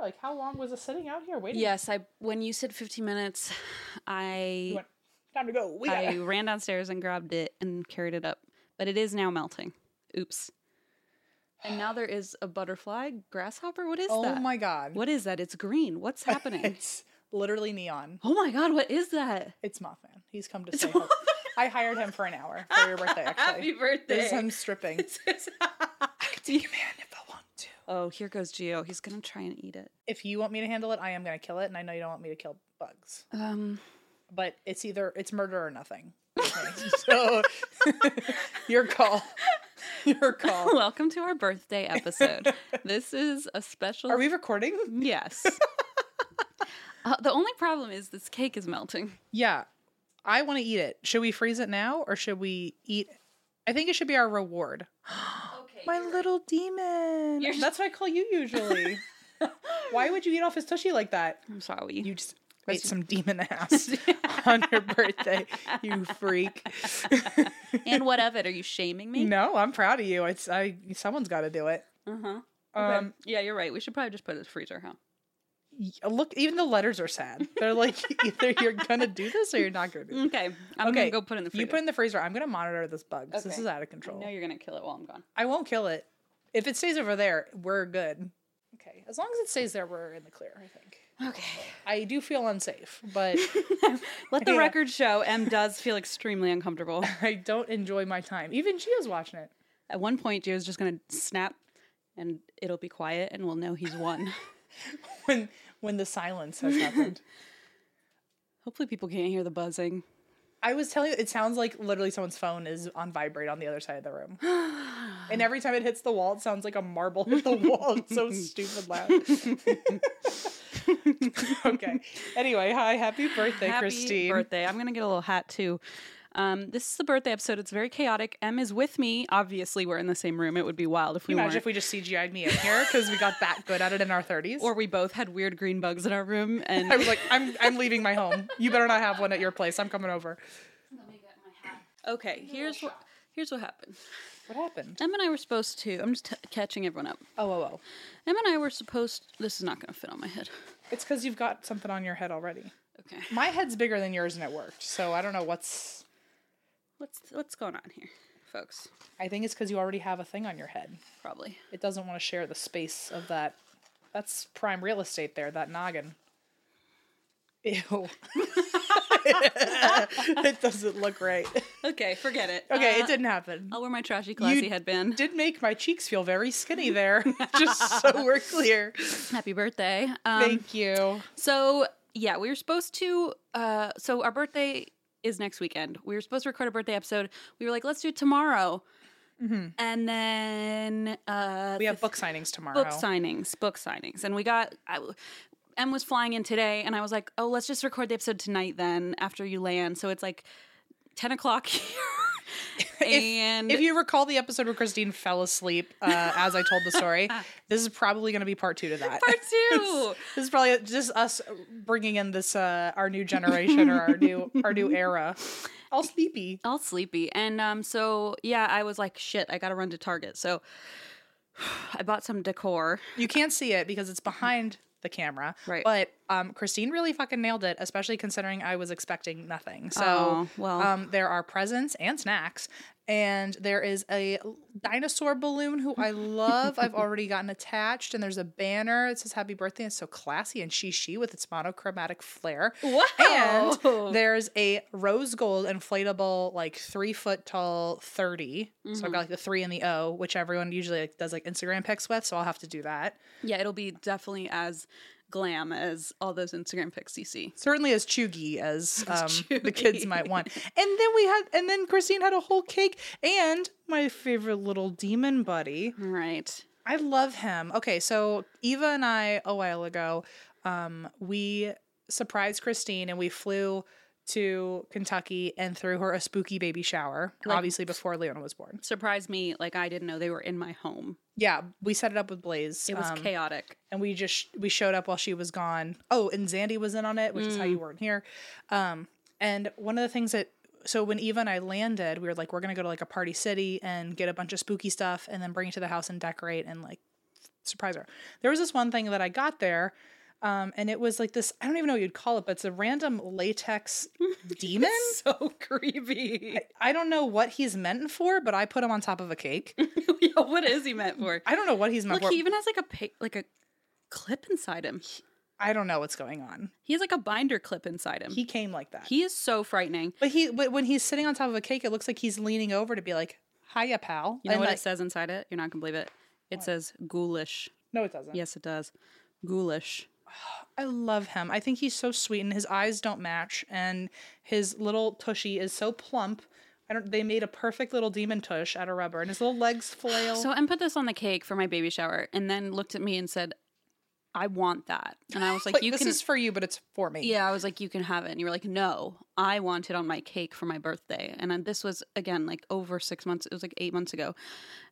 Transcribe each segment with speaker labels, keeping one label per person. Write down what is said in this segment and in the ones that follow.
Speaker 1: Like, how long was it sitting out here waiting?
Speaker 2: Yes, I when you said 15 minutes, I
Speaker 1: You went, Time to go. We
Speaker 2: I
Speaker 1: gotta.
Speaker 2: ran downstairs and grabbed it and carried it up. But it is now melting. Oops. And now there is a butterfly grasshopper. What is
Speaker 1: oh
Speaker 2: that?
Speaker 1: my god.
Speaker 2: What is that? It's green. What's happening?
Speaker 1: It's literally neon.
Speaker 2: oh my god, what is that?
Speaker 1: It's Mothman. He's come to say. hello. I hired him for an hour for your birthday. Actually, This
Speaker 2: Happy
Speaker 1: is
Speaker 2: birthday.
Speaker 1: him stripping. I could be a man if I want to.
Speaker 2: oh, here goes Geo. He's gonna try and eat it.
Speaker 1: If you want me to handle it, I am gonna kill it, and I know you don't want me to kill bugs.
Speaker 2: Um
Speaker 1: But it's either it's murder or nothing. so your call. Your call.
Speaker 2: welcome to our birthday episode. this is a special
Speaker 1: Are we recording?
Speaker 2: Yes. Uh, the only problem is this cake is melting.
Speaker 1: Yeah. I want to eat it. Should we freeze it now or should we eat? I think it should be our reward.
Speaker 2: Okay.
Speaker 1: My little demon.
Speaker 2: You're-
Speaker 1: That's what I call you usually. Why would you eat off his tushy like that?
Speaker 2: I'm sorry.
Speaker 1: You just ate some demon ass on your birthday, you freak.
Speaker 2: and what of it? Are you shaming me?
Speaker 1: no, I'm proud of you. It's I. Someone's got to do it.
Speaker 2: Uh-huh. Okay.
Speaker 1: Um,
Speaker 2: yeah, you're right. We should probably just put it in the freezer, huh?
Speaker 1: y- look, even the letters are sad. They're like either you're gonna do this or you're not gonna do. This.
Speaker 2: Okay. I'm
Speaker 1: Mm, Okay,
Speaker 2: gonna go put Mm, it in the freezer.
Speaker 1: You put it in the freezer. I'm gonna monitor this bug. 'cause This
Speaker 2: Okay.
Speaker 1: is out of
Speaker 2: I
Speaker 1: control.
Speaker 2: know you're gonna kill it while I'm gone.
Speaker 1: I won't kill it. If it stays over there, we're good. Okay. As long as it stays there, we're in the clear, I think.
Speaker 2: Okay.
Speaker 1: I do feel unsafe, but
Speaker 2: Let the
Speaker 1: Yeah.
Speaker 2: record show M does feel extremely uncomfortable.
Speaker 1: I don't enjoy my time. Even Gia's watching it.
Speaker 2: At one point, Joe's just gonna snap, and it'll be quiet, and we'll know he's won.
Speaker 1: When when the silence has happened.
Speaker 2: Hopefully, people can't hear the buzzing.
Speaker 1: I was telling you it sounds like literally someone's phone is on vibrate on the other side of the room. And every time it hits the wall, it sounds like a marble hit the wall. It's so stupid loud. okay. Anyway, hi, happy birthday,
Speaker 2: Happy
Speaker 1: Christine.
Speaker 2: birthday! I'm gonna get a little hat too. Um, this is the birthday episode. It's very chaotic. M is with me. Obviously, we're in the same room. It would be wild if we
Speaker 1: Imagine
Speaker 2: weren't.
Speaker 1: if we just CGI'd me in here because we got that good at it in our 30s.
Speaker 2: or we both had weird green bugs in our room, and
Speaker 1: I was like, I'm I'm leaving my home. You better not have one at your place. I'm coming over.
Speaker 2: Okay, here's what here's what happened.
Speaker 1: What happened?
Speaker 2: Em and I were supposed to. I'm just t- catching everyone up.
Speaker 1: Oh, oh, oh.
Speaker 2: Em and I were supposed. This is not going to fit on my head.
Speaker 1: It's because you've got something on your head already.
Speaker 2: Okay,
Speaker 1: My head's bigger than yours, and it worked. So I don't know what's.
Speaker 2: what's what's going on here, folks?
Speaker 1: I think it's because you already have a thing on your head.
Speaker 2: Probably.
Speaker 1: It doesn't want to share the space of that. That's prime real estate there. That noggin. Ew. it doesn't look right.
Speaker 2: Okay, forget it.
Speaker 1: Okay,
Speaker 2: Uh,
Speaker 1: it didn't happen.
Speaker 2: I'll wear my trashy classy
Speaker 1: You
Speaker 2: headband.
Speaker 1: Did make my cheeks feel very skinny there. Just so we're clear.
Speaker 2: Happy birthday. Um,
Speaker 1: Thank you.
Speaker 2: So yeah, we were supposed to. Uh, so our birthday is next weekend. We were supposed to record a birthday episode. We were like, let's do it tomorrow, and then uh,
Speaker 1: Mm-hmm. We
Speaker 2: the
Speaker 1: have book signings tomorrow.
Speaker 2: book signings, book signings, and we got. I, Em was flying in today, and I was like, "Oh, let's just record the episode tonight then after you land." So it's like ten o'clock here, and
Speaker 1: If you recall the episode where Christine fell asleep uh, as I told the story, this is probably going to be part two to that.
Speaker 2: part two.
Speaker 1: this is probably just us bringing in this uh, our new generation or our new our new era. All sleepy.
Speaker 2: all sleepy. And um, so yeah, I was like, "Shit, I gotta run to Target." So I bought some decor.
Speaker 1: You can't see it because it's behind the camera.
Speaker 2: Right.
Speaker 1: But um, Christine really fucking nailed it, especially considering I was expecting nothing. So
Speaker 2: Oh, well.
Speaker 1: um, there are presents and snacks. And there is a dinosaur balloon who I love. I've already gotten attached, and there's a banner. It says "Happy Birthday." It's so classy and she she with its monochromatic flair.
Speaker 2: Wow.
Speaker 1: And there's a rose gold inflatable, like three foot tall 30 So I've got like the three and the O, which everyone usually like, does like Instagram pics with. So I'll have to do that.
Speaker 2: Yeah, it'll be definitely as glam as all those Instagram pics you see.
Speaker 1: Certainly as chuggy as um, the kids
Speaker 2: chuggy.
Speaker 1: might want. And then we had, and then Christine had a whole cake and my favorite little demon buddy.
Speaker 2: All right.
Speaker 1: I love him. Okay, so Eva and I a while ago, um, we surprised Christine and we flew to Kentucky and threw her a spooky baby shower,
Speaker 2: Like-
Speaker 1: obviously before Leona was born.
Speaker 2: Surprised me like I didn't know they were in my home.
Speaker 1: Yeah, we set it up with Blaze.
Speaker 2: It was
Speaker 1: um,
Speaker 2: chaotic.
Speaker 1: and we just we showed up while she was gone. Oh, and Zandy was in on it, which is
Speaker 2: Mm.
Speaker 1: how you weren't here. Um, and one of the things that so when Eva and I landed, we were like, we're gonna go to like a party city and get a bunch of spooky stuff, and then bring it to the house and decorate and like surprise her. There was this one thing that I got there. Um, and it was like this, I don't even know what you'd call it, but it's a random latex demon.
Speaker 2: So creepy.
Speaker 1: I don't know what he's meant for, but I put him on top of a cake.
Speaker 2: yeah, what is he meant for?
Speaker 1: I don't know what he's meant
Speaker 2: Look,
Speaker 1: for.
Speaker 2: he even has like a pa- like a clip inside him.
Speaker 1: I don't know what's going on.
Speaker 2: He has like a binder clip inside him.
Speaker 1: He came like that.
Speaker 2: he is so frightening.
Speaker 1: But he, but when he's sitting on top of a cake, it looks like he's leaning over to be like, "Hiya, pal."
Speaker 2: You know
Speaker 1: And
Speaker 2: what
Speaker 1: I-
Speaker 2: it says inside it? You're not gonna believe it. It says ghoulish.
Speaker 1: No, it doesn't.
Speaker 2: Yes, it does. Ghoulish.
Speaker 1: I love him. I think he's so sweet, and his eyes don't match, and his little tushy is so plump. I don't. They made a perfect little demon tush out of rubber, and his little legs flail.
Speaker 2: So Em put this on the cake for my baby shower, and then looked at me and said, "I want that." And I was like,
Speaker 1: like,
Speaker 2: "You
Speaker 1: this
Speaker 2: can."
Speaker 1: is for you, but it's for me.
Speaker 2: yeah, I was like, "You can have it," and you were like, "No, I want it on my cake for my birthday." And then this was again like over six months. It was like eight months ago,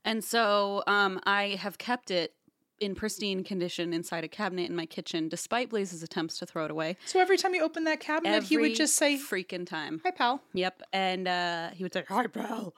Speaker 2: and so um, I have kept it in pristine condition inside a cabinet in my kitchen, despite Blaze's attempts to throw it away.
Speaker 1: So every time you open that cabinet, he would
Speaker 2: Every
Speaker 1: just say,
Speaker 2: "Freaking time!"
Speaker 1: "Hi, pal."
Speaker 2: Yep, and uh, he would say, "Hi, pal."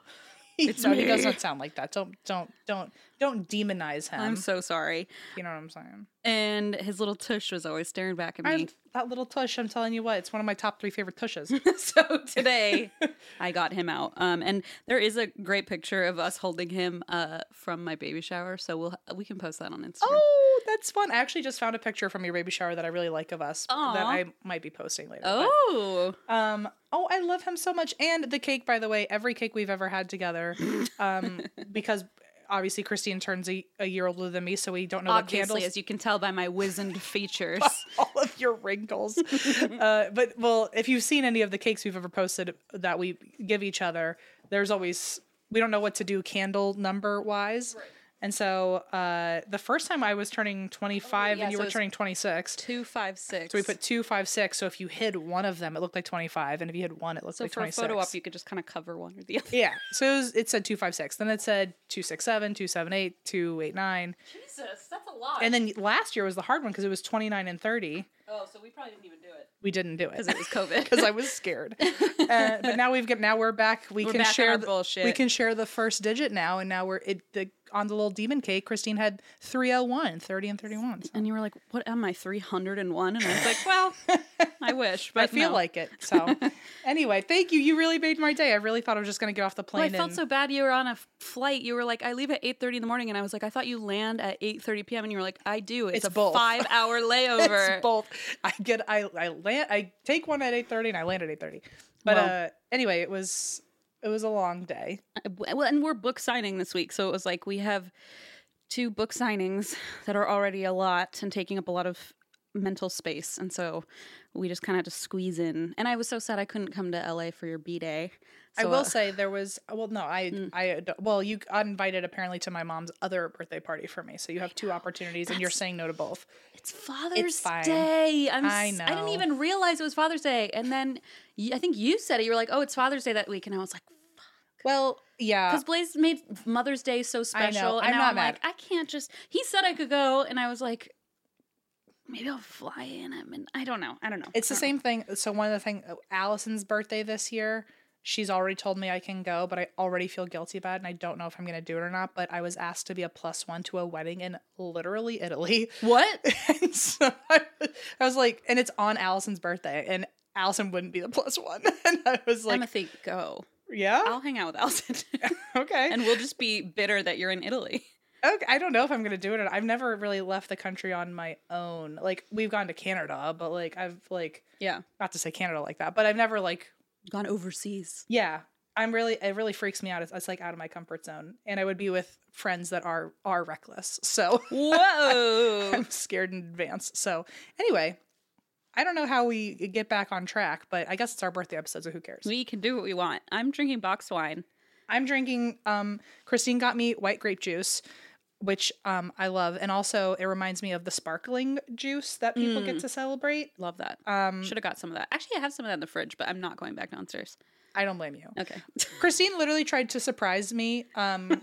Speaker 1: It's no, he doesn't sound like that. Don't, don't, don't, don't demonize him.
Speaker 2: I'm so sorry.
Speaker 1: you know what I'm saying?
Speaker 2: Um, And his little tush was always staring back at me.
Speaker 1: I'm, that little tush. I'm telling you what, it's one of my top three favorite tushes.
Speaker 2: so today I got him out. Um, and there is a great picture of us holding him uh, from my baby shower. So we'll we can post that on Instagram.
Speaker 1: Oh, that's fun. I actually just found a picture from your baby shower that I really like of us that
Speaker 2: Aw.
Speaker 1: I might be posting later. but,
Speaker 2: Oh.
Speaker 1: um, oh, I love him so much. And the cake, by the way, every cake we've ever had together, um, because obviously Christine turns a, a year older than me, so we don't know what
Speaker 2: Obviously,
Speaker 1: candles.
Speaker 2: as you can tell by my wizened features.
Speaker 1: all of your wrinkles. uh, but well, if you've seen any of the cakes we've ever posted that we give each other, there's always we don't know what to do candle number wise. And so uh, the first time I was turning 25
Speaker 2: Oh, yeah,
Speaker 1: and you
Speaker 2: so
Speaker 1: were
Speaker 2: it's
Speaker 1: turning 26.
Speaker 2: Two, five, six.
Speaker 1: So we put two, five, six. So if you hid one of them, it looked like twenty five, and if you hid one, it looked
Speaker 2: so
Speaker 1: like
Speaker 2: for
Speaker 1: twenty
Speaker 2: a
Speaker 1: six.
Speaker 2: photo op, you could just kind of cover one or the other.
Speaker 1: yeah. So it, was, it said two, five, six. Then it said two, six, seven, two, seven, eight, two, eight, nine.
Speaker 2: Jesus, that's a lot.
Speaker 1: And then last year was the hard one because it was twenty nine and thirty.
Speaker 2: oh, so we probably didn't even do it
Speaker 1: We didn't do it
Speaker 2: because it was COVID.
Speaker 1: because I was scared. uh, but now we've got now we're back. We
Speaker 2: We're
Speaker 1: can
Speaker 2: back on
Speaker 1: share
Speaker 2: our
Speaker 1: the, We
Speaker 2: bullshit.
Speaker 1: can share the first digit now, and now we're it the on the little demon cake. Christine had 301, 30 and thirty one.
Speaker 2: and you were like, "What am I? Three hundred and one?" And I was like, "Well, I wish, but
Speaker 1: I feel
Speaker 2: no.
Speaker 1: like it. So anyway, thank you. You really made my day. I really thought I was just gonna get off the
Speaker 2: Well,
Speaker 1: plane.
Speaker 2: I felt
Speaker 1: and-
Speaker 2: so bad. You were on a f- flight. You were like, I leave at eight thirty in the morning, and I was like, I thought you land at eight thirty p.m. And you were like, I do. It's,
Speaker 1: It's
Speaker 2: a
Speaker 1: both.
Speaker 2: five-hour layover.
Speaker 1: It's both. I get I I land I take one at eight thirty and I land at eight thirty. But
Speaker 2: Wow.
Speaker 1: uh anyway, it was it was a long day.
Speaker 2: Uh, w- Well, and we're book signing this week, so it was like we have two book signings that are already a lot and taking up a lot of mental space, and so we just kind of had to squeeze in. And I was so sad I couldn't come to LA for your uh, b day.
Speaker 1: I will say there was well no I I uh, well you got invited apparently to my mom's other birthday party for me so you have two opportunities and you're saying no to both.
Speaker 2: It's Father's
Speaker 1: fine.
Speaker 2: Day. I'm
Speaker 1: I
Speaker 2: s- I didn't
Speaker 1: know.
Speaker 2: even realize it was Father's Day, and then y- I think you said it. You were like, "Oh, it's Father's Day that week," and I was like,
Speaker 1: Well yeah
Speaker 2: Because Blaze made Mother's Day so special.
Speaker 1: I'm
Speaker 2: And now
Speaker 1: not
Speaker 2: I'm
Speaker 1: mad.
Speaker 2: like, I can't just. He said I could go, and I was like, maybe I'll fly in. I mean, I don't know. I don't know.
Speaker 1: it's
Speaker 2: I
Speaker 1: the
Speaker 2: don't know.
Speaker 1: same thing. So one of the thing Allison's birthday this year She's already told me I can go, but I already feel guilty about it and I don't know if I'm going to do it or not. But I was asked to be a plus one to a wedding in literally Italy.
Speaker 2: What?
Speaker 1: And so I, I was like, and it's on Allison's birthday, and Allison wouldn't be the plus one. And I was like, Oh.
Speaker 2: Timothy, go.
Speaker 1: yeah,
Speaker 2: I'll hang out with Allison.
Speaker 1: okay.
Speaker 2: and we'll just be bitter that you're in Italy.
Speaker 1: okay. I don't know if I'm going to do it or not. I've never really left the country on my own. Like, we've gone to Canada, but like, I've like,
Speaker 2: Yeah.
Speaker 1: not to say Canada like that, but I've never like,
Speaker 2: Gone overseas.
Speaker 1: yeah, I'm really, it really freaks me out. It's, it's like out of my comfort zone. And I would be with friends that are, are reckless. So
Speaker 2: Whoa.
Speaker 1: I'm scared in advance. So anyway, I don't know how we get back on track, but I guess it's our birthday episode, so who cares?
Speaker 2: we can do what we want. I'm drinking box wine.
Speaker 1: I'm drinking. Um, Christine got me white grape juice, which um I love, and also it reminds me of the sparkling juice that people get to celebrate.
Speaker 2: Love that.
Speaker 1: Um,
Speaker 2: Mm. Should have got some of that. Actually, I have some of that in the fridge, but I'm not going back downstairs.
Speaker 1: I don't blame you.
Speaker 2: Okay.
Speaker 1: Christine literally tried to surprise me. Um.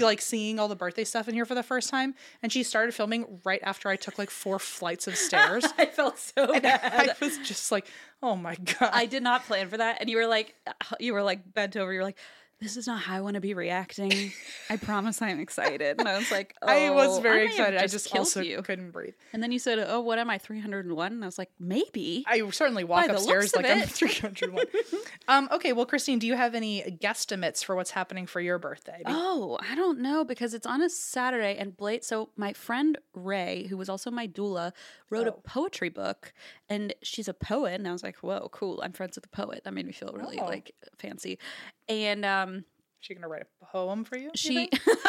Speaker 1: like seeing all the birthday stuff in here for the first time and she started filming right after i took like four flights of stairs
Speaker 2: I felt so
Speaker 1: i was just like oh my god
Speaker 2: I did not plan for that. And you were like, uh, you were like bent over. You were like, this is not how I want to be reacting. I promise I'm excited. And I was like, oh,
Speaker 1: I was
Speaker 2: may
Speaker 1: very
Speaker 2: have
Speaker 1: excited. I just
Speaker 2: killed
Speaker 1: also
Speaker 2: you.
Speaker 1: couldn't breathe.
Speaker 2: And then you said, oh, what am I, 301? And I was like, maybe.
Speaker 1: I certainly walk
Speaker 2: By the
Speaker 1: upstairs
Speaker 2: looks of
Speaker 1: like I'm
Speaker 2: it.
Speaker 1: 301. um, okay, well, Christine, do you have any guesstimates for what's happening for your birthday? Be-
Speaker 2: Oh, I don't know because it's on a Saturday and Blake. So my friend Ray, who was also my doula, wrote
Speaker 1: Oh.
Speaker 2: a poetry book, and she's a poet. And I was like, "Whoa, cool! I'm friends with a poet." That made me feel really
Speaker 1: Oh.
Speaker 2: like fancy. And um,
Speaker 1: Is she going to write a poem for you? you
Speaker 2: she
Speaker 1: think?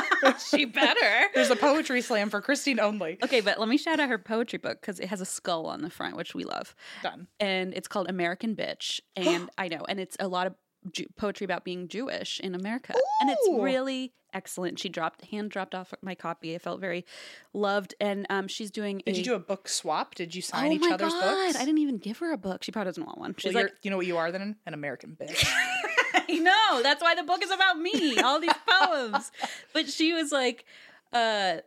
Speaker 2: she better.
Speaker 1: There's a poetry slam for Christine only.
Speaker 2: Okay, but let me shout out her poetry book because it has a skull on the front, which we love.
Speaker 1: Done.
Speaker 2: And it's called American Bitch. And I know, and it's a lot of Jew- poetry about being Jewish in America. And it's
Speaker 1: Ooh.
Speaker 2: really excellent. She dropped, hand dropped off my copy. I felt very loved. And um, she's doing
Speaker 1: Did
Speaker 2: a.
Speaker 1: you do a book swap? Did you sign
Speaker 2: oh
Speaker 1: each
Speaker 2: my
Speaker 1: other's
Speaker 2: God,
Speaker 1: books?
Speaker 2: I didn't even give her a book. She probably doesn't want one.
Speaker 1: Well,
Speaker 2: She's
Speaker 1: you're-
Speaker 2: like,
Speaker 1: you know what you are then? An American bitch.
Speaker 2: I know. That's why the book is about me, all these poems. But she was like, uh,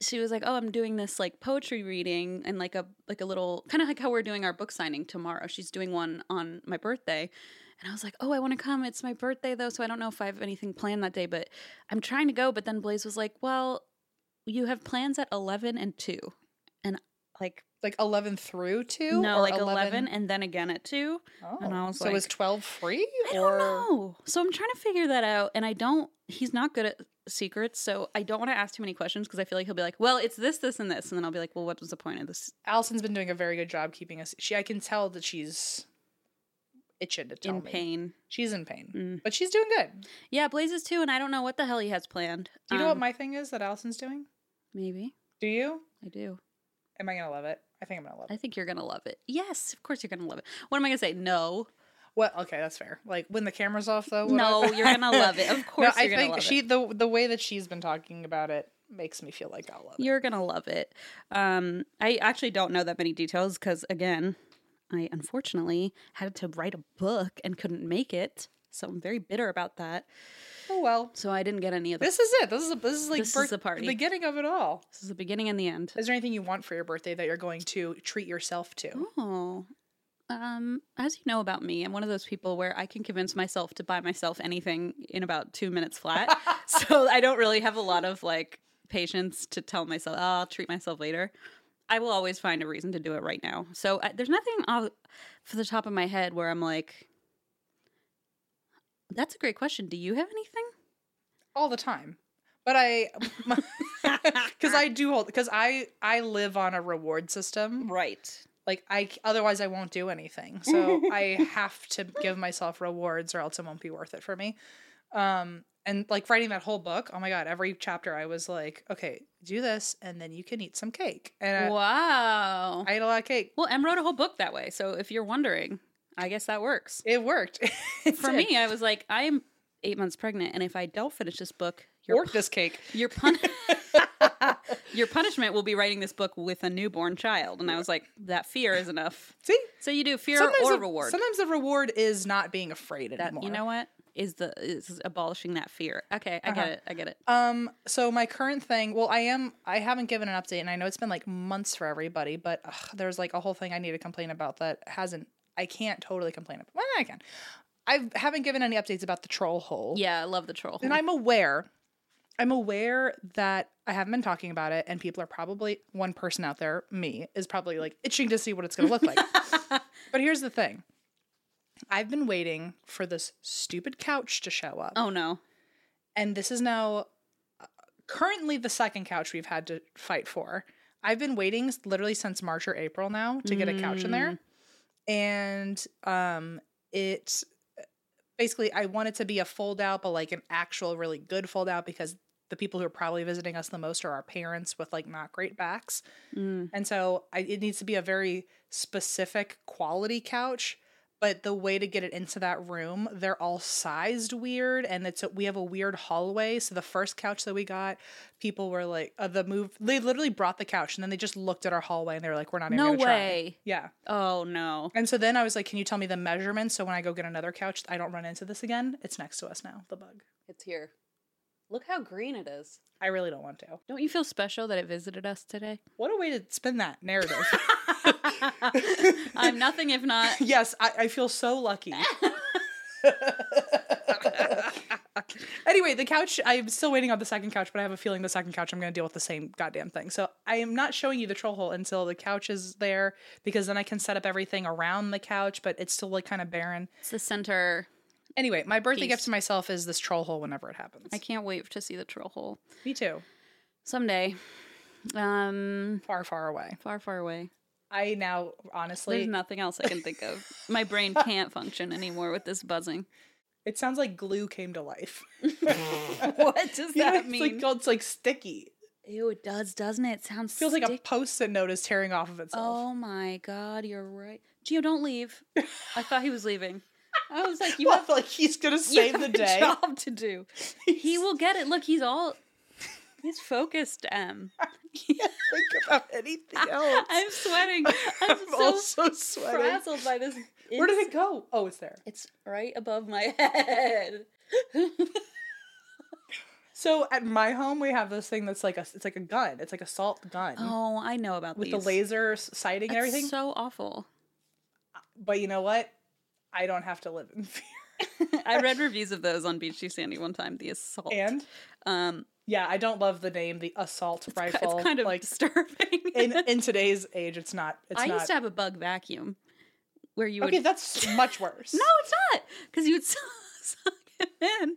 Speaker 2: she was like, "Oh, I'm doing this like poetry reading and like a like a little kind of like how we're doing our book signing tomorrow. She's doing one on my birthday." And I was like, "Oh, I want to come. It's my birthday though, so I don't know if I have anything planned that day, but I'm trying to go." But then Blaze was like, "Well, you have plans at 11 and 2." And like
Speaker 1: like 11 through 2?
Speaker 2: no,
Speaker 1: or
Speaker 2: like 11 and then again at 2.
Speaker 1: Oh.
Speaker 2: and I was
Speaker 1: so is
Speaker 2: like,
Speaker 1: 12 free?
Speaker 2: I
Speaker 1: or
Speaker 2: don't know. So I'm trying to figure that out, and I don't. He's not good at secrets, so I don't want to ask too many questions because I feel like he'll be like, "Well, it's this, this, and this," and then I'll be like, "Well, what was the point of this?"
Speaker 1: Allison's been doing a very good job keeping us. She, I can tell that she's itching to tell
Speaker 2: in
Speaker 1: me.
Speaker 2: pain.
Speaker 1: She's in pain,
Speaker 2: Mm.
Speaker 1: but she's doing good.
Speaker 2: Yeah, Blazes too, and I don't know what the hell he has planned.
Speaker 1: Do you know what
Speaker 2: Um,
Speaker 1: my thing is that Allison's doing?
Speaker 2: maybe
Speaker 1: Do you?
Speaker 2: I do.
Speaker 1: Am I gonna love it? I think I'm gonna love
Speaker 2: I
Speaker 1: it.
Speaker 2: think you're gonna love it. Yes, of course you're gonna love it. What am I gonna say? No,
Speaker 1: Well, okay, that's fair. Like when the camera's off, though. what
Speaker 2: No,
Speaker 1: I-
Speaker 2: you're gonna love it. Of course
Speaker 1: I
Speaker 2: you're gonna
Speaker 1: think
Speaker 2: love it.
Speaker 1: she the the way that she's been talking about it makes me feel like I'll love it.
Speaker 2: you're gonna love it. Um, I actually don't know that many details because again, I unfortunately had to write a book and couldn't make it. So I'm very bitter about that.
Speaker 1: Oh well,
Speaker 2: So I didn't get any of the
Speaker 1: this is it. This is this is like
Speaker 2: This is the party.
Speaker 1: beginning of it all.
Speaker 2: This is the beginning and the end.
Speaker 1: Is there anything you want for your birthday that you're going to treat yourself to?
Speaker 2: Oh. Um, as you know about me, I'm one of those people where I can convince myself to buy myself anything in about two minutes flat. so I don't really have a lot of like patience to tell myself, oh, I'll treat myself later. I will always find a reason to do it right now. So I, there's nothing off for the top of my head where I'm like, that's a great question. Do you have anything?
Speaker 1: all the time but i because i do hold because i i live on a reward system
Speaker 2: Right.
Speaker 1: like i otherwise i won't do anything so i have to give myself rewards or else it won't be worth it for me um and like writing that whole book oh my god every chapter i was like okay do this and then you can eat some cake and
Speaker 2: Wow.
Speaker 1: I, I ate a lot of cake
Speaker 2: well, Em wrote a whole book that way. So if you're wondering, I guess that works.
Speaker 1: it worked It
Speaker 2: for
Speaker 1: did.
Speaker 2: me, I was like, I am eight months pregnant, and if I don't finish this book, your
Speaker 1: work this cake
Speaker 2: your pun- your punishment will be writing this book with a newborn child. And I was like, that fear is enough.
Speaker 1: see
Speaker 2: So you do fear
Speaker 1: sometimes
Speaker 2: or
Speaker 1: the,
Speaker 2: reward.
Speaker 1: sometimes the reward is not being afraid
Speaker 2: that
Speaker 1: anymore
Speaker 2: you know what is the is abolishing that fear. Okay, I get
Speaker 1: Uh-huh.
Speaker 2: it. I get it.
Speaker 1: Um, so my current thing, well, I am, I haven't given an update and I know it's been like months for everybody, but ugh, there's like a whole thing I need to complain about that hasn't, I can't totally complain about. Well, I can. I haven't given any updates about the troll hole.
Speaker 2: Yeah, I love the troll.
Speaker 1: And I'm aware, I'm aware that I haven't been talking about it, and people are probably one person out there, me, is probably like itching to see what it's going to look like. but here's the thing. I've been waiting for this stupid couch to show up.
Speaker 2: oh no.
Speaker 1: and this is now uh, currently the second couch we've had to fight for. I've been waiting s- literally since March or April now to get a couch in there, and um, it basically I want it to be a fold out, but like an actual really good fold out because the people who are probably visiting us the most are our parents with like not great backs,
Speaker 2: Mm.
Speaker 1: and so I, it needs to be a very specific quality couch. But the way to get it into that room, they're all sized weird, and it's a, we have a weird hallway. So the first couch that we got, people were like, uh, "The move." They literally brought the couch, and then they just looked at our hallway, and they were like, "We're not even
Speaker 2: No
Speaker 1: gonna try."
Speaker 2: way.
Speaker 1: Yeah.
Speaker 2: Oh no.
Speaker 1: And so then I was like, "Can you tell me the measurements so when I go get another couch, I don't run into this again?" It's next to us now. The bug.
Speaker 2: It's here. Look how green it is.
Speaker 1: I really don't want to.
Speaker 2: Don't you feel special that it visited us today?
Speaker 1: What a way to spin that narrative.
Speaker 2: I'm nothing if not.
Speaker 1: yes, I, I feel so lucky. anyway, the couch, I'm still waiting on the second couch, but I have a feeling the second couch, I'm going to deal with the same goddamn thing. So I am not showing you the troll hole until the couch is there because then I can set up everything around the couch, but it's still like kind of barren.
Speaker 2: It's the center.
Speaker 1: Anyway, my birthday gift
Speaker 2: Feast.
Speaker 1: to myself is this troll hole whenever it happens.
Speaker 2: I can't wait to see the troll hole
Speaker 1: Me too.
Speaker 2: someday. Um,
Speaker 1: Far, far away.
Speaker 2: far, far away.
Speaker 1: I now, honestly,
Speaker 2: There's nothing else I can think of. My brain can't function anymore with this buzzing.
Speaker 1: it sounds like glue came to life.
Speaker 2: What does
Speaker 1: You know,
Speaker 2: that
Speaker 1: it's
Speaker 2: mean?
Speaker 1: Like, it's like sticky.
Speaker 2: Ew, it does, doesn't it? it sounds
Speaker 1: feels like a
Speaker 2: sticky.
Speaker 1: post-it note is tearing off of itself.
Speaker 2: Oh my god, you're right. Gio, don't leave. I thought he was leaving. I was like, you
Speaker 1: Well, I
Speaker 2: have,
Speaker 1: feel like he's gonna
Speaker 2: you
Speaker 1: save
Speaker 2: have
Speaker 1: the
Speaker 2: a
Speaker 1: day.
Speaker 2: job to do. He will get it. Look, he's all he's focused. M.
Speaker 1: think about anything else.
Speaker 2: I'm sweating. I'm,
Speaker 1: I'm
Speaker 2: so
Speaker 1: also sweating.
Speaker 2: frazzled by this.
Speaker 1: Where did it go? Oh, it's there.
Speaker 2: It's right above my head.
Speaker 1: So at my home, we have this thing that's like a it's like a gun. It's like a salt gun
Speaker 2: oh, I know about
Speaker 1: with
Speaker 2: these.
Speaker 1: the laser s- sighting and
Speaker 2: That's
Speaker 1: everything.
Speaker 2: So awful.
Speaker 1: but you know what? I don't have to live in fear.
Speaker 2: I read reviews of those on Beachy Sandy one time. The assault.
Speaker 1: And
Speaker 2: um,
Speaker 1: yeah, I don't love the name, the assault
Speaker 2: it's
Speaker 1: rifle.
Speaker 2: kind of
Speaker 1: like
Speaker 2: disturbing.
Speaker 1: in in today's age, it's not. It's
Speaker 2: I
Speaker 1: not.
Speaker 2: used to have a bug vacuum where you would.
Speaker 1: okay, that's much worse.
Speaker 2: no, it's not because you would suck it in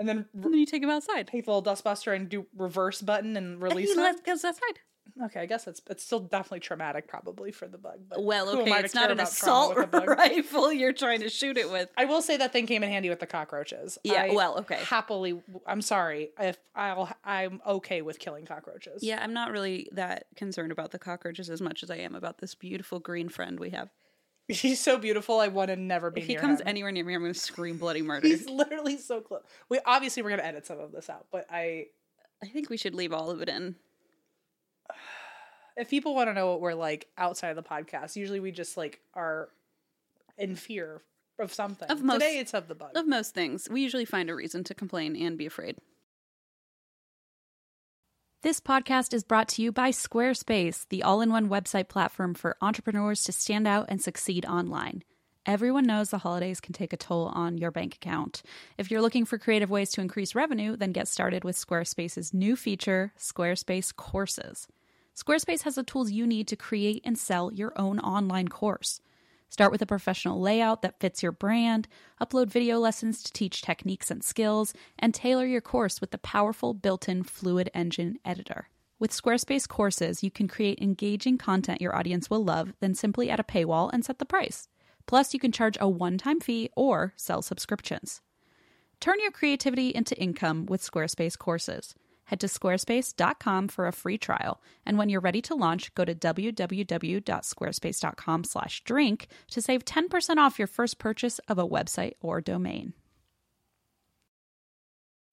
Speaker 1: And then r-
Speaker 2: and then you take him outside.
Speaker 1: take the little dustbuster and do reverse button and
Speaker 2: And
Speaker 1: release
Speaker 2: he
Speaker 1: them.
Speaker 2: let, goes outside.
Speaker 1: Okay, I guess it's it's still definitely traumatic, probably for the bug. But
Speaker 2: Well,
Speaker 1: who am
Speaker 2: okay,
Speaker 1: I to
Speaker 2: it's not
Speaker 1: care
Speaker 2: an
Speaker 1: about trauma
Speaker 2: assault
Speaker 1: with a bug?
Speaker 2: rifle you're trying to shoot it with.
Speaker 1: I will say that thing came in handy with the cockroaches.
Speaker 2: Yeah,
Speaker 1: I
Speaker 2: well, okay.
Speaker 1: Happily, I'm sorry if I'll I'm okay with killing cockroaches.
Speaker 2: Yeah, I'm not really that concerned about the cockroaches as much as I am about this beautiful green friend we have.
Speaker 1: he's so beautiful. I want to never be
Speaker 2: If he
Speaker 1: near
Speaker 2: comes
Speaker 1: him.
Speaker 2: anywhere near me, I'm going to scream bloody murder.
Speaker 1: he's literally so close. We obviously we're gonna edit some of this out, but I
Speaker 2: I think we should leave all of it in.
Speaker 1: if people want to know what we're like outside of the podcast, usually we just like are in fear of something.
Speaker 2: Of most-
Speaker 1: Today it's of the bug.
Speaker 2: Of most things, we usually find a reason to complain and be afraid.
Speaker 3: This podcast is brought to you by Squarespace, the all in one website platform for entrepreneurs to stand out and succeed online. Everyone knows the holidays can take a toll on your bank account. If you're looking for creative ways to increase revenue, then get started with Squarespace's new feature, Squarespace Courses. Squarespace has the tools you need to create and sell your own online course. Start with a professional layout that fits your brand, upload video lessons to teach techniques and skills, and tailor your course with the powerful built in Fluid Engine editor. With Squarespace courses, you can create engaging content your audience will love, then simply add a paywall and set the price. Plus, you can charge a one time fee or sell subscriptions. Turn your creativity into income with Squarespace courses. Head to squarespace.com for a free trial, and when you're ready to launch, go to www.squarespace.com/drink to save 10% off your first purchase of a website or domain.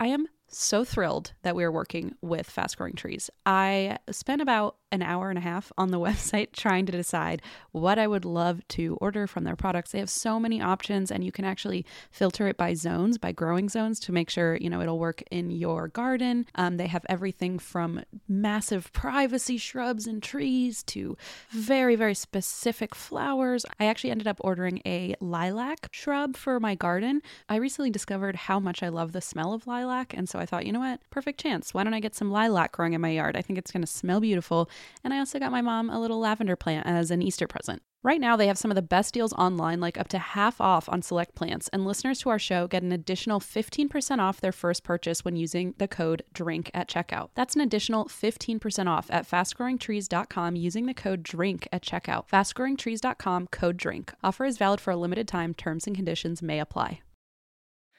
Speaker 3: I am so thrilled that we are working with Fast Growing Trees. I spent about an hour and a half on the website trying to decide what I would love to order from their products. They have so many options, and you can actually filter it by zones, by growing zones, to make sure you know it'll work in your garden. Um, they have everything from massive privacy shrubs and trees to very, very specific flowers. I actually ended up ordering a lilac shrub for my garden. I recently discovered how much I love the smell of lilac, and so I thought, you know what, perfect chance. Why don't I get some lilac growing in my yard? I think it's going to smell beautiful. And I also got my mom a little lavender plant as an Easter present. Right now, they have some of the best deals online, like up to half off on select plants, and listeners to our show get an additional 15% off their first purchase when using the code DRINK at checkout. That's an additional 15% off at fastgrowingtrees.com using the code DRINK at checkout. Fastgrowingtrees.com code DRINK. Offer is valid for a limited time, terms and conditions may apply.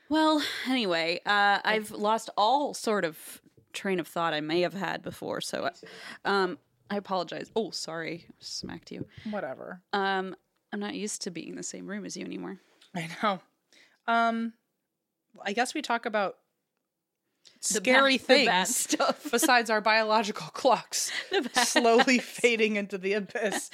Speaker 2: Well, anyway, uh, I've lost all sort of train of thought I may have had before, so uh, um, I apologize. Oh, sorry, smacked you.
Speaker 1: Whatever.
Speaker 2: Um, I'm not used to being in the same room as you anymore.
Speaker 1: I know. Um, I guess we talk about
Speaker 2: The ba-
Speaker 1: scary
Speaker 2: the
Speaker 1: things
Speaker 2: bad stuff.
Speaker 1: besides our biological clocks
Speaker 2: The bad
Speaker 1: slowly fading into the abyss.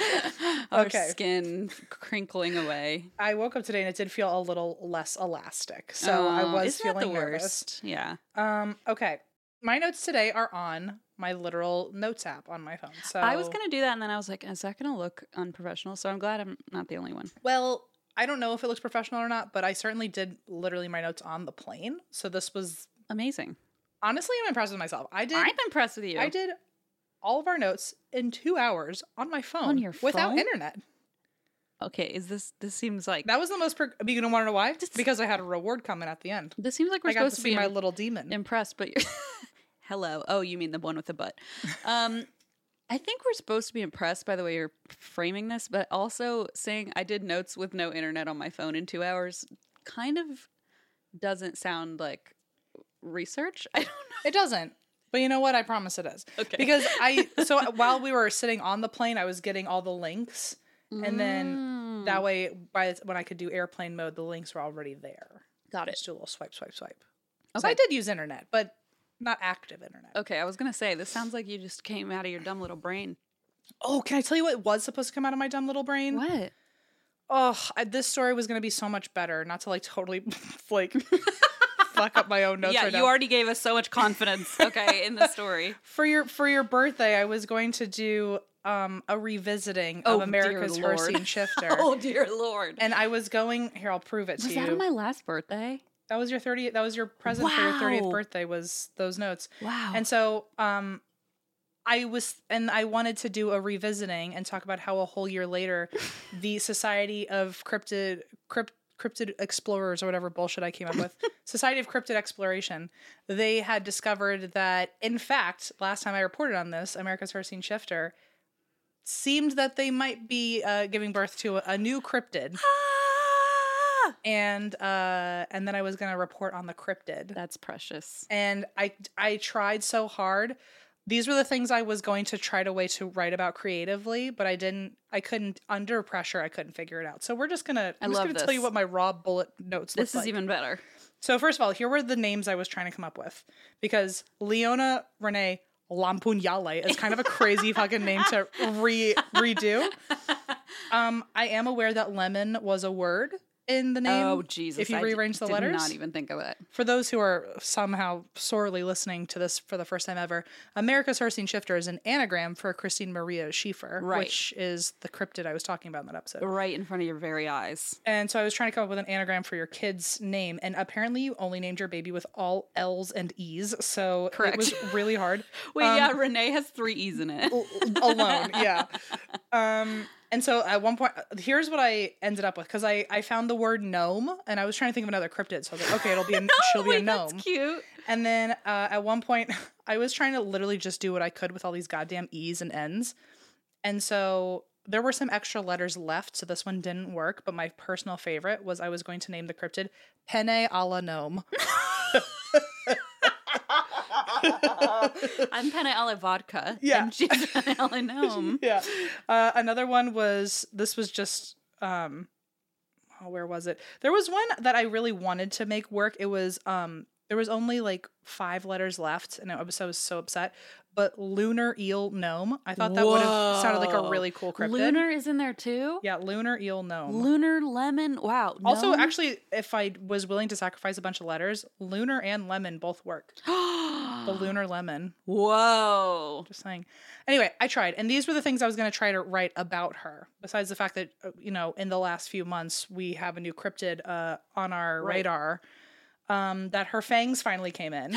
Speaker 2: Our
Speaker 1: Okay.
Speaker 2: skin crinkling away.
Speaker 1: I woke up today and it did feel a little less elastic, so
Speaker 2: Oh,
Speaker 1: I was
Speaker 2: isn't that
Speaker 1: feeling
Speaker 2: the
Speaker 1: nervous.
Speaker 2: worst. Yeah.
Speaker 1: Um, okay, my notes today are on my literal notes app on my phone. So
Speaker 2: I was gonna do that, and then I was like, "Is that gonna look unprofessional?" So I'm glad I'm not the only one.
Speaker 1: Well, I don't know if it looks professional or not, but I certainly did literally my notes on the plane. So this was
Speaker 2: Amazing.
Speaker 1: honestly, I'm impressed with myself. I did.
Speaker 2: I'm impressed with you.
Speaker 1: I did all of our notes in two hours on my phone,
Speaker 2: your
Speaker 1: without
Speaker 2: phone?
Speaker 1: internet.
Speaker 2: Okay. Is this? This seems like
Speaker 1: That was the most. Pro- you don't want to know why? because I had a reward coming at the end.
Speaker 2: this seems like we're
Speaker 1: I got to
Speaker 2: supposed to,
Speaker 1: see
Speaker 2: be
Speaker 1: my
Speaker 2: im-
Speaker 1: little demon.
Speaker 2: impressed, but you're hello. Oh, you mean the one with the butt? Um, I think we're supposed to be impressed by the way you're framing this, but also saying I did notes with no internet on my phone in two hours kind of doesn't sound like research. I don't know.
Speaker 1: it doesn't. But you know what? I promise it is.
Speaker 2: Okay.
Speaker 1: Because I so while we were sitting on the plane, I was getting all the links, and then that way, by the- when I could do airplane mode, the links were already there.
Speaker 2: got
Speaker 1: Just do a little swipe, swipe, swipe. So I
Speaker 2: Okay.
Speaker 1: did use internet, but not active internet.
Speaker 2: Okay, I was gonna say this sounds like you just came out of your dumb little brain.
Speaker 1: Oh, can I tell you what was supposed to come out of my dumb little brain?
Speaker 2: What?
Speaker 1: Oh, I, this story was going to be so much better. Not to like totally like fuck up my own notes.
Speaker 2: yeah,
Speaker 1: right
Speaker 2: you
Speaker 1: now.
Speaker 2: already gave us so much confidence. Okay, in the story.
Speaker 1: for your for your birthday. I was going to do um a revisiting
Speaker 2: Oh,
Speaker 1: of
Speaker 2: dear
Speaker 1: America's
Speaker 2: Lord.
Speaker 1: First Scene Shifter,
Speaker 2: oh dear lord!
Speaker 1: and I was going here. I'll prove it
Speaker 2: was
Speaker 1: to
Speaker 2: that
Speaker 1: you.
Speaker 2: on my last birthday?
Speaker 1: that was your 30th. That was your present for your 30th
Speaker 2: Wow.
Speaker 1: birthday. Was those notes?
Speaker 2: Wow.
Speaker 1: And so um I was and I wanted to do a revisiting and talk about how a whole year later the Society of Cryptid Crypt Cryptid Explorers or whatever bullshit I came up with, Society of Cryptid Exploration, they had discovered that in fact, last time I reported on this, America's First Seen Shifter seemed that they might be uh, giving birth to a, a new cryptid
Speaker 2: Ah!
Speaker 1: and uh and then I was going to report on the cryptid
Speaker 2: That's precious.
Speaker 1: and I I tried so hard. These were the things I was going to try to way to write about creatively, but I didn't. I couldn't under pressure. I couldn't figure it out. So we're just gonna.
Speaker 2: I
Speaker 1: I'm just
Speaker 2: love
Speaker 1: gonna tell you
Speaker 2: this.
Speaker 1: what my raw bullet notes.
Speaker 2: This is
Speaker 1: look like.
Speaker 2: even better.
Speaker 1: So first of all, here were the names I was trying to come up with because Leona Renee Lampunyale is kind of a crazy fucking name to re redo. Um, I am aware that lemon was a word in the name.
Speaker 2: oh Jesus!
Speaker 1: If you
Speaker 2: I d-
Speaker 1: rearrange the
Speaker 2: did
Speaker 1: letters,
Speaker 2: not even think of it.
Speaker 1: for those who are somehow sorely listening to this for the first time ever, America's Hercene Shifter is an anagram for Christine Maria Schiffer,
Speaker 2: Right.
Speaker 1: which is the cryptid I was talking about in that episode.
Speaker 2: Right in front of your very eyes.
Speaker 1: And so I was trying to come up with an anagram for your kid's name, and apparently you only named your baby with all L's and E's, so
Speaker 2: Correct.
Speaker 1: it was really hard.
Speaker 2: Wait,
Speaker 1: Um,
Speaker 2: yeah, Renee has three E's in it.
Speaker 1: al- alone. Yeah. Um, and so at one point, here's what I ended up with because I, I found the word gnome, and I was trying to think of another cryptid, so I was like, okay, it'll be a, she'll be a
Speaker 2: Wait,
Speaker 1: gnome.
Speaker 2: That's cute.
Speaker 1: And then uh, at one point, I was trying to literally just do what I could with all these goddamn E's and N's. And so there were some extra letters left, so this one didn't work. But my personal favorite was I was going to name the cryptid Penne a la Gnome.
Speaker 2: I'm Penna Ella Vodka.
Speaker 1: Yeah.
Speaker 2: And she's Penna Ella Gnome.
Speaker 1: yeah. Uh, another one was this was just um oh, where was it? There was one that I really wanted to make work. It was um There was only like five letters left, and I was, I was so upset. But lunar eel gnome, I thought that would have sounded like a
Speaker 2: Whoa.
Speaker 1: really cool cryptid.
Speaker 4: Lunar is in there too.
Speaker 1: yeah, lunar eel gnome.
Speaker 4: Lunar lemon. Wow.
Speaker 1: also,
Speaker 4: gnome?
Speaker 1: actually, if I was willing to sacrifice a bunch of letters, lunar and lemon both work. The lunar lemon.
Speaker 2: Whoa.
Speaker 1: Just saying. Anyway, I tried, and these were the things I was going to try to write about her. Besides the fact that uh, you know, in the last few months, we have a new cryptid uh, on our
Speaker 2: Right.
Speaker 1: radar. Um, that her fangs finally came in.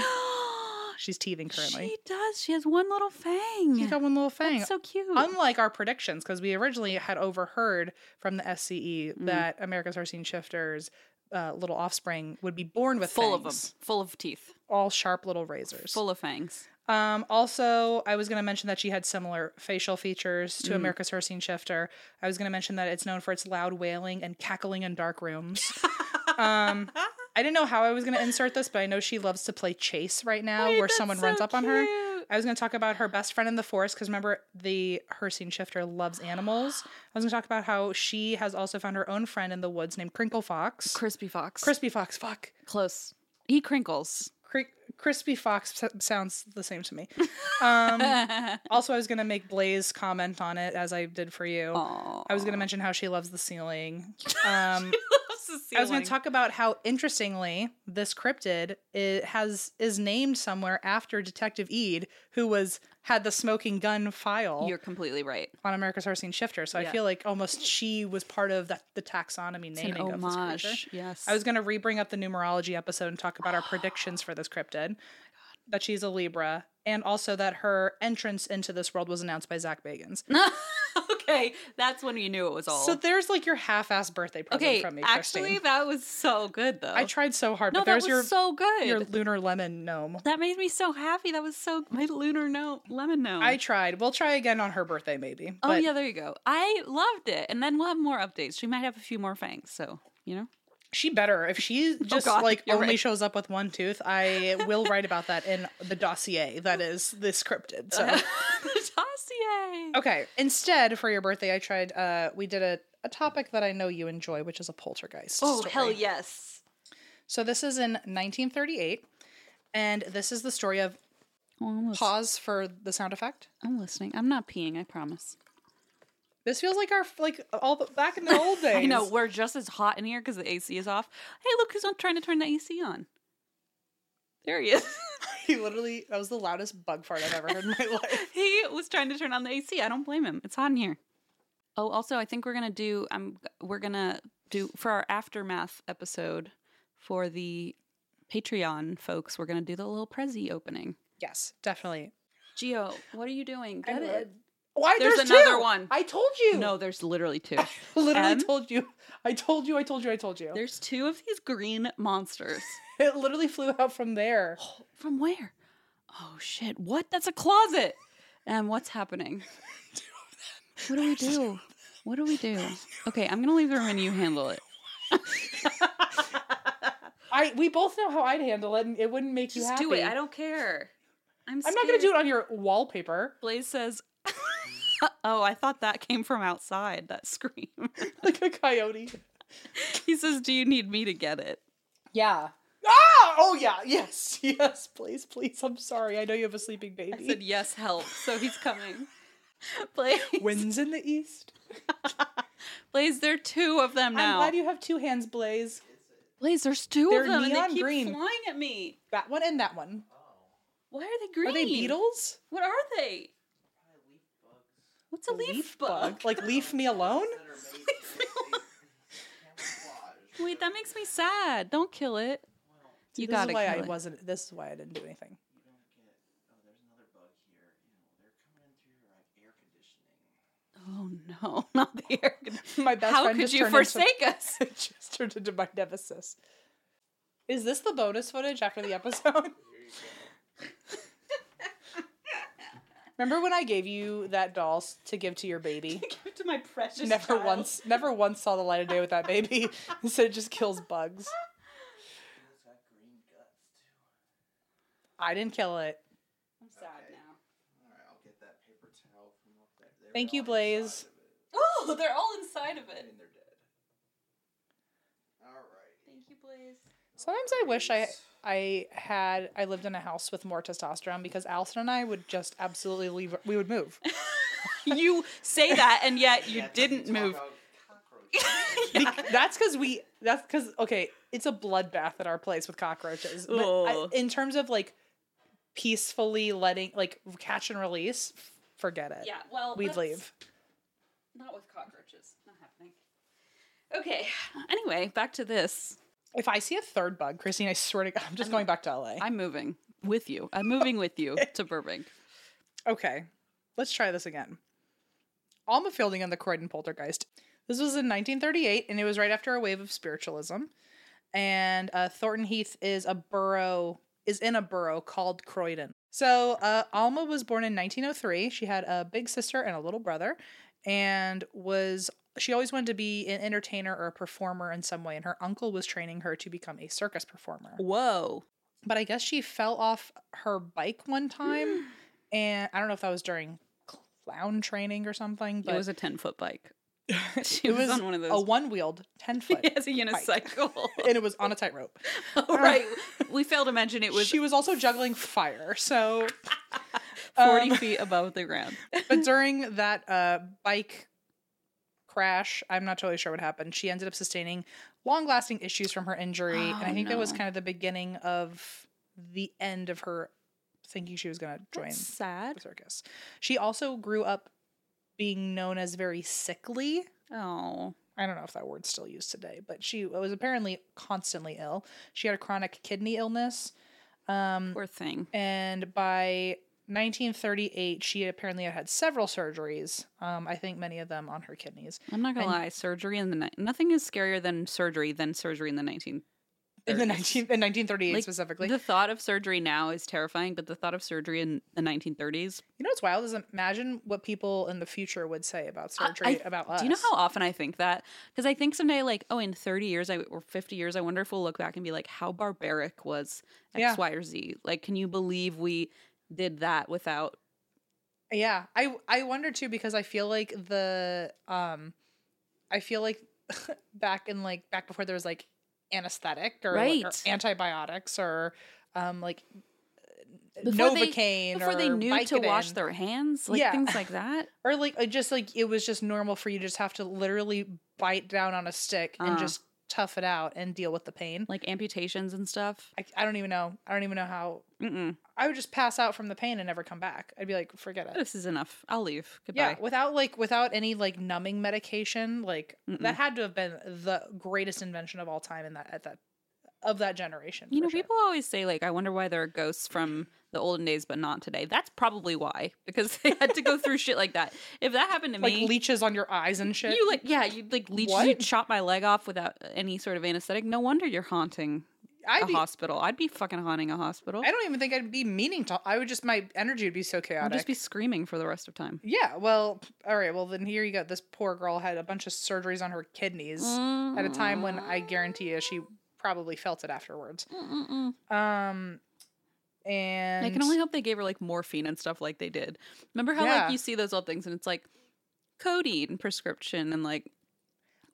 Speaker 1: She's teething currently.
Speaker 4: she does. She has one little fang.
Speaker 1: She's got one little fang.
Speaker 4: That's so cute.
Speaker 1: Unlike our predictions, because we originally had overheard from the SCE that America's Harsine Shifters' uh, little offspring would be born with
Speaker 2: full of them.
Speaker 1: fangs,
Speaker 2: Full of teeth.
Speaker 1: all sharp little razors.
Speaker 2: Full of fangs.
Speaker 1: Um, also, I was going to mention that she had similar facial features
Speaker 2: Mm.
Speaker 1: to America's Hercene Shifter. I was going to mention that it's known for its loud wailing and cackling in dark rooms. um, I didn't know how I was going to insert this, but I know she loves to play chase right now,
Speaker 2: Wait,
Speaker 1: where
Speaker 2: that's
Speaker 1: someone
Speaker 2: so
Speaker 1: runs up on her.
Speaker 2: cute.
Speaker 1: I was going to talk about her best friend in the forest because remember the Hercene Shifter loves animals. I was going to talk about how she has also found her own friend in the woods named Crinkle Fox.
Speaker 2: Crispy Fox.
Speaker 1: Crispy Fox, fuck.
Speaker 2: Close. He crinkles.
Speaker 1: Cri- crispy fox s- sounds the same to me um also i was gonna make blaze comment on it as i did for you
Speaker 2: Aw.
Speaker 1: i was gonna mention how she loves the ceiling um
Speaker 2: Loves the
Speaker 1: i was gonna
Speaker 2: ceiling.
Speaker 1: talk about how interestingly this cryptid it has is named somewhere after detective ead who was had the smoking gun file
Speaker 2: You're completely right.
Speaker 1: on america's Harsine shifter so
Speaker 2: Yeah.
Speaker 1: i feel like almost she was part of the, the taxonomy
Speaker 2: It's an
Speaker 1: naming of this creature
Speaker 2: homage. Yes.
Speaker 1: I was going to rebring up the numerology episode and talk about our predictions for
Speaker 2: Oh
Speaker 1: this cryptid. That she's a Libra, and also that her entrance into this world was announced by Zach Bagans.
Speaker 2: okay, that's when you knew it was all.
Speaker 1: So there's like your half-ass birthday present
Speaker 2: okay,
Speaker 1: from me,
Speaker 2: actually,
Speaker 1: Christine.
Speaker 2: that was so good though.
Speaker 1: I tried so hard,
Speaker 4: no,
Speaker 1: but
Speaker 4: that
Speaker 1: there's
Speaker 4: was
Speaker 1: your
Speaker 4: so good.
Speaker 1: your lunar lemon gnome.
Speaker 4: that made me so
Speaker 2: so happy. That was so my lunar no lemon no.
Speaker 1: I tried. We'll try again on her birthday, maybe.
Speaker 2: oh
Speaker 1: but
Speaker 2: yeah, there you go. I loved it, and then we'll have more updates. She might have a few more fangs, so you know.
Speaker 1: she better if she just
Speaker 2: Oh, God,
Speaker 1: like
Speaker 2: you're
Speaker 1: only
Speaker 2: right.
Speaker 1: shows up with one tooth. I will write about that in the dossier that is this cryptid. So.
Speaker 2: Dossier.
Speaker 1: Okay. Instead, for your birthday, I tried. Uh, we did a, a topic that I know you enjoy, which is a poltergeist.
Speaker 2: Oh
Speaker 1: story.
Speaker 2: hell yes.
Speaker 1: So this is in 1938, and this is the story of.
Speaker 2: Oh, I'm, lis-
Speaker 1: Pause for the sound effect.
Speaker 2: I'm listening. I'm not peeing. I promise.
Speaker 1: This feels like our like all the, back in the old days.
Speaker 2: I know we're just as hot in here because the AC is off. Hey, look who's on, trying to turn the AC on. There he is.
Speaker 1: He literally that was the loudest bug fart I've ever heard in my life.
Speaker 2: he was trying to turn on the AC. I don't blame him. It's hot in here. Oh, also, I think we're gonna do. Um, we're gonna do for our aftermath episode for the Patreon folks. We're gonna do the little Prezi opening.
Speaker 1: Yes, definitely.
Speaker 2: Geo, what are you doing?
Speaker 1: I'm
Speaker 2: Get it?
Speaker 1: Why?
Speaker 2: There's
Speaker 1: There's,
Speaker 2: another
Speaker 1: two!
Speaker 2: one.
Speaker 1: I told you.
Speaker 2: No, there's literally two.
Speaker 1: literally
Speaker 2: M?
Speaker 1: told you. I told you. I told you. I told you.
Speaker 2: There's two of these green monsters.
Speaker 1: It literally flew out from there.
Speaker 2: From where? Oh shit! What? That's a closet. And what's happening? What do we do? What do we do? Okay, I'm gonna leave the room and you handle it.
Speaker 1: I we both know how I'd handle it, and it wouldn't make you
Speaker 2: Just
Speaker 1: happy.
Speaker 2: do it. I don't care. I'm.
Speaker 1: I'm not gonna do it on your wallpaper.
Speaker 2: Blaze says, "Oh, I thought that came from outside. That scream."
Speaker 1: like a coyote.
Speaker 2: he says, "Do you need me to get it?"
Speaker 1: Yeah. Ah! Oh yeah. Yes. Yes. Please. Please. I'm sorry. I know you have a sleeping baby.
Speaker 2: I said, "Yes, help." So he's coming. Blaze,
Speaker 1: Winds in the east.
Speaker 2: Blaze, there are two of them
Speaker 1: I'm
Speaker 2: now.
Speaker 1: glad you have two hands, Blaze.
Speaker 2: Blaze, there's 2
Speaker 1: They're
Speaker 2: of them, and
Speaker 1: neon
Speaker 2: they keep
Speaker 1: green.
Speaker 2: flying at me.
Speaker 1: That one and that one.
Speaker 2: Why are they green?
Speaker 1: Are they beetles?
Speaker 2: What are they? What's a leaf, bug?
Speaker 1: Like leave me alone?
Speaker 2: Wait, that makes me sad. Don't kill it. you
Speaker 1: this
Speaker 2: gotta
Speaker 1: is why
Speaker 2: kill
Speaker 1: I
Speaker 2: it.
Speaker 1: wasn't. This is why I didn't do anything.
Speaker 2: Oh no, not the air. conditioner.
Speaker 1: My best
Speaker 2: How
Speaker 1: friend
Speaker 2: could
Speaker 1: just
Speaker 2: you
Speaker 1: turned
Speaker 2: forsake us?
Speaker 1: Into, just turned into my nemesis. Is this the bonus footage after the episode? Remember when I gave you that doll s- to give to your baby?
Speaker 2: Give to my precious.
Speaker 1: never
Speaker 2: child.
Speaker 1: once never once saw the light of day with that baby so it just kills bugs i didn't kill it
Speaker 2: I'm sad now.
Speaker 1: thank you blaze
Speaker 2: Oh, they're all inside of it.
Speaker 3: All right.
Speaker 2: Thank you, Blaze.
Speaker 1: sometimes i wish i I had I lived in a house with more testosterone because Allison and I would just absolutely leave. We would move.
Speaker 2: you say that, and yet you didn't move.
Speaker 1: Be- that's because we. That's because okay, it's a bloodbath at our place with cockroaches. But I-
Speaker 2: Ooh.
Speaker 1: in terms of like peacefully letting like catch and release, f- forget it.
Speaker 2: Yeah, well,
Speaker 1: we'd
Speaker 2: let's-
Speaker 1: leave.
Speaker 2: Not with cockroaches. Not happening. Okay. Anyway, back to this.
Speaker 1: If I see a third bug, Christine, I swear to God, I'm just going back to LA.
Speaker 2: I'm moving with you. I'm moving with you to Burbank.
Speaker 1: Okay, let's try this again. Alma Fielding and the Croydon Poltergeist. This was in 1938, and it was right after a wave of spiritualism. And uh, Thornton Heath is a borough, is in a borough called Croydon. So uh, Alma was born in 1903. She had a big sister and a little brother, and was she always wanted to be an entertainer or a performer in some way. And her uncle was training her to become a circus performer
Speaker 2: Whoa.
Speaker 1: but I guess she fell off her bike one time, and I don't know if that was during clown training or something. But
Speaker 2: it was a 10 foot bike. She was, on one of
Speaker 1: a
Speaker 2: those.
Speaker 1: one-wheeled ten foot,
Speaker 2: He has a unicycle.
Speaker 1: and it was on a tightrope.
Speaker 2: right. We failed to mention it was
Speaker 1: she was also juggling fire. So,
Speaker 2: 40
Speaker 1: um,
Speaker 2: feet above the ground.
Speaker 1: but during that uh, bike crash, I'm not totally sure what happened. She ended up sustaining long-lasting issues from her injury, and I
Speaker 2: Oh,
Speaker 1: think that was
Speaker 2: no.
Speaker 1: kind of the beginning of the end of her thinking she was going to join
Speaker 2: sad.
Speaker 1: the circus. She also grew up being known as very sickly.
Speaker 2: Oh.
Speaker 1: I don't know if that word's still used today, but she was apparently constantly ill. She had a chronic kidney illness. Um,
Speaker 2: Poor thing.
Speaker 1: and by 1938, she apparently had had several surgeries. Um, I think many of them on her kidneys.
Speaker 2: I'm not gonna
Speaker 1: And-
Speaker 2: lie. Surgery in the night. Nothing is scarier than surgery than surgery in the 19.
Speaker 1: In the 19,
Speaker 2: 1930s.
Speaker 1: in 1938
Speaker 2: Like,
Speaker 1: specifically.
Speaker 2: the thought of surgery now is terrifying, but the thought of surgery in the 1930s.
Speaker 1: you know what's wild is imagine what people in the future would say about
Speaker 2: I-
Speaker 1: surgery about us.
Speaker 2: Do you know how often I think that? Because I think someday, like, oh, in 30 years I, or 50 years, I wonder if we'll look back and be like, how barbaric was X, Y,
Speaker 1: Yeah.
Speaker 2: or Z? Like, can you believe we did that without?
Speaker 1: Yeah, I I wonder too because I feel like the um, I feel like back in like back before there was like anesthetic or, like, or
Speaker 2: Right.
Speaker 1: antibiotics or um like uh,
Speaker 2: Before they-
Speaker 1: Novocaine
Speaker 2: Before they
Speaker 1: or
Speaker 2: knew to wash
Speaker 1: Vicodin,
Speaker 2: their hands, like
Speaker 1: Yeah.
Speaker 2: things like that.
Speaker 1: or like it just like it was just normal for you to just have to literally bite down on a stick and
Speaker 2: Uh.
Speaker 1: just tough it out and deal with the pain.
Speaker 2: Like amputations and stuff.
Speaker 1: I, I don't even know. I don't even know how.
Speaker 2: Mm-mm.
Speaker 1: I would just pass out from the pain and never come back. I'd be like, forget it.
Speaker 2: This is enough. I'll leave. Goodbye.
Speaker 1: Yeah, without like without any like numbing medication, like
Speaker 2: Mm-mm.
Speaker 1: that had to have been the greatest invention of all time in that at that of that generation.
Speaker 2: You
Speaker 1: for
Speaker 2: know,
Speaker 1: sure.
Speaker 2: people always say like, "I wonder why there are ghosts from the olden days, but not today." That's probably why, because they had to go through shit like that. If that happened to
Speaker 1: like
Speaker 2: me,
Speaker 1: leeches on your eyes and shit.
Speaker 2: you like, yeah, you like leeches, you
Speaker 1: What?
Speaker 2: chop my leg off without uh, any sort of anesthetic. No wonder you're haunting
Speaker 1: I'd
Speaker 2: a
Speaker 1: be,
Speaker 2: hospital. I'd be fucking haunting a hospital.
Speaker 1: I don't even think I'd be meaning to. I would just my energy would be so
Speaker 2: I'd
Speaker 1: chaotic.
Speaker 2: just be screaming for the rest of time.
Speaker 1: yeah. Well, all right. Well, then here you go. This poor girl had a bunch of surgeries on her kidneys at a time when I guarantee you she probably felt it afterwards.
Speaker 2: Mm-mm-mm.
Speaker 1: Um, and
Speaker 2: I Mm. can only hope they gave her like morphine and stuff like they did. Remember how
Speaker 1: Yeah.
Speaker 2: like you see those old things and it's like codeine prescription and like.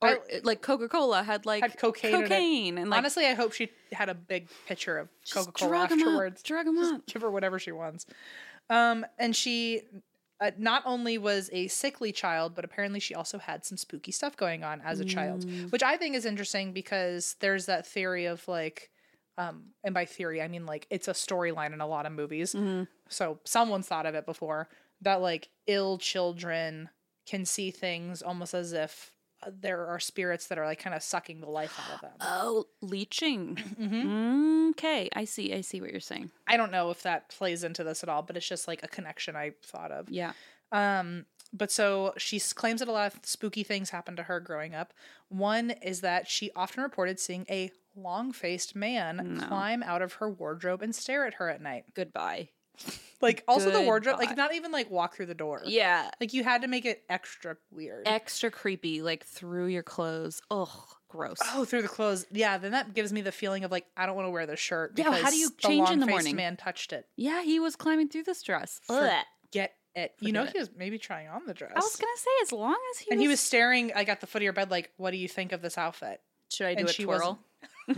Speaker 2: Or, uh,
Speaker 1: I-
Speaker 2: like Coca Cola had like
Speaker 1: had cocaine. in it.
Speaker 2: cocaine and like
Speaker 1: Honestly, I hope she had a big picture of
Speaker 2: Just
Speaker 1: Coca Cola
Speaker 2: drug 'em up,
Speaker 1: afterwards.
Speaker 2: drug 'em
Speaker 1: Just
Speaker 2: up.
Speaker 1: Give her whatever she wants. Um, and she uh, not only was a sickly child, but apparently she also had some spooky stuff going on as a
Speaker 2: Mm.
Speaker 1: child, which I think is interesting because there's that theory of like, um, and by theory, I mean like it's a storyline in a lot of movies.
Speaker 2: Mm. Mm-hmm.
Speaker 1: So someone's thought of it before that like ill children can see things almost as if uh, there are spirits that are like kind of sucking the life out of them.
Speaker 2: Oh, leeching. Mm-hmm.
Speaker 1: Mhm.
Speaker 2: Okay, I see. I see what you're saying.
Speaker 1: I don't know if that plays into this at all, but it's just like a connection I thought of.
Speaker 2: Yeah.
Speaker 1: Um, but so she s- claims that a lot of spooky things happened to her growing up. One is that she often reported seeing a long faced man
Speaker 2: No.
Speaker 1: climb out of her wardrobe and stare at her at night.
Speaker 2: Goodbye.
Speaker 1: Like, also the wardrobe, like,
Speaker 2: Goodbye.
Speaker 1: not even like walk through the door.
Speaker 2: Yeah.
Speaker 1: Like, you had to make it extra weird.
Speaker 2: Extra creepy, like through your clothes. Ugh, gross.
Speaker 1: Oh, through the clothes. Yeah, then that gives me the feeling of like I don't want to wear this shirt.
Speaker 2: Yeah, how do you
Speaker 1: the
Speaker 2: change in the
Speaker 1: long-faced
Speaker 2: morning?
Speaker 1: Man touched it.
Speaker 2: Yeah, he was climbing through this dress.
Speaker 1: For-
Speaker 2: Ugh.
Speaker 1: Get it. You know
Speaker 2: Forget
Speaker 1: he was maybe trying on the dress.
Speaker 2: I was gonna say, as long as he
Speaker 1: and
Speaker 2: was,
Speaker 1: he was staring like at the foot of your bed like what do you think of this outfit
Speaker 2: should I do
Speaker 1: and
Speaker 2: a
Speaker 1: she
Speaker 2: twirl?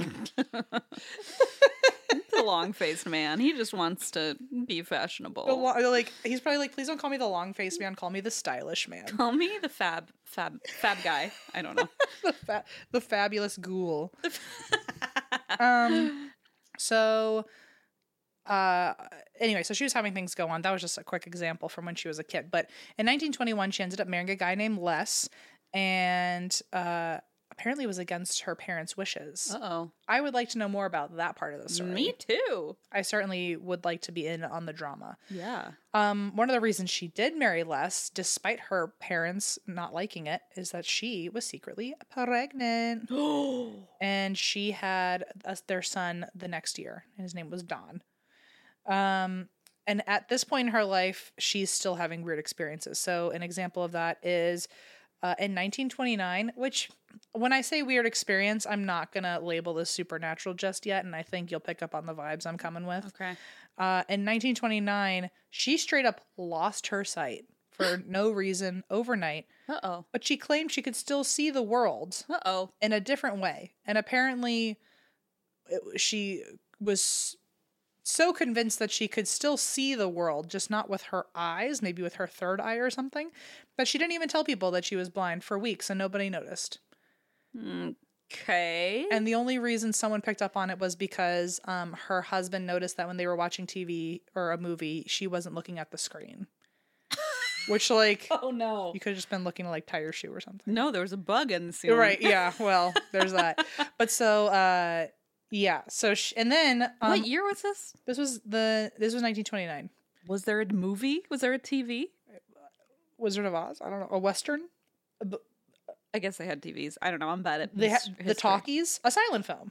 Speaker 2: the long faced man. He just wants to be fashionable.
Speaker 1: The lo- like he's probably like, please don't call me the long faced man. Call me the stylish man,
Speaker 2: Call me the fab fab fab guy. I don't know.
Speaker 1: the, fa- the fabulous ghoul. um, so, uh, anyway, so she was having things go on. That was just a quick example from when she was a kid. But in 1921, she ended up marrying a guy named Les, and uh, apparently it was against her parents' wishes.
Speaker 2: Uh
Speaker 1: I would like to know more about that part of the
Speaker 2: oh.
Speaker 1: story.
Speaker 2: Me too.
Speaker 1: I certainly would like to be in on the drama.
Speaker 2: Yeah.
Speaker 1: Um, one of the reasons she did marry Les, despite her parents not liking it, is that she was secretly pregnant. and she had a, their son the next year, and his name was Don. Um, and at this point in her life, she's still having weird experiences. So, an example of that is uh, in 1929, which when I say weird experience, I'm not going to label this supernatural just yet. And I think you'll pick up on the vibes I'm coming with.
Speaker 2: Okay.
Speaker 1: Uh, in 1929, she straight up lost her sight for no reason overnight,
Speaker 2: Uh oh.
Speaker 1: but she claimed she could still see the world
Speaker 2: Uh oh.
Speaker 1: in a different way. And apparently, it- she was so convinced that she could still see the world, just not with her eyes, maybe with her third eye or something, that she didn't even tell people that she was blind for weeks and nobody noticed.
Speaker 2: Okay.
Speaker 1: And the only reason someone picked up on it was because um, her husband noticed that when they were watching TV or a movie, she wasn't looking at the screen. Which, like,
Speaker 2: Oh no.
Speaker 1: you could have just been looking to like tie your shoe or something.
Speaker 2: No, there was a bug in the ceiling.
Speaker 1: Right. Yeah. Well, there's that. but so, uh, yeah. So, sh- and then um,
Speaker 2: what year was this?
Speaker 1: this was the this was 1929.
Speaker 2: Was there a movie? Was there a TV?
Speaker 1: Wizard of Oz. I don't know a western.
Speaker 2: I guess they had TVs. I don't know. I'm bad at
Speaker 1: They ha-
Speaker 2: his-
Speaker 1: the
Speaker 2: history.
Speaker 1: talkies. A silent film.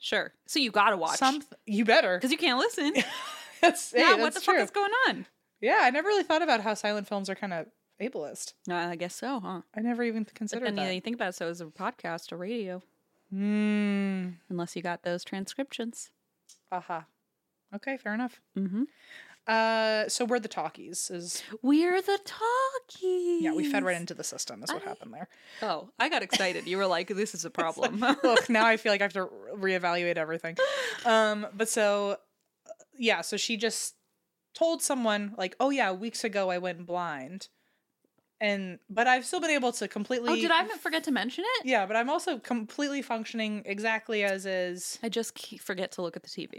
Speaker 2: Sure. So you gotta watch
Speaker 1: Some you better.
Speaker 2: because you can't listen.
Speaker 1: That's, hey,
Speaker 2: yeah.
Speaker 1: that's
Speaker 2: What the
Speaker 1: true.
Speaker 2: fuck is going on?
Speaker 1: yeah, I never really thought about how silent films are kind of ableist.
Speaker 2: No, I guess so, huh?
Speaker 1: I never even
Speaker 2: But
Speaker 1: considered
Speaker 2: then
Speaker 1: that.
Speaker 2: you think about it, so it was a podcast or radio,
Speaker 1: Mm.
Speaker 2: unless you got those transcriptions.
Speaker 1: Aha. Okay, fair enough.
Speaker 2: Mm-hmm.
Speaker 1: Uh, so we're the talkies. Is
Speaker 2: We're the talkies.
Speaker 1: yeah, we fed right into the system. Is what
Speaker 2: I-
Speaker 1: happened there.
Speaker 2: Oh, I got excited. You were like, "This is a problem."
Speaker 1: Look, now I feel like I have to re- reevaluate everything. Um, but so uh, yeah, so she just told someone like, "Oh yeah, weeks ago I went blind," and but I've still been able to completely.
Speaker 2: oh, did I forget to mention it?
Speaker 1: Yeah, but I'm also completely functioning exactly as is
Speaker 2: I just ke- forget to look at the TV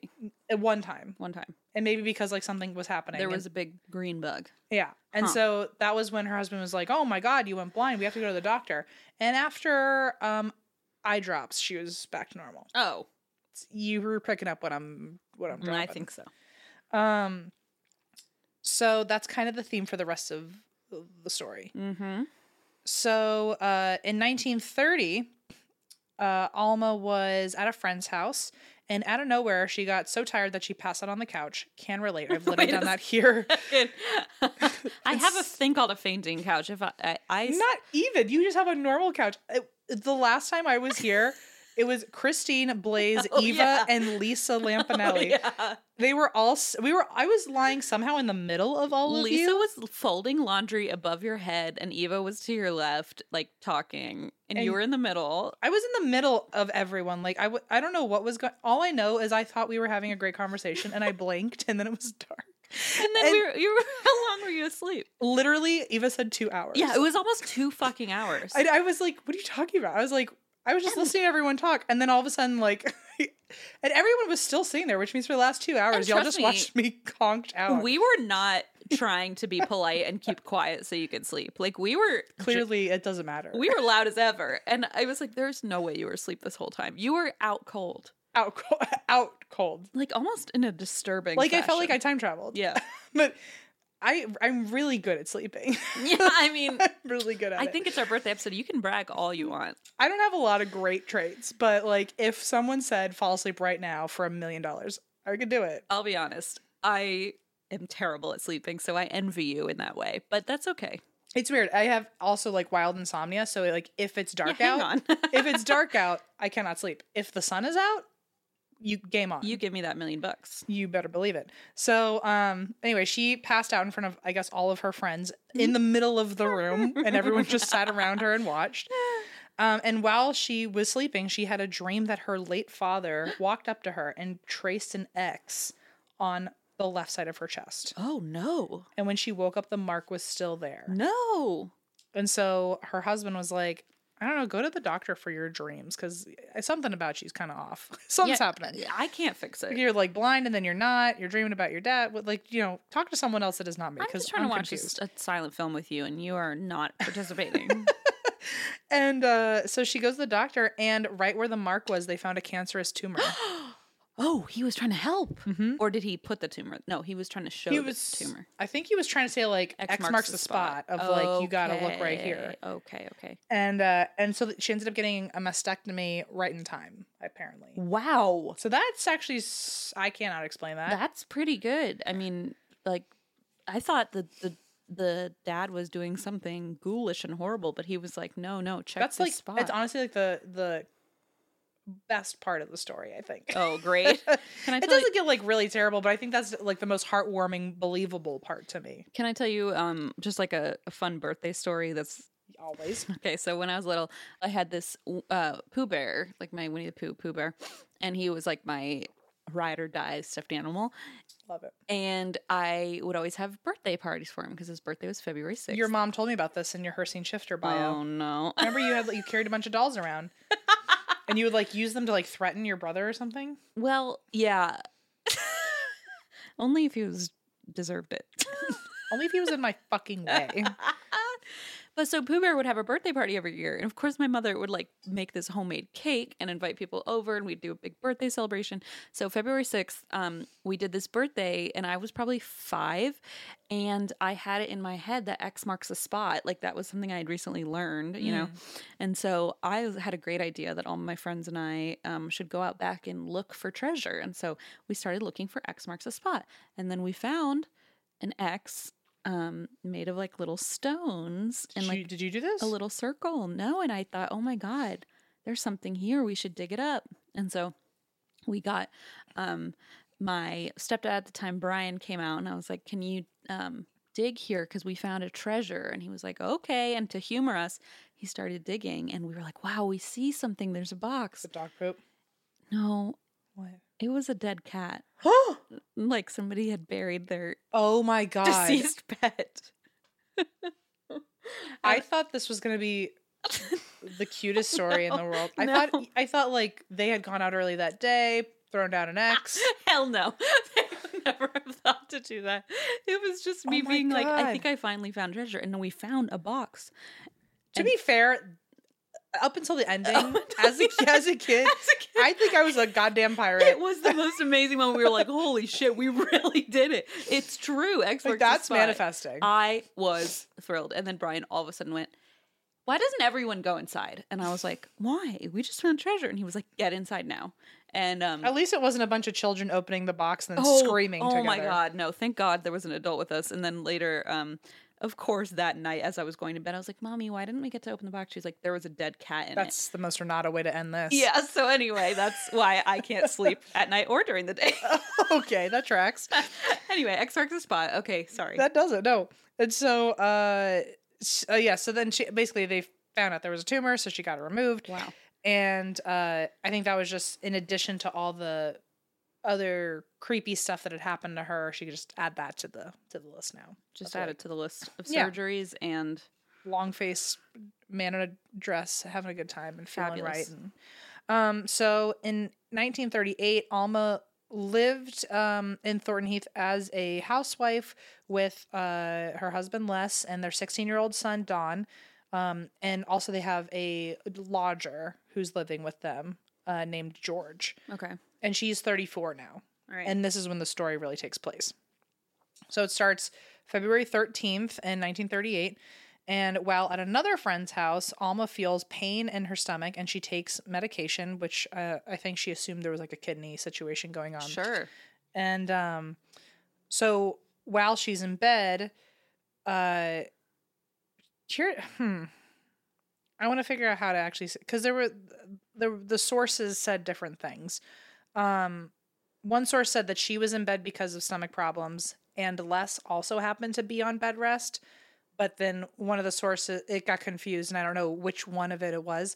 Speaker 1: at one time,
Speaker 2: one time.
Speaker 1: and maybe because like something was happening.
Speaker 2: There
Speaker 1: and-
Speaker 2: was a big green bug.
Speaker 1: Yeah. And
Speaker 2: Huh.
Speaker 1: so that was when her husband was like, "Oh my god, you went blind. We have to go to the doctor." And after um eye drops, she was back to normal.
Speaker 2: Oh,
Speaker 1: You were picking up what I'm what I'm
Speaker 2: mm,
Speaker 1: dropping.
Speaker 2: I think so.
Speaker 1: Um so that's kind of the theme for the rest of the story.
Speaker 2: Mm-hmm.
Speaker 1: So uh, in 1930, uh, Alma was at a friend's house, and out of nowhere, she got so tired that she passed out on the couch. Can relate. I've literally
Speaker 2: Wait
Speaker 1: done
Speaker 2: a
Speaker 1: that here.
Speaker 2: I have a thing called a fainting couch. If I, I, I s-
Speaker 1: Not even. You just have a normal couch. Uh, The last time I was here, it was Christine, Blaze,
Speaker 2: Oh,
Speaker 1: Eva,
Speaker 2: yeah.
Speaker 1: and Lisa Lampanelli.
Speaker 2: Oh, yeah.
Speaker 1: They were all. s- We were. I was lying somehow in the middle of all of
Speaker 2: Lisa
Speaker 1: you.
Speaker 2: was folding laundry above your head, and Eva was to your left, like talking, and,
Speaker 1: And-
Speaker 2: you were in the middle.
Speaker 1: I was in the middle of everyone. Like I, w- I don't know what was going. All I know is I thought we were having a great conversation, and I blinked, and then it was dark.
Speaker 2: And then
Speaker 1: And-
Speaker 2: we were, you were, how long were you asleep?
Speaker 1: Literally, Eva said two hours.
Speaker 2: Yeah, it was almost two fucking hours.
Speaker 1: I, I was like, "What are you talking about?" I was like, I was just listening to everyone talk, and then all of a sudden, like, and everyone was still sitting there, which means for the last two hours, y'all
Speaker 2: trust
Speaker 1: just watched me conked out.
Speaker 2: we were not trying to be polite and keep quiet so you could sleep. Like we were
Speaker 1: Clearly, it doesn't matter.
Speaker 2: we were loud as ever, and I was like, "There's no way you were asleep this whole time. You were out cold,
Speaker 1: out cold, out cold.
Speaker 2: like almost in a disturbing.
Speaker 1: Like I felt like I
Speaker 2: fashion.
Speaker 1: time traveled.
Speaker 2: yeah,
Speaker 1: but I I'm really good at sleeping.
Speaker 2: yeah. I mean,
Speaker 1: I'm really good at
Speaker 2: I
Speaker 1: it.
Speaker 2: think it's our birthday episode. You can brag all you want.
Speaker 1: I don't have a lot of great traits, but like if someone said fall asleep right now for a million dollars, I could do it.
Speaker 2: I'll be honest. I am terrible at sleeping, so I envy you in that way. But that's okay.
Speaker 1: It's weird. I have also like wild insomnia, so like if it's
Speaker 2: Yeah,
Speaker 1: dark out,
Speaker 2: hang on.
Speaker 1: if it's dark out, I cannot sleep. If the sun is out, you game on.
Speaker 2: you give me that million bucks.
Speaker 1: You better believe it. So, um, anyway, she passed out in front of, I guess, all of her friends in the middle of the room, and everyone just sat around her and watched. Um, and while she was sleeping, she had a dream that her late father walked up to her and traced an X on the left side of her chest.
Speaker 2: Oh no.
Speaker 1: And when she woke up, the mark was still there.
Speaker 2: No.
Speaker 1: And so her husband was like, I don't know, go to the doctor for your dreams because something about you's kind of off. Something's
Speaker 2: Yeah,
Speaker 1: happening.
Speaker 2: I can't fix it.
Speaker 1: You're like blind and then you're not. You're dreaming about your dad. What, Like, you know, talk to someone else that is not me
Speaker 2: I'm
Speaker 1: because
Speaker 2: just trying
Speaker 1: I'm
Speaker 2: to watch
Speaker 1: confused.
Speaker 2: this, a silent film with you, and you are not participating.
Speaker 1: And uh, so she goes to the doctor, and right where the mark was, they found a cancerous tumor.
Speaker 2: oh, he was trying to help,
Speaker 1: Mhm.
Speaker 2: or did he put the tumor? No, Mm-hmm. he was trying to show
Speaker 1: he
Speaker 2: the
Speaker 1: was
Speaker 2: tumor.
Speaker 1: I think he was trying to say like X, marks, the spot, of like you got to look right here.
Speaker 2: Okay, okay.
Speaker 1: And uh, and so she ended up getting a mastectomy right in time, apparently.
Speaker 2: Wow,
Speaker 1: So that's actually s- I cannot explain that.
Speaker 2: that's pretty good. I mean, like, I thought that the the dad was doing something ghoulish and horrible, but he was like, no, no, check
Speaker 1: that's
Speaker 2: this
Speaker 1: like
Speaker 2: spot.
Speaker 1: it's honestly like the the best part of the story, I think.
Speaker 2: oh, great. Can I
Speaker 1: it
Speaker 2: tell you-
Speaker 1: doesn't get like really terrible, but I think that's like the most heartwarming, believable part to me.
Speaker 2: Can I tell you um just like a, a fun birthday story that's
Speaker 1: Always.
Speaker 2: okay, so when I was little, I had this uh Pooh Bear, like my Winnie the Pooh Pooh Bear, and he was like my ride or die stuffed animal.
Speaker 1: Love it.
Speaker 2: And I would always have birthday parties for him because his birthday was February 6th.
Speaker 1: Your mom told me about this in your Hersine Shifter bio.
Speaker 2: Oh no.
Speaker 1: Remember you had you carried a bunch of dolls around. and you would like use them to like threaten your brother or something?
Speaker 2: Well, yeah. Only if he was deserved it.
Speaker 1: Only if he was in my fucking way.
Speaker 2: But so Pooh Bear would have a birthday party every year. And of course, my mother would like make this homemade cake and invite people over, and we'd do a big birthday celebration. So, February 6th, um, we did this birthday, and I was probably five. And I had it in my head that X marks the spot. Like, that was something I had recently learned, you know? And so I was- had a great idea that all my friends and I um, should go out back and look for treasure. And so we started looking for X marks the spot. And then we found an X um, made of like little stones
Speaker 1: Did,
Speaker 2: and like
Speaker 1: you, did you do this?
Speaker 2: a little circle. No, and I thought, oh my god, there's something here. We should dig it up. And so we got um, my stepdad at the time, Brian, came out, and I was like, can you um, dig here because we found a treasure? And he was like, okay. And to humor us, he started digging, and we were like, wow, we see something. There's a box.
Speaker 1: The dog poop.
Speaker 2: No,
Speaker 1: What?
Speaker 2: it was a dead cat. Like somebody had buried their
Speaker 1: oh my god.
Speaker 2: deceased pet.
Speaker 1: I thought this was gonna be the cutest story in the world. I thought
Speaker 2: No.
Speaker 1: I thought like they had gone out early that day, thrown down an X.
Speaker 2: Hell no. I would never have thought to do that. It was just me
Speaker 1: Oh my
Speaker 2: being like,
Speaker 1: God.
Speaker 2: I think I finally found treasure. And then we found a box.
Speaker 1: to
Speaker 2: And-
Speaker 1: be fair, up until the ending,
Speaker 2: until
Speaker 1: as a
Speaker 2: the
Speaker 1: as a kid,
Speaker 2: As a kid,
Speaker 1: I think I was a goddamn pirate.
Speaker 2: It was the most amazing moment. We were like, holy shit, we really did it. It's Um, true. X
Speaker 1: like
Speaker 2: marks the
Speaker 1: that's
Speaker 2: spot.
Speaker 1: manifesting.
Speaker 2: I was thrilled. And then Brian all of a sudden went, Why doesn't everyone go inside? And I was like, Why? We just found treasure. And he was like, Get inside now. And um,
Speaker 1: At least it wasn't a bunch of children opening the box and then
Speaker 2: Oh,
Speaker 1: screaming
Speaker 2: Oh
Speaker 1: together.
Speaker 2: my god, no. Thank God there was an adult with us. And then later, um, of course that night as I was going to bed, I was like, Mommy, why didn't we get to open the box? She's like, There was a dead cat in it.
Speaker 1: That's the most Renata way to end this.
Speaker 2: Yeah, so anyway, that's why I can't sleep at night or during the day.
Speaker 1: okay, that tracks.
Speaker 2: anyway, X marks the spot. Okay, sorry.
Speaker 1: That does it. No. And so, uh, s- uh, yeah. So then she basically they found out there was a tumor, so she got it removed.
Speaker 2: wow.
Speaker 1: And uh, I think that was just in addition to all the other creepy stuff that had happened to her. She could just add that to the to the list now.
Speaker 2: Just
Speaker 1: That's
Speaker 2: add
Speaker 1: right.
Speaker 2: it to the list of
Speaker 1: Yeah.
Speaker 2: surgeries and
Speaker 1: long face man in a dress having a good time and feeling right.
Speaker 2: Fabulous.
Speaker 1: And, um, so in 1938, Alma lived um, in Thornton Heath as a housewife with uh, her husband Les and their 16 year old son Don. Um, and also they have a lodger who's living with them uh, named George.
Speaker 2: Okay.
Speaker 1: And she's 34 now.
Speaker 2: All right.
Speaker 1: And this is when the story really takes place. So it starts February 13th in 1938. And while at another friend's house, Alma feels pain in her stomach and she takes medication, which uh, I think she assumed there was like a kidney situation going on.
Speaker 2: sure.
Speaker 1: And um, so while she's in bed, uh, here, hmm, I want to figure out how to actually because there were the the sources said different things. Um, one source said that she was in bed because of stomach problems, and Les also happened to be on bed rest. but then one of the sources it got confused and i don't know which one of it it was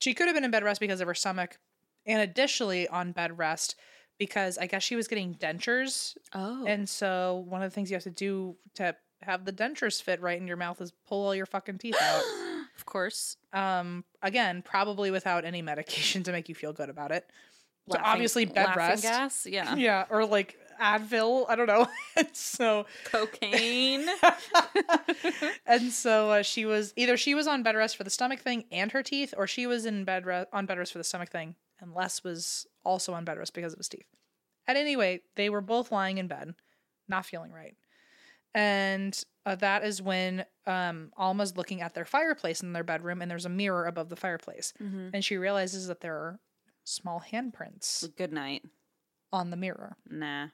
Speaker 1: she could have been in bed rest because of her stomach and additionally on bed rest because i guess she was getting dentures
Speaker 2: Oh.
Speaker 1: and so one of the things you have to do to have the dentures fit right in your mouth is pull all your fucking teeth out
Speaker 2: of course.
Speaker 1: um again probably without any medication to make you feel good about it so
Speaker 2: Laughing-
Speaker 1: obviously bed
Speaker 2: laughing
Speaker 1: rest
Speaker 2: gas. Yeah.
Speaker 1: yeah or like advil i don't know so
Speaker 2: Cocaine.
Speaker 1: and so uh, she was either she was on bed rest for the stomach thing and her teeth, or she was in bed re- on bed rest for the stomach thing, and Les was also on bed rest because of his teeth. At any rate, they were both lying in bed, not feeling right, and uh, that is when um, Alma's looking at their fireplace in their bedroom, and there's a mirror above the fireplace,
Speaker 2: Mhm.
Speaker 1: and she realizes that there are small handprints
Speaker 2: Good night.
Speaker 1: on the mirror,
Speaker 2: Nah.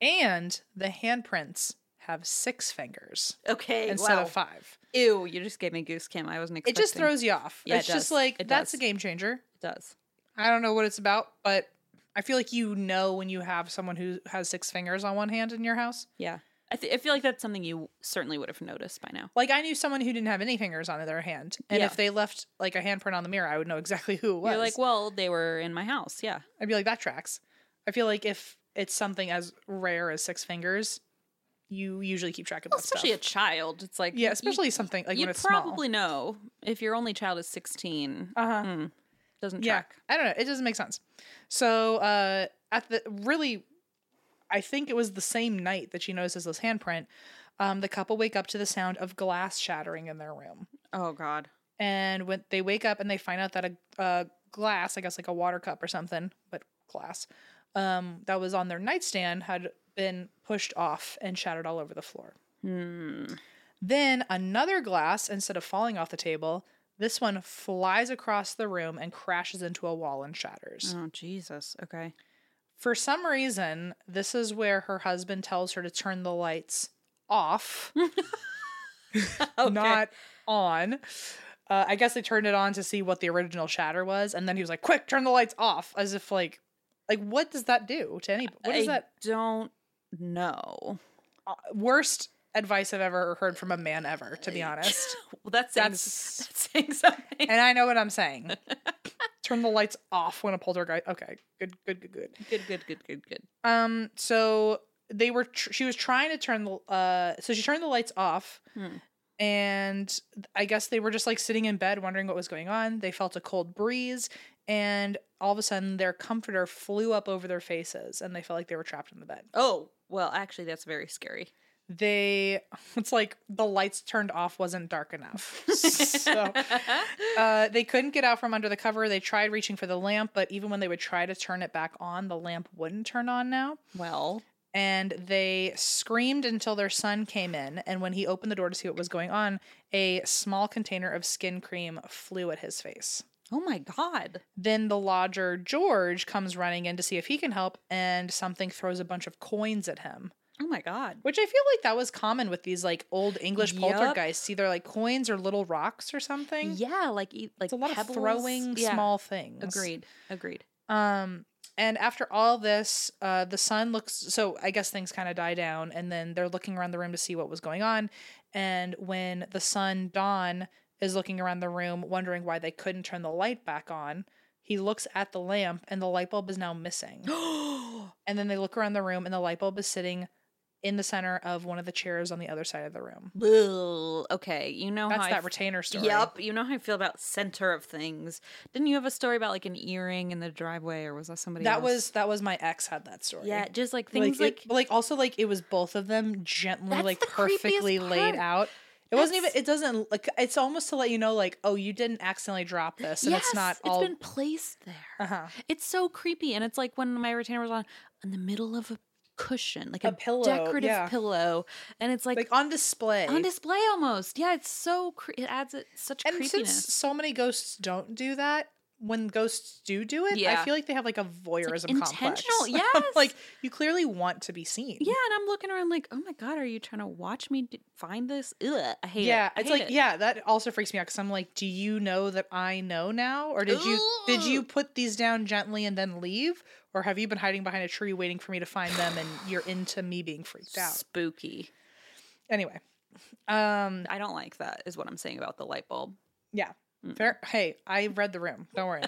Speaker 1: and the handprints have six fingers
Speaker 2: Okay.
Speaker 1: instead
Speaker 2: wow.
Speaker 1: of five.
Speaker 2: Ew, you just gave me goose cam. I wasn't
Speaker 1: it
Speaker 2: expecting.
Speaker 1: just throws you off.
Speaker 2: Yeah, it
Speaker 1: it's just
Speaker 2: does.
Speaker 1: like
Speaker 2: It
Speaker 1: that's
Speaker 2: does.
Speaker 1: a game changer.
Speaker 2: It does.
Speaker 1: I don't know what it's about, but I feel like you know when you have someone who has six fingers on one hand in your house.
Speaker 2: Yeah. I, th- I feel like that's something you certainly would have noticed by now.
Speaker 1: Like I knew someone who didn't have any fingers on their hand, and
Speaker 2: Yeah.
Speaker 1: if they left like a handprint on the mirror, I would know exactly who it was.
Speaker 2: You're like, well, they were in my house. Yeah.
Speaker 1: I'd be like, that tracks. I feel like if it's something as rare as six fingers, you usually keep track of that
Speaker 2: especially
Speaker 1: stuff.
Speaker 2: a child. It's like
Speaker 1: yeah, especially something like
Speaker 2: you
Speaker 1: when it's
Speaker 2: probably know if your only child is 16.
Speaker 1: small. Uh huh.
Speaker 2: mm, doesn't
Speaker 1: yeah
Speaker 2: track.
Speaker 1: i don't know it doesn't make sense so uh at the really i think it was the same night that she notices this handprint um the couple wake up to the sound of glass shattering in their room
Speaker 2: Oh God.
Speaker 1: and when they wake up and they find out that a, a glass i guess like a water cup or something but glass um that was on their nightstand had been pushed off and shattered all over the floor
Speaker 2: Hmm.
Speaker 1: then another glass instead of falling off the table this one flies across the room and crashes into a wall and shatters
Speaker 2: Oh Jesus. Okay.
Speaker 1: for some reason, this is where her husband tells her to turn the lights off,
Speaker 2: Okay.
Speaker 1: not on. Uh, I guess they turned it on to see what the original shatter was, and then he was like, "Quick, turn the lights off!" As if like, like what does that do to any? What is
Speaker 2: I
Speaker 1: that
Speaker 2: Don't know.
Speaker 1: uh, worst advice I've ever heard from a man ever? To be honest,
Speaker 2: Well, that's saying,
Speaker 1: That's-
Speaker 2: that's saying something.
Speaker 1: and I know what I'm saying. turn the lights off when a poltergeist. Okay, good, good, good, good.
Speaker 2: Good. Good. Good. Good. Good.
Speaker 1: Um, so they were. Tr- she was trying to turn the. Uh, so she turned the lights off,
Speaker 2: Hmm.
Speaker 1: and I guess they were just like sitting in bed, wondering what was going on. They felt a cold breeze, and all of a sudden, their comforter flew up over their faces, and they felt like they were trapped in the bed.
Speaker 2: Oh well, actually, that's very scary.
Speaker 1: They. It's like the lights turned off wasn't dark enough. so. Uh, they couldn't get out from under the cover. They tried reaching for the lamp, but even when they would try to turn it back on, the lamp wouldn't turn on now.
Speaker 2: well,
Speaker 1: and they screamed until their son came in. And when he opened the door to see what was going on, a small container of skin cream flew at his face.
Speaker 2: oh my God.
Speaker 1: Then the lodger, George, comes running in to see if he can help, and something throws a bunch of coins at him.
Speaker 2: Oh my God.
Speaker 1: Which I feel like that was common with these like old English
Speaker 2: Yup.
Speaker 1: poltergeists, either like coins or little rocks or something.
Speaker 2: Yeah, like e- like
Speaker 1: Mm. It's a lot
Speaker 2: pebbles.
Speaker 1: of throwing
Speaker 2: Yeah.
Speaker 1: small things.
Speaker 2: Agreed. Agreed.
Speaker 1: Um, and after all this, uh, the sun looks so I guess things kind of die down, and then they're looking around the room to see what was going on. And when the sun, Dawn, is looking around the room, wondering why they couldn't turn the light back on, he looks at the lamp, and the light bulb is now missing. and then they look around the room, and the light bulb is sitting in the center of one of the chairs on the other side of the room.
Speaker 2: Boo. Okay, you know
Speaker 1: That's
Speaker 2: how I
Speaker 1: that
Speaker 2: Oh f-
Speaker 1: retainer story.
Speaker 2: Yep, you know how I feel about center of things. Didn't you have a story about like an earring in the driveway, or was that somebody?
Speaker 1: That
Speaker 2: else?
Speaker 1: was that was my ex had that story.
Speaker 2: yeah, just like things
Speaker 1: like,
Speaker 2: like,
Speaker 1: it- like also like it was both of them gently
Speaker 2: That's
Speaker 1: like
Speaker 2: the creepiest
Speaker 1: perfectly laid
Speaker 2: part.
Speaker 1: out. It wasn't even.
Speaker 2: That's-
Speaker 1: It doesn't like. It's almost to let you know, like, oh, you didn't accidentally drop this, and
Speaker 2: yes,
Speaker 1: it's not all.
Speaker 2: It's been placed there.
Speaker 1: uh-huh.
Speaker 2: It's so creepy, and it's like when my retainer was on in the middle of a cushion, like a,
Speaker 1: A pillow,
Speaker 2: decorative
Speaker 1: yeah.
Speaker 2: pillow, and it's like,
Speaker 1: Like on display.
Speaker 2: on display almost. Yeah, it's so cre- it adds it, such
Speaker 1: and
Speaker 2: creepiness.
Speaker 1: since so many ghosts don't do that, when ghosts do do it, I
Speaker 2: Yeah.
Speaker 1: feel like they have like a voyeurism complex.
Speaker 2: intentional,
Speaker 1: I'm like
Speaker 2: yes.
Speaker 1: you clearly want to be seen.
Speaker 2: yeah, and I'm looking around like, oh my god, are you trying to watch me d- find this? Ugh, I hate it.
Speaker 1: Yeah,
Speaker 2: I
Speaker 1: it's
Speaker 2: hate
Speaker 1: like
Speaker 2: it.
Speaker 1: yeah, that also freaks me out because I'm like, do you know that I know now, or did you did you
Speaker 2: Ooh.
Speaker 1: put these down gently and then leave, or have you been hiding behind a tree waiting for me to find them and you're into me being freaked out?
Speaker 2: spooky.
Speaker 1: Anyway, Um,
Speaker 2: I don't like that, is what I'm saying about the light bulb.
Speaker 1: fair. Hey, I read the room. Don't worry.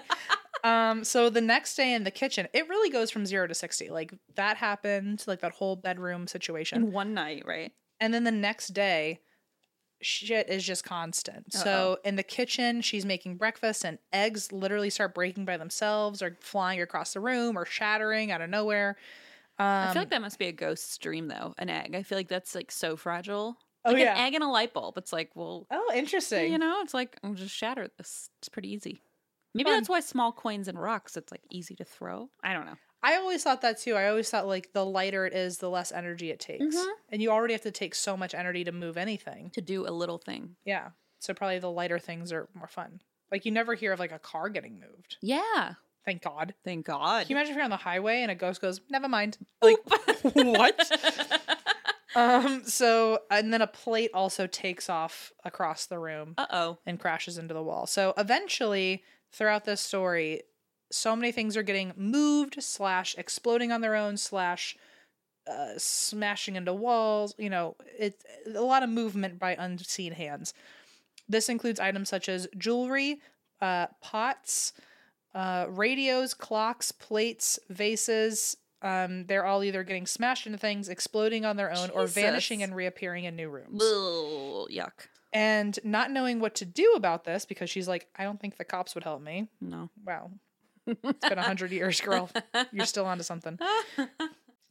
Speaker 1: um, so the next day in the kitchen, it really goes from zero to sixty. Like that happened, like that whole bedroom situation.
Speaker 2: In one night, right?
Speaker 1: and then the next day shit is just constant so in the kitchen she's making breakfast and eggs literally start breaking by themselves or flying across the room or shattering out of nowhere um,
Speaker 2: I feel like that must be a ghost dream, though. An egg. I feel like that's like so fragile.
Speaker 1: oh
Speaker 2: Like
Speaker 1: yeah
Speaker 2: an egg and a light bulb. It's like, well,
Speaker 1: oh interesting
Speaker 2: you know, it's like I'll just shatter this. It's pretty easy. Maybe
Speaker 1: Fun.
Speaker 2: that's why small coins and rocks. It's like easy to throw. I don't know.
Speaker 1: i always thought that too i always thought like the lighter it is the less energy it takes
Speaker 2: Mhm.
Speaker 1: and you already have to take so much energy to move anything
Speaker 2: To do a little thing.
Speaker 1: yeah so probably the lighter things are more fun like you never hear of like a car getting moved
Speaker 2: Yeah.
Speaker 1: thank god
Speaker 2: Thank God.
Speaker 1: can you imagine if you're on the highway and a ghost goes never mind like
Speaker 2: what?
Speaker 1: Um, so and then a plate also takes off across the room
Speaker 2: uh oh.
Speaker 1: and crashes into the wall. So eventually, throughout this story, so many things are getting moved, slash exploding on their own, slash uh, smashing into walls. You know, it's a lot of movement by unseen hands. This includes items such as jewelry, uh, pots, uh, radios, clocks, plates, vases. Um, they're all either getting smashed into things, exploding on their own, or
Speaker 2: Jesus.
Speaker 1: vanishing and reappearing in new rooms
Speaker 2: Ugh, yuck.
Speaker 1: and not knowing what to do about this because she's like, I don't think the cops would help me.
Speaker 2: No.
Speaker 1: Wow. It's been a hundred years, girl. You're still onto something.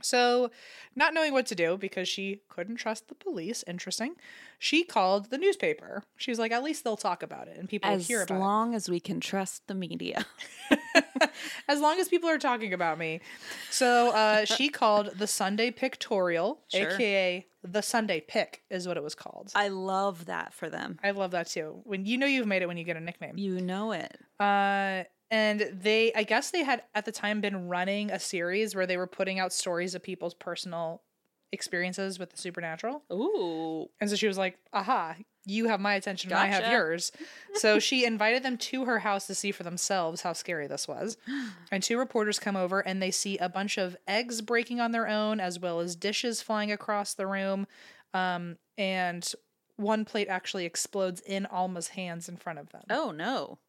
Speaker 1: So, not knowing what to do because she couldn't trust the police, interesting, she called the newspaper. She's like, at least they'll talk about it and people will
Speaker 2: As
Speaker 1: hear about
Speaker 2: long as we can trust the media.
Speaker 1: it. as long as people are talking about me. So, uh, she called the Sunday Pictorial,
Speaker 2: Sure.
Speaker 1: aka the Sunday Pick, is what it was called.
Speaker 2: I love that for them.
Speaker 1: I love that too. When you know you've made it when you get a nickname.
Speaker 2: You know it.
Speaker 1: Uh, and they, I guess they had at the time been running a series where they were putting out stories of people's personal experiences with the supernatural.
Speaker 2: Ooh.
Speaker 1: And so she was like, aha, you have my attention and I have
Speaker 2: Gotcha.
Speaker 1: yours. so she invited them to her house to see for themselves how scary this was. And two reporters come over and they see a bunch of eggs breaking on their own, as well as dishes flying across the room. Um, and one plate actually explodes in Alma's hands in front of them.
Speaker 2: Oh no.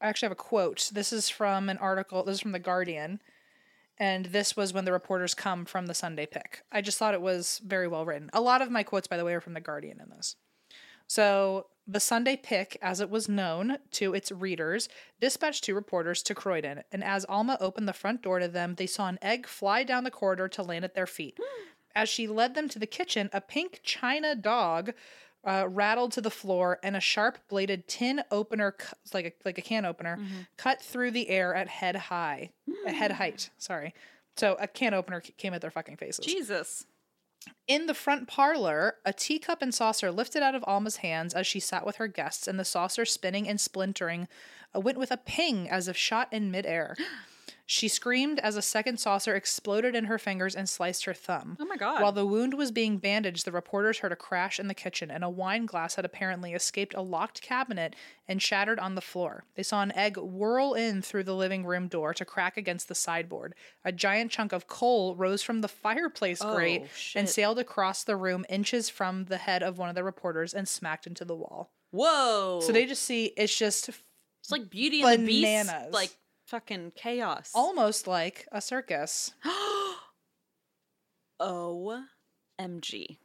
Speaker 1: I actually have a quote. This is from an article. This is from The Guardian. And this was when the reporters come from the Sunday pick. I just thought it was very well written. A lot of my quotes, by the way, are from The Guardian in this. So, the Sunday pick, as it was known to its readers, dispatched two reporters to Croydon. And as Alma opened the front door to them, they saw an egg fly down the corridor to land at their feet. As she led them to the kitchen, a pink china dog uh, rattled to the floor, and a sharp-bladed tin opener, cu- like a like a can opener, cut through the air at head high, at head height. Sorry. So a can opener c- came at their fucking faces.
Speaker 2: Jesus.
Speaker 1: In the front parlor, a teacup and saucer lifted out of Alma's hands as she sat with her guests, and the saucer spinning and splintering uh, went with a ping as if shot in midair. She screamed as a second saucer exploded in her fingers and sliced her thumb.
Speaker 2: Oh my god.
Speaker 1: While the wound was being bandaged, the reporters heard a crash in the kitchen, and a wine glass had apparently escaped a locked cabinet and shattered on the floor. They saw an egg whirl in through the living room door to crack against the sideboard. A giant chunk of coal rose from the fireplace grate
Speaker 2: Oh,
Speaker 1: and
Speaker 2: shit.
Speaker 1: sailed across the room inches from the head of one of the reporters and smacked into the wall.
Speaker 2: Whoa.
Speaker 1: So they just see it's just
Speaker 2: It's like Beauty and the
Speaker 1: Bananas. Oh
Speaker 2: Beast. Like fucking chaos.
Speaker 1: almost like a circus.
Speaker 2: O M G.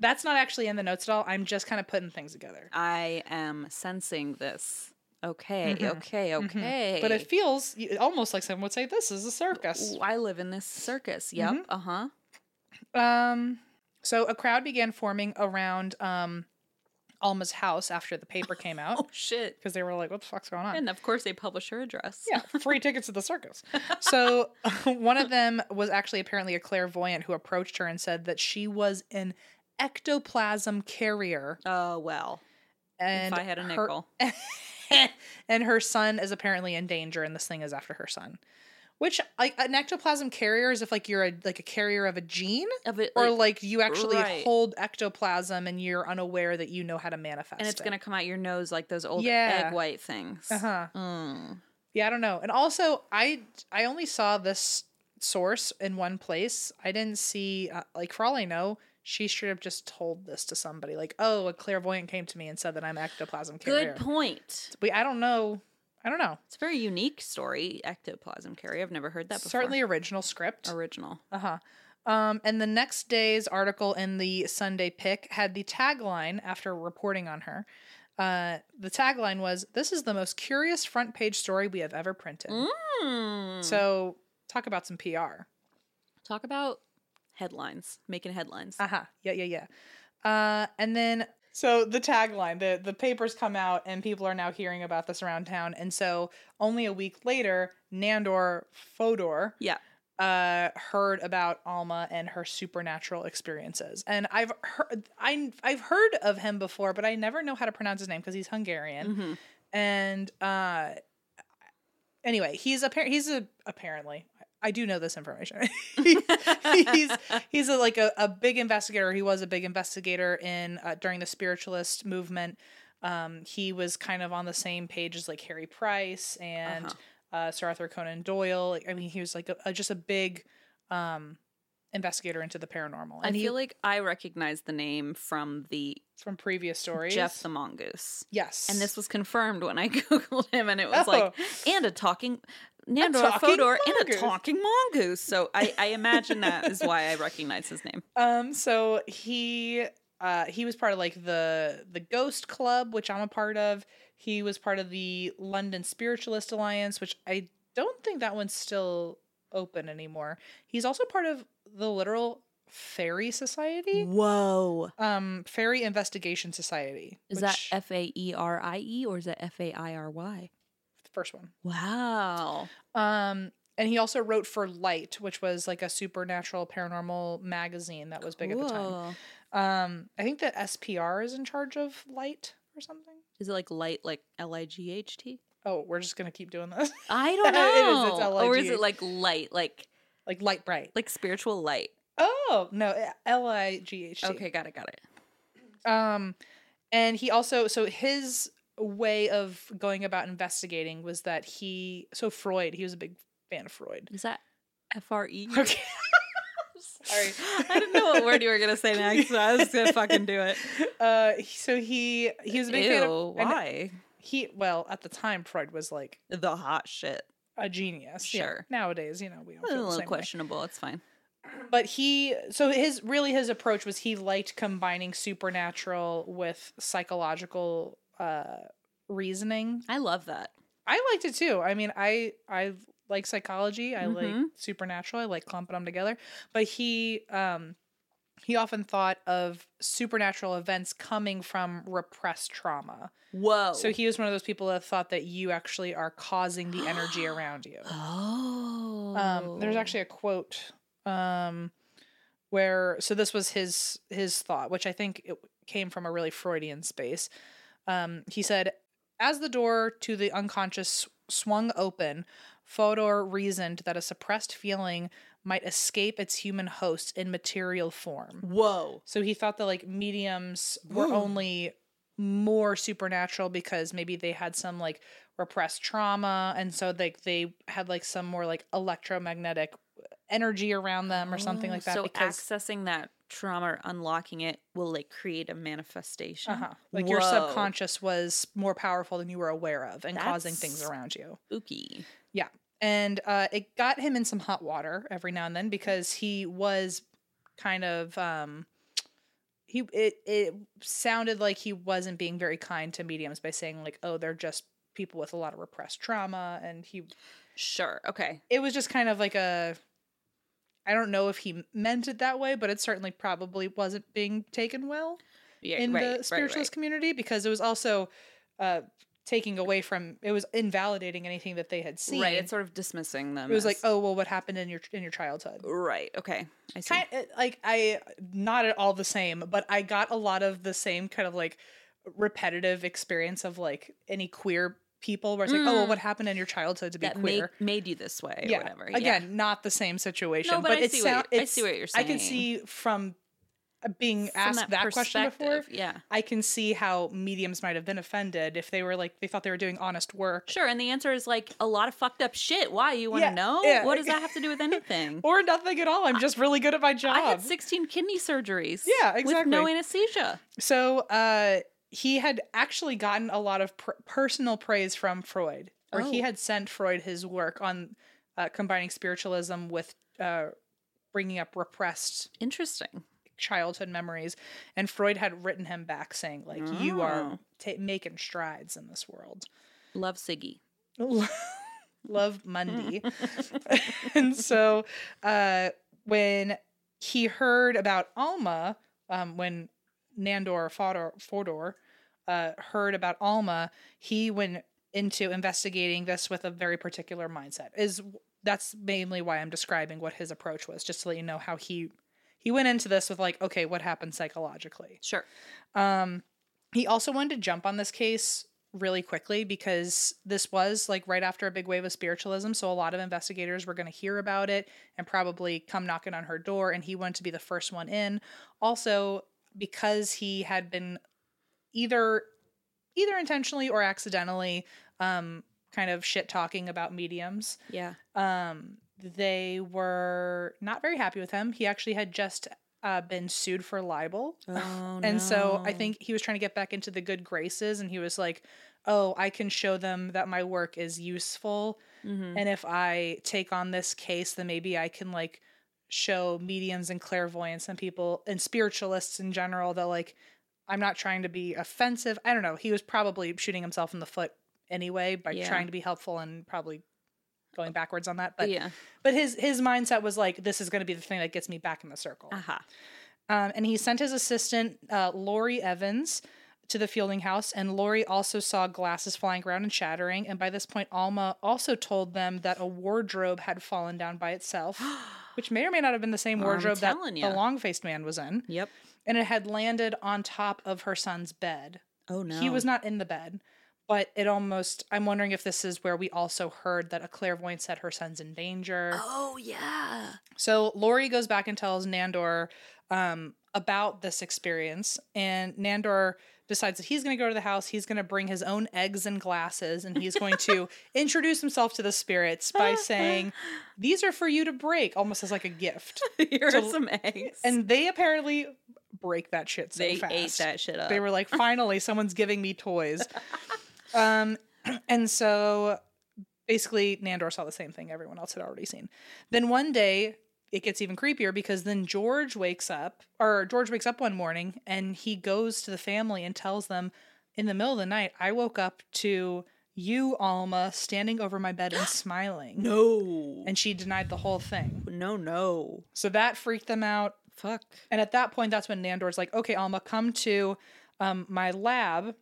Speaker 1: That's not actually in the notes at all. I'm just kind of putting things together.
Speaker 2: I am sensing this. Okay,
Speaker 1: Mhm.
Speaker 2: okay,
Speaker 1: Mhm.
Speaker 2: okay.
Speaker 1: But it feels y- almost like someone would say this is a circus.
Speaker 2: Ooh, I live in this circus. Yep.
Speaker 1: Mhm.
Speaker 2: Uh huh.
Speaker 1: Um, so a crowd began forming around um, Alma's house after the paper came out
Speaker 2: Oh shit.
Speaker 1: because they were like, "What the fuck's going on?"
Speaker 2: And of course they publish her address.
Speaker 1: yeah, free tickets to the circus. So one of them was actually apparently a clairvoyant who approached her and said that she was an ectoplasm carrier,
Speaker 2: Oh well.
Speaker 1: and
Speaker 2: if I had a
Speaker 1: her-
Speaker 2: nickel.
Speaker 1: and her son is apparently in danger, and this thing is after her son. Which like an ectoplasm carrier is if like you're a like a carrier of a gene,
Speaker 2: Of it,
Speaker 1: or
Speaker 2: like-
Speaker 1: like you actually
Speaker 2: right.
Speaker 1: hold ectoplasm and you're unaware that you know how to manifest
Speaker 2: and it's
Speaker 1: it.
Speaker 2: gonna come out your nose like those old
Speaker 1: Yeah.
Speaker 2: egg white things.
Speaker 1: uh-huh
Speaker 2: Mm.
Speaker 1: yeah i don't know and also i i only saw this source in one place i didn't see uh, like for all i know She should have just told this to somebody. Like, oh, a clairvoyant came to me and said that I'm ectoplasm carrier.
Speaker 2: Good point.
Speaker 1: We, I don't know. I don't know.
Speaker 2: It's a very unique story, ectoplasm carrier. I've never heard that before.
Speaker 1: Certainly original script.
Speaker 2: original.
Speaker 1: Uh huh. Um, and the next day's article in the Sunday Pick had the tagline after reporting on her. Uh, the tagline was, This is the most curious front page story we have ever printed.
Speaker 2: Mm.
Speaker 1: Uh, So, talk about some PR.
Speaker 2: talk about headlines, making headlines.
Speaker 1: Uh huh. Yeah, yeah, yeah. Uh, and then so the tagline, the the papers come out, and people are now hearing about this around town. And so only a week later, Nandor Fodor,
Speaker 2: Yeah.
Speaker 1: uh, heard about Alma and her supernatural experiences. And I've heard I I've heard of him before, but I never know how to pronounce his name because he's Hungarian.
Speaker 2: Mhm.
Speaker 1: Mm-hmm. And uh, anyway, he's apparent. He's a apparently. I do know this information. he's he's a, like a, a big investigator. He was a big investigator in uh, during the spiritualist movement. Um, he was kind of on the same page as like Harry Price and
Speaker 2: Uh-huh.
Speaker 1: uh Sir Arthur Conan Doyle. Like, I mean, he was like a, a- just a big um, investigator into the paranormal.
Speaker 2: I
Speaker 1: And he
Speaker 2: feel like I recognize the name from the
Speaker 1: from previous stories.
Speaker 2: Jeff the Mongoose.
Speaker 1: yes, Oh,
Speaker 2: And this was confirmed when I Googled him, and it was like, and a talking Nandor
Speaker 1: talking
Speaker 2: Fodor and a
Speaker 1: mongoose.
Speaker 2: talking mongoose. So I, I imagine that is why I recognize his name.
Speaker 1: Um, so he uh he was part of like the the Ghost Club, which I'm a part of. He was part of the London Spiritualist Alliance, which I don't think that one's still open anymore. He's also part of the literal Fairy Society.
Speaker 2: Whoa.
Speaker 1: Um, Fairy Investigation Society.
Speaker 2: Is that
Speaker 1: which-
Speaker 2: F A E R I E or is that F A I R Y?
Speaker 1: the first one?
Speaker 2: Wow.
Speaker 1: Um, and he also wrote for Light, which was like a supernatural paranormal magazine that was big at the time.
Speaker 2: Cool.
Speaker 1: Um, I think that SPR is in charge of Light or something.
Speaker 2: Is it like light, like L I G H T?
Speaker 1: Oh, we're just gonna keep doing this.
Speaker 2: I don't
Speaker 1: It is,
Speaker 2: know.
Speaker 1: it's
Speaker 2: or is
Speaker 1: LIGH.
Speaker 2: it like light, like
Speaker 1: like light bright.
Speaker 2: like spiritual light?
Speaker 1: Oh no, L I G H T.
Speaker 2: Okay, got it, got it.
Speaker 1: Um, and he also so his way of going about investigating was that he so Freud. He was a big fan of Freud.
Speaker 2: Is that F R E?
Speaker 1: Okay. Sorry.
Speaker 2: I didn't know what word you were gonna say next, so I was just gonna fucking do it.
Speaker 1: Uh, he- so he he was a big fan
Speaker 2: Ew,
Speaker 1: of and
Speaker 2: why?
Speaker 1: he well at the time Freud was like
Speaker 2: The hot shit.
Speaker 1: a genius. Yeah,
Speaker 2: Sure.
Speaker 1: Nowadays, you know, we don't
Speaker 2: A
Speaker 1: feel the
Speaker 2: little
Speaker 1: same way.
Speaker 2: questionable. It's fine.
Speaker 1: but he so his really his approach was he liked combining supernatural with psychological uh reasoning
Speaker 2: I love that.
Speaker 1: i liked it too i mean i i like psychology i like
Speaker 2: Mhm.
Speaker 1: supernatural i like clumping them together but he um he often thought of supernatural events coming from repressed trauma
Speaker 2: Whoa.
Speaker 1: so he was one of those people that thought that you actually are causing the energy around you
Speaker 2: Oh.
Speaker 1: um, there's actually a quote um, where so this was his his thought, which I think it came from a really Freudian space. Um, he said, "As the door to the unconscious swung open, Fodor reasoned that a suppressed feeling might escape its human host in material form."
Speaker 2: Whoa.
Speaker 1: So he thought that like mediums were
Speaker 2: Whoa.
Speaker 1: only more supernatural because maybe they had some like repressed trauma and so like they, had like some more like electromagnetic energy around them um, or something like that
Speaker 2: Oh, So
Speaker 1: because
Speaker 2: accessing that trauma or unlocking it will like create a manifestation.
Speaker 1: uh-huh, like your
Speaker 2: Whoa.
Speaker 1: subconscious was more powerful than you were aware of and causing things
Speaker 2: That's-
Speaker 1: around you.
Speaker 2: Spooky.
Speaker 1: and uh, it got him in some hot water every now and then because he was kind of um, he it it sounded like he wasn't being very kind to mediums by saying like oh they're just people with a lot of repressed trauma and he
Speaker 2: Sure. Okay.
Speaker 1: it was just kind of like a I don't know if he meant it that way but it certainly probably wasn't being taken well
Speaker 2: Yeah.
Speaker 1: in
Speaker 2: right,
Speaker 1: the
Speaker 2: right,
Speaker 1: spiritualist
Speaker 2: right.
Speaker 1: community because it was also uh, taking away from it was invalidating anything that they had seen
Speaker 2: Right. It's sort of dismissing them.
Speaker 1: it was like
Speaker 2: as-
Speaker 1: oh well what happened in your in your childhood
Speaker 2: Right. Okay. I see.
Speaker 1: kind it- like i not at all the same but i got a lot of the same kind of like repetitive experience of like any queer people where it's like oh well,
Speaker 2: Mm.
Speaker 1: what happened in your childhood to be
Speaker 2: that made,
Speaker 1: queer
Speaker 2: made you this way
Speaker 1: yeah
Speaker 2: or whatever.
Speaker 1: again not the same situation
Speaker 2: No, but, I,
Speaker 1: it
Speaker 2: see
Speaker 1: sound-
Speaker 2: what you, I
Speaker 1: it's-
Speaker 2: see what you're saying.
Speaker 1: i can see from uh, being
Speaker 2: From
Speaker 1: asked that, question before,
Speaker 2: perspective, Yeah.
Speaker 1: I can see how mediums might have been offended if they were like they thought they were doing honest work
Speaker 2: Sure. And the answer is like a lot of fucked up shit. Why? You want to
Speaker 1: Yeah,
Speaker 2: know?
Speaker 1: yeah.
Speaker 2: What does that have to do with anything?
Speaker 1: or nothing at all. I'm just really good at my job.
Speaker 2: I had 16 kidney surgeries.
Speaker 1: Yeah,
Speaker 2: With no
Speaker 1: exactly.
Speaker 2: anesthesia.
Speaker 1: So uh, he had actually gotten a lot of pr- personal praise from Freud, or he
Speaker 2: Oh.
Speaker 1: had sent Freud his work on uh, combining spiritualism with uh, bringing up repressed
Speaker 2: Interesting.
Speaker 1: childhood memories, and Freud had written him back saying, like, you are
Speaker 2: Oh.
Speaker 1: ta making strides in this world.
Speaker 2: Love Siggy.
Speaker 1: Love Monday. and so uh, when he heard about Alma, um, when Nandor Fodor, Fodor uh, heard about Alma, he went into investigating this with a very particular mindset. Is that's mainly why I'm describing what his approach was, just to let you know how he he went into this with like, okay, what happened psychologically?
Speaker 2: Sure.
Speaker 1: Um, he also wanted to jump on this case really quickly because this was like right after a big wave of spiritualism. So a lot of investigators were going to hear about it and probably come knocking on her door. And he wanted to be the first one in. Also, because he had been either either intentionally or accidentally um, kind of shit talking about mediums
Speaker 2: Yeah.
Speaker 1: um, they were not very happy with him. He actually had just uh, been sued for libel.
Speaker 2: Oh,
Speaker 1: and so I
Speaker 2: no.
Speaker 1: think he was trying to get back into the good graces and he was like, oh, I can show them that my work is useful.
Speaker 2: Mm-hmm.
Speaker 1: And if I take on this case, then maybe I can like show mediums and clairvoyants and people and spiritualists in general that like I'm not trying to be offensive. I don't know. He was probably shooting himself in the foot anyway by
Speaker 2: Yeah. Uh,
Speaker 1: trying to be helpful and probably going backwards on that. But
Speaker 2: yeah.
Speaker 1: but his his mindset was like, this is going to be the thing that gets me back in the circle.
Speaker 2: Aha.
Speaker 1: Um, and he sent his assistant uh, Lori Evans to the fielding house, and Lori also saw glasses flying around and shattering. And by this point, Alma also told them that a wardrobe had fallen down by itself, which may or may not have been the same
Speaker 2: I'm
Speaker 1: wardrobe that
Speaker 2: telling
Speaker 1: the
Speaker 2: ya.
Speaker 1: long faced man was in,
Speaker 2: Yep.
Speaker 1: and it had landed on top of her son's bed.
Speaker 2: Oh, no.
Speaker 1: He was not in the bed, but it almost. I'm wondering if this is where we also heard that a clairvoyant said her son's in danger.
Speaker 2: Oh, yeah.
Speaker 1: So Lori goes back and tells Nandor um, about this experience, and Nandor decides that he's going to go to the house. He's going to bring his own eggs and glasses, and he's going to introduce himself to the spirits by saying, "These are for you to break," almost as like a gift.
Speaker 2: Here
Speaker 1: So-
Speaker 2: are some eggs.
Speaker 1: And they apparently break that shit so
Speaker 2: they
Speaker 1: fast.
Speaker 2: ate that shit up.
Speaker 1: They were like, finally, someone's giving me toys. Um, and so basically, Nandor saw the same thing everyone else had already seen. Then one day, it gets even creepier because then George wakes up, or George wakes up one morning and he goes to the family and tells them, in the middle of the night, I woke up to you, Alma, standing over my bed and smiling.
Speaker 2: no.
Speaker 1: And she denied the whole thing.
Speaker 2: no, no.
Speaker 1: So that freaked them out.
Speaker 2: Fuck.
Speaker 1: And at that point, that's when Nandor's like, okay, Alma, come to um, my lab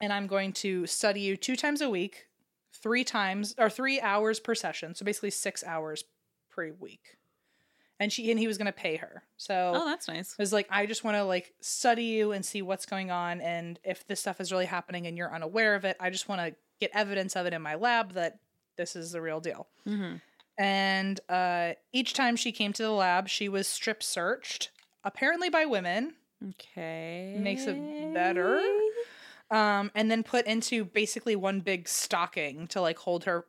Speaker 1: and I'm going to study you two times a week, three times or three hours per session. So basically six hours per week. And she and he was going to pay her. So
Speaker 2: Oh, that's nice.
Speaker 1: it was like, I just want to like study you and see what's going on. And if this stuff is really happening and you're unaware of it, I just want to get evidence of it in my lab that this is the real deal.
Speaker 2: Mm-hmm.
Speaker 1: And uh, each time she came to the lab, she was strip searched, apparently by women,
Speaker 2: Okay.
Speaker 1: Makes it better. um, and then put into basically one big stocking to like hold her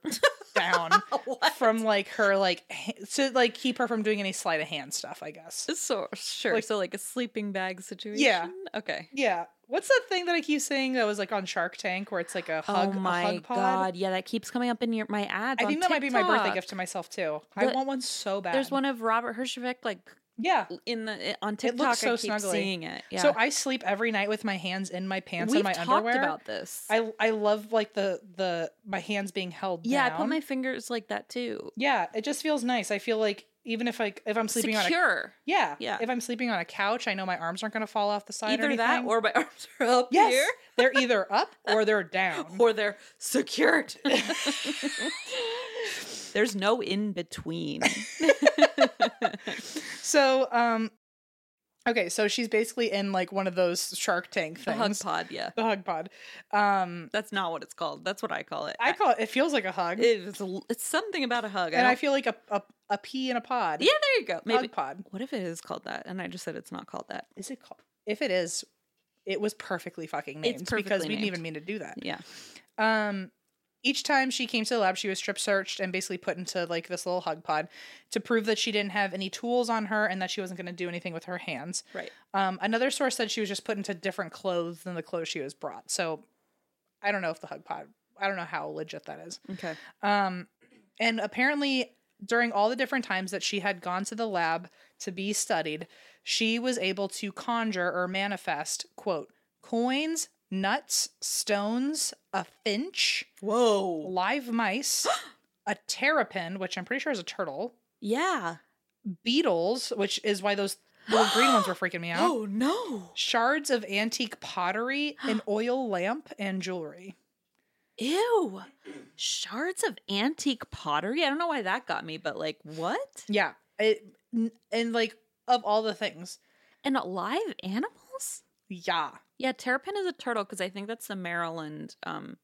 Speaker 1: down
Speaker 2: What?
Speaker 1: from like her like ha- to like keep her from doing any sleight of hand stuff, I guess.
Speaker 2: So sure.
Speaker 1: Like-
Speaker 2: so like a sleeping bag situation. Okay.
Speaker 1: Yeah. What's that thing that I keep saying that was like on Shark Tank where it's like a hug,
Speaker 2: oh
Speaker 1: a
Speaker 2: my
Speaker 1: hug pod?
Speaker 2: god! Yeah, that keeps coming up in your my ads.
Speaker 1: I think that might be my birthday gift to
Speaker 2: my.
Speaker 1: myself too. I
Speaker 2: The-
Speaker 1: want one so bad.
Speaker 2: There's one of Robert Hershevik like
Speaker 1: Yeah.
Speaker 2: in the on
Speaker 1: It
Speaker 2: TikTok.
Speaker 1: looks so
Speaker 2: I keep
Speaker 1: snuggly.
Speaker 2: seeing it. Yeah.
Speaker 1: So I sleep every night with my hands in my pants
Speaker 2: we've
Speaker 1: and my
Speaker 2: talked
Speaker 1: underwear.
Speaker 2: about this.
Speaker 1: I I love like the the my hands being held.
Speaker 2: yeah, I put
Speaker 1: down.
Speaker 2: my fingers like that too.
Speaker 1: Yeah, it just feels nice. I feel like even if I if I'm sleeping on a
Speaker 2: Secure.
Speaker 1: yeah
Speaker 2: Yeah.
Speaker 1: if I'm sleeping on a couch, I know my arms aren't going to fall off the side. or
Speaker 2: Either that,
Speaker 1: anything.
Speaker 2: or my arms are up
Speaker 1: yes,
Speaker 2: here,
Speaker 1: they're either up or they're down.
Speaker 2: or they're secured. There's no in between.
Speaker 1: So um, Okay, so she's basically in like one of those Shark Tank
Speaker 2: The hug
Speaker 1: things.
Speaker 2: pod, yeah.
Speaker 1: The hug pod. Um,
Speaker 2: That's not what it's called. That's what I call it.
Speaker 1: I call it. It feels like a hug,
Speaker 2: it's, it's something about a hug.
Speaker 1: and I
Speaker 2: don't-
Speaker 1: feel like a a, a pea in a pod.
Speaker 2: yeah, there you go. Maybe.
Speaker 1: Hug pod.
Speaker 2: What if it is called that? And I just said it's not called that.
Speaker 1: Is it called? If it is, it was perfectly fucking named
Speaker 2: It's
Speaker 1: because
Speaker 2: perfectly
Speaker 1: we didn't
Speaker 2: named.
Speaker 1: even mean to do that.
Speaker 2: Yeah.
Speaker 1: Um, each time she came to the lab, she was strip searched and basically put into like this little hug pod to prove that she didn't have any tools on her and that she wasn't going to do anything with her hands.
Speaker 2: Right.
Speaker 1: Um, another source said she was just put into different clothes than the clothes she was brought. So I don't know if the hug pod, I don't know how legit that is.
Speaker 2: Okay.
Speaker 1: Um, and apparently, during all the different times that she had gone to the lab to be studied, she was able to conjure or manifest, quote, coins, nuts, stones, a finch,
Speaker 2: Whoa.
Speaker 1: live mice, a terrapin, which I'm pretty sure is a turtle,
Speaker 2: Yeah.
Speaker 1: beetles, which is why those little green ones were freaking me out,
Speaker 2: Oh no.
Speaker 1: shards of antique pottery, an oil lamp, and jewelry.
Speaker 2: Ew. Shards of antique pottery. I don't know why that got me, but like what?
Speaker 1: Yeah. It, n- and like, of all the things,
Speaker 2: And live animals?
Speaker 1: yeah.
Speaker 2: Yeah, terrapin is a turtle because I think that's the Maryland. Um.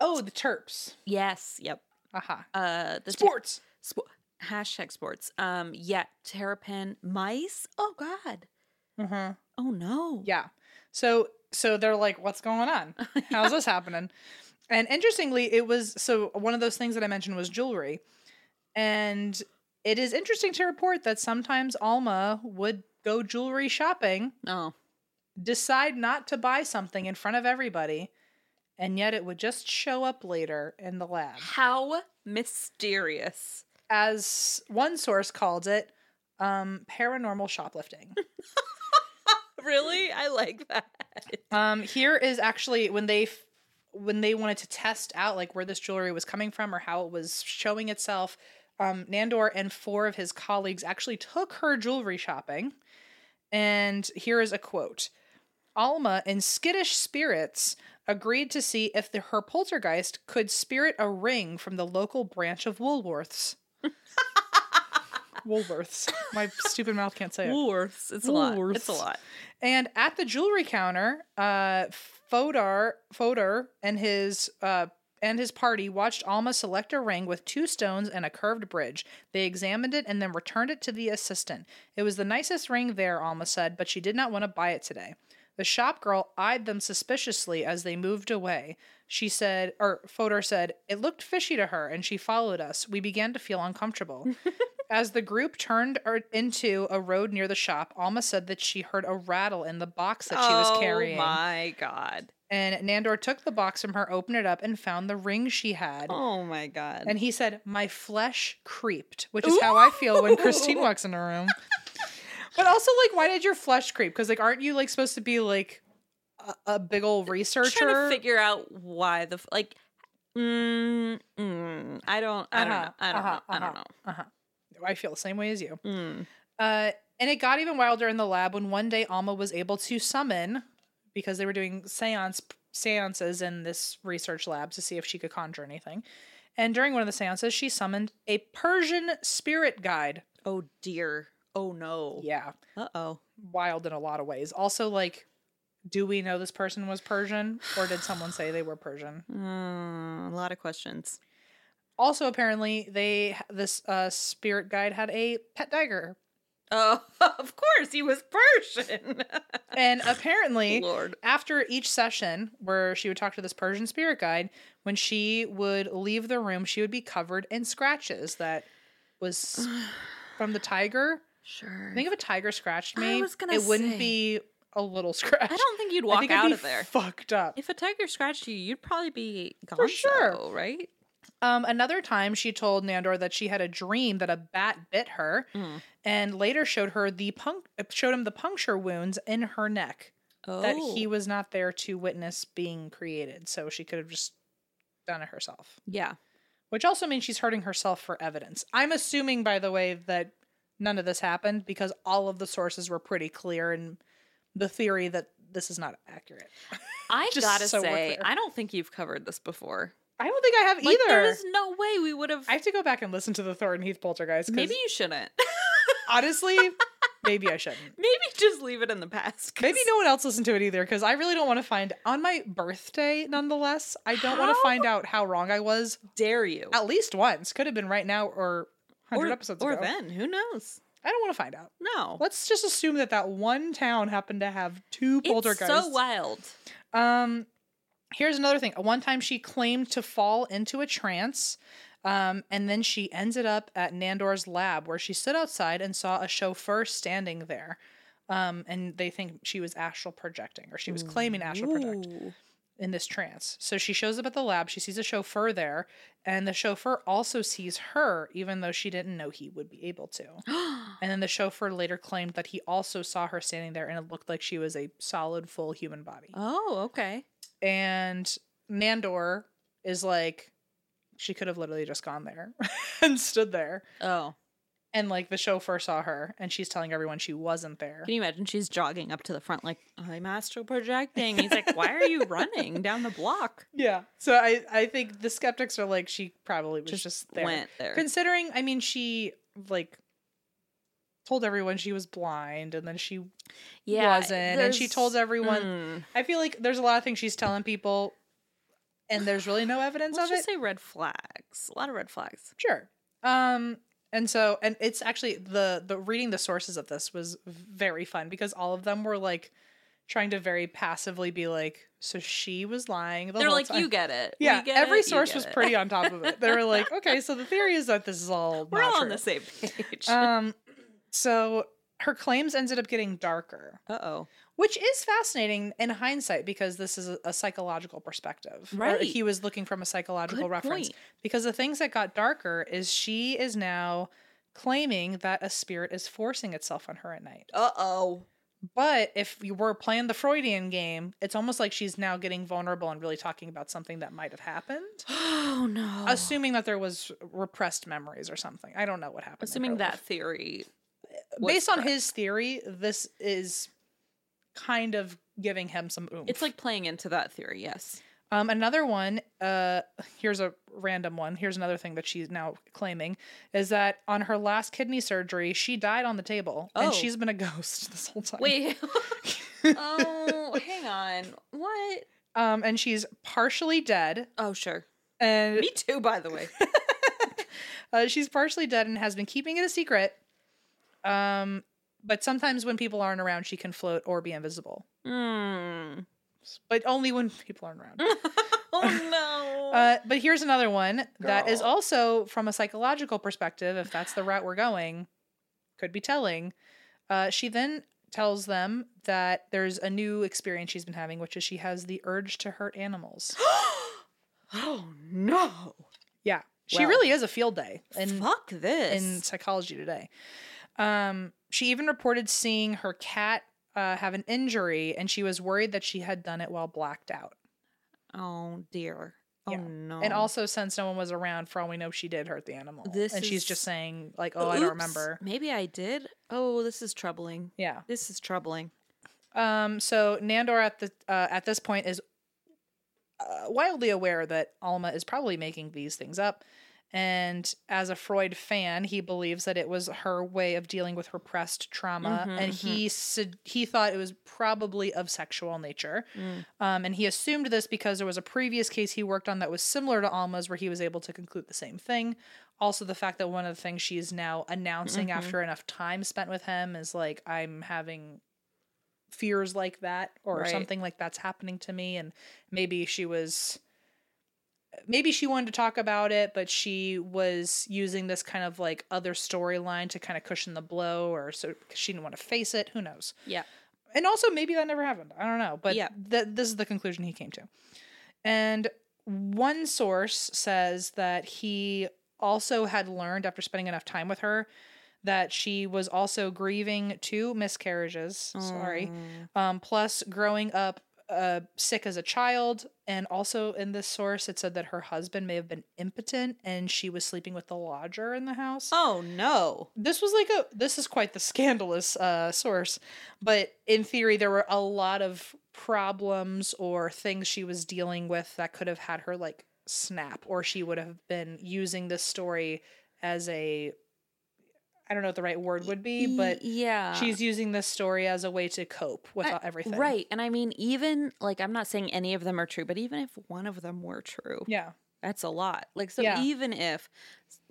Speaker 1: Oh, the Terps.
Speaker 2: Yes. Yep.
Speaker 1: Aha. Uh-huh.
Speaker 2: Uh. The ter-
Speaker 1: Sports.
Speaker 2: spo- hashtag sports. Um. Yeah. Terrapin mice. Oh God.
Speaker 1: Uh-huh.
Speaker 2: Oh no.
Speaker 1: Yeah. So so they're like, what's going on? How's this happening? And interestingly, it was so one of those things that I mentioned was jewelry. And it is interesting to report that sometimes Alma would go jewelry shopping,
Speaker 2: Oh.
Speaker 1: decide not to buy something in front of everybody, and yet it would just show up later in the lab.
Speaker 2: How mysterious.
Speaker 1: As one source called it, um, paranormal shoplifting.
Speaker 2: Really? I like that.
Speaker 1: Um, here is actually when they f- when they wanted to test out like where this jewelry was coming from or how it was showing itself. Um, Nandor and four of his colleagues actually took her jewelry shopping, and here is a quote: Alma, in skittish spirits, agreed to see if the, her poltergeist could spirit a ring from the local branch of Woolworths. Woolworths. My stupid mouth can't say it.
Speaker 2: Woolworths. It's
Speaker 1: Woolworths.
Speaker 2: a lot. It's a lot.
Speaker 1: And at the jewelry counter, uh, Fodor, Fodor, and his uh, and his party watched Alma select a ring with two stones and a curved bridge. They examined it and then returned it to the assistant. It was the nicest ring there, Alma said, but she did not want to buy it today. The shop girl eyed them suspiciously as they moved away. She said, or Fodor said, it looked fishy to her, and she followed us. We began to feel uncomfortable. As the group turned er- into a road near the shop, Alma said that she heard a rattle in the box that she was carrying.
Speaker 2: Oh my god.
Speaker 1: And Nandor took the box from her, opened it up, and found the ring she had.
Speaker 2: Oh my god.
Speaker 1: And he said, My flesh creeped, which is how I feel when Christine
Speaker 2: Ooh.
Speaker 1: walks in a room. but also, like, why did your flesh creep? Because, like, aren't you, like, supposed to be, like, a, a big old researcher?
Speaker 2: trying to figure out why the f- like. Mm, mm, I don't. I don't know.
Speaker 1: Uh-huh,
Speaker 2: I don't
Speaker 1: uh-huh,
Speaker 2: know. I don't
Speaker 1: uh-huh. I feel the same way as you.
Speaker 2: know. Mm.
Speaker 1: Uh, and it got even wilder in the lab when one day Alma was able to summon, because they were doing seance seances in this research lab to see if she could conjure anything. And during one of the seances, she summoned a Persian spirit guide.
Speaker 2: Oh dear. Oh no.
Speaker 1: Yeah,
Speaker 2: Uh oh.
Speaker 1: wild in a lot of ways. Also, like, do we know this person was Persian, or did someone say they were Persian?
Speaker 2: Mm, a lot of questions.
Speaker 1: Also, apparently, they this uh, spirit guide had a pet tiger,
Speaker 2: Oh, of course he was Persian.
Speaker 1: and apparently,
Speaker 2: Lord.
Speaker 1: after each session where she would talk to this Persian spirit guide, when she would leave the room, she would be covered in scratches that was from the tiger.
Speaker 2: Sure.
Speaker 1: I think if a tiger scratched
Speaker 2: I
Speaker 1: me,
Speaker 2: was gonna
Speaker 1: it wouldn't
Speaker 2: say.
Speaker 1: be a little scratch.
Speaker 2: I don't think you'd
Speaker 1: I
Speaker 2: walk
Speaker 1: think I'd
Speaker 2: out
Speaker 1: be
Speaker 2: of there.
Speaker 1: Fucked up.
Speaker 2: if a tiger scratched you, you'd probably be gone.
Speaker 1: sure.
Speaker 2: right?
Speaker 1: Um, another time, she told Nandor that she had a dream that a bat bit her,
Speaker 2: Mm.
Speaker 1: and later showed her the punk- showed him the puncture wounds in her neck
Speaker 2: Oh.
Speaker 1: that he was not there to witness being created, so she could have just done it herself.
Speaker 2: Yeah.
Speaker 1: which also means she's hurting herself for evidence. I'm assuming, by the way, that none of this happened because all of the sources were pretty clear in the theory that this is not accurate.
Speaker 2: I
Speaker 1: Just
Speaker 2: gotta
Speaker 1: so we're
Speaker 2: say,
Speaker 1: clear.
Speaker 2: I don't think you've covered this before.
Speaker 1: I don't think I have
Speaker 2: Like,
Speaker 1: either.
Speaker 2: there is no way we would have.
Speaker 1: I have to go back and listen to the Thornton Heath poltergeist. 'cause
Speaker 2: Maybe you shouldn't.
Speaker 1: honestly, Maybe I shouldn't.
Speaker 2: Maybe just leave it in the past. 'cause
Speaker 1: Maybe no one else listened to it either because I really don't want to find on my birthday. Nonetheless, I don't want to
Speaker 2: How
Speaker 1: find out how wrong I was
Speaker 2: Dare you?
Speaker 1: at least once. Could have been right now or hundred
Speaker 2: or,
Speaker 1: episodes
Speaker 2: or
Speaker 1: ago.
Speaker 2: then who knows?
Speaker 1: I don't want to find out.
Speaker 2: No,
Speaker 1: Let's just assume that that one town happened to have two
Speaker 2: it's
Speaker 1: poltergeists.
Speaker 2: so wild.
Speaker 1: Um, here's another thing. One time she claimed to fall into a trance, um, and then she ended up at Nandor's lab where she stood outside and saw a chauffeur standing there. Um, and they think she was astral projecting, or she was claiming astral project
Speaker 2: Ooh.
Speaker 1: in this trance. So she shows up at the lab. She sees a chauffeur there, and the chauffeur also sees her, even though she didn't know he would be able to. and then the chauffeur later claimed that he also saw her standing there, and it looked like she was a solid, full human body
Speaker 2: oh, okay.
Speaker 1: and Nandor is like, she could have literally just gone there and stood there.
Speaker 2: Oh,
Speaker 1: And like the chauffeur saw her and she's telling everyone she wasn't there.
Speaker 2: can you imagine? She's jogging up to the front like I'm astral projecting. He's like, "Why are you running down the block?"
Speaker 1: Yeah. So I, I think the skeptics are like, she probably was just,
Speaker 2: Just
Speaker 1: there.
Speaker 2: Went there.
Speaker 1: Considering, I mean, she like told everyone she was blind and then she wasn't. And she
Speaker 2: there's-
Speaker 1: told everyone.
Speaker 2: Mm.
Speaker 1: I feel like there's a lot of things she's telling people and there's really no evidence
Speaker 2: Let's
Speaker 1: of
Speaker 2: just
Speaker 1: it.
Speaker 2: say red flags. A lot of red flags.
Speaker 1: Sure. Um and so and it's actually the the reading the sources of this was very fun because all of them were like trying to very passively be like so she was lying the
Speaker 2: They're
Speaker 1: whole
Speaker 2: like,
Speaker 1: time.
Speaker 2: "You get it." We
Speaker 1: yeah,
Speaker 2: get
Speaker 1: every
Speaker 2: it, you
Speaker 1: source
Speaker 2: get
Speaker 1: was
Speaker 2: it."
Speaker 1: pretty on top of it. They were like, okay, so the theory is that this is all
Speaker 2: We're
Speaker 1: not
Speaker 2: all on
Speaker 1: true.
Speaker 2: the same page.
Speaker 1: Um so her claims ended up getting darker,
Speaker 2: Uh oh.
Speaker 1: which is fascinating in hindsight because this is a, a psychological perspective. or
Speaker 2: Right.
Speaker 1: he was looking from a psychological reference because the things that got darker is she is now claiming that a spirit is forcing itself on her at night.
Speaker 2: Uh oh.
Speaker 1: But if you were playing the Freudian game, it's almost like she's now getting vulnerable and really talking about something that might have happened,
Speaker 2: Oh no.
Speaker 1: assuming that there was repressed memories or something. I don't know what happened. in her
Speaker 2: assuming that
Speaker 1: life.
Speaker 2: theory. was
Speaker 1: based on
Speaker 2: correct.
Speaker 1: his theory, this is kind of giving him some oomph.
Speaker 2: It's like playing into that theory, yes.
Speaker 1: Um, another one, uh, here's a random one. Here's another thing that she's now claiming is that on her last kidney surgery, she died on the table
Speaker 2: Oh.
Speaker 1: and she's been a ghost this whole time.
Speaker 2: Wait. oh, hang on. What?
Speaker 1: Um, and she's partially dead
Speaker 2: Oh, sure.
Speaker 1: and
Speaker 2: Me too, by the way.
Speaker 1: uh, she's partially dead and has been keeping it a secret. Um, but sometimes when people aren't around, she can float or be invisible, Uh,
Speaker 2: Mm.
Speaker 1: but only when people aren't around.
Speaker 2: Oh no.
Speaker 1: Uh, but here's another one that is
Speaker 2: Girl.
Speaker 1: also from a psychological perspective, if that's the route we're going, could be telling. Uh, she then tells them that there's a new experience she's been having, which is she has the urge to hurt animals.
Speaker 2: oh no.
Speaker 1: Yeah. She
Speaker 2: Well.
Speaker 1: really is a field day in,
Speaker 2: Fuck this.
Speaker 1: in psychology today. Um, she even reported seeing her cat uh, have an injury, and she was worried that she had done it while blacked out.
Speaker 2: oh dear. Oh
Speaker 1: Yeah.
Speaker 2: no.
Speaker 1: And also, since no one was around, for all we know, she did hurt the animal.
Speaker 2: This
Speaker 1: and she's
Speaker 2: is-
Speaker 1: just saying, like, oh, I don't
Speaker 2: Oops,
Speaker 1: remember.
Speaker 2: Maybe I did. Oh, this is troubling.
Speaker 1: Yeah.
Speaker 2: This is troubling.
Speaker 1: Um. So Nandor at the uh, at this point is uh, wildly aware that Alma is probably making these things up, and as a Freud fan, he believes that it was her way of dealing with repressed trauma,
Speaker 2: Mhm,
Speaker 1: and
Speaker 2: mhm.
Speaker 1: he sed- he thought it was probably of sexual nature.
Speaker 2: Mm.
Speaker 1: Um, and he assumed this because there was a previous case he worked on that was similar to Alma's where he was able to conclude the same thing. Also, the fact that one of the things she is now announcing
Speaker 2: Mhm.
Speaker 1: after enough time spent with him is like, I'm having fears like that or
Speaker 2: Right.
Speaker 1: something like that's happening to me. And maybe she was, maybe she wanted to talk about it, but she was using this kind of like other storyline to kind of cushion the blow or so 'cause she didn't want to face it. Who knows?
Speaker 2: Yeah.
Speaker 1: and also maybe that never happened. I don't know, but
Speaker 2: Yeah.
Speaker 1: th- this is the conclusion he came to. And one source says that he also had learned after spending enough time with her that she was also grieving two miscarriages. Sorry,
Speaker 2: Mm.
Speaker 1: um, plus growing up uh, sick as a child, and also in this source it said that her husband may have been impotent and she was sleeping with the lodger in the house
Speaker 2: Oh no.
Speaker 1: this was like a this is quite the scandalous uh source but in theory there were a lot of problems or things she was dealing with that could have had her like snap or she would have been using this story as a I don't know what the right word would be, but
Speaker 2: yeah,
Speaker 1: she's using this story as a way to cope with
Speaker 2: I-
Speaker 1: everything.
Speaker 2: Right. And I mean, even like, I'm not saying any of them are true, but even if one of them were true,
Speaker 1: Yeah.
Speaker 2: that's a lot. Like, so
Speaker 1: Yeah.
Speaker 2: even if,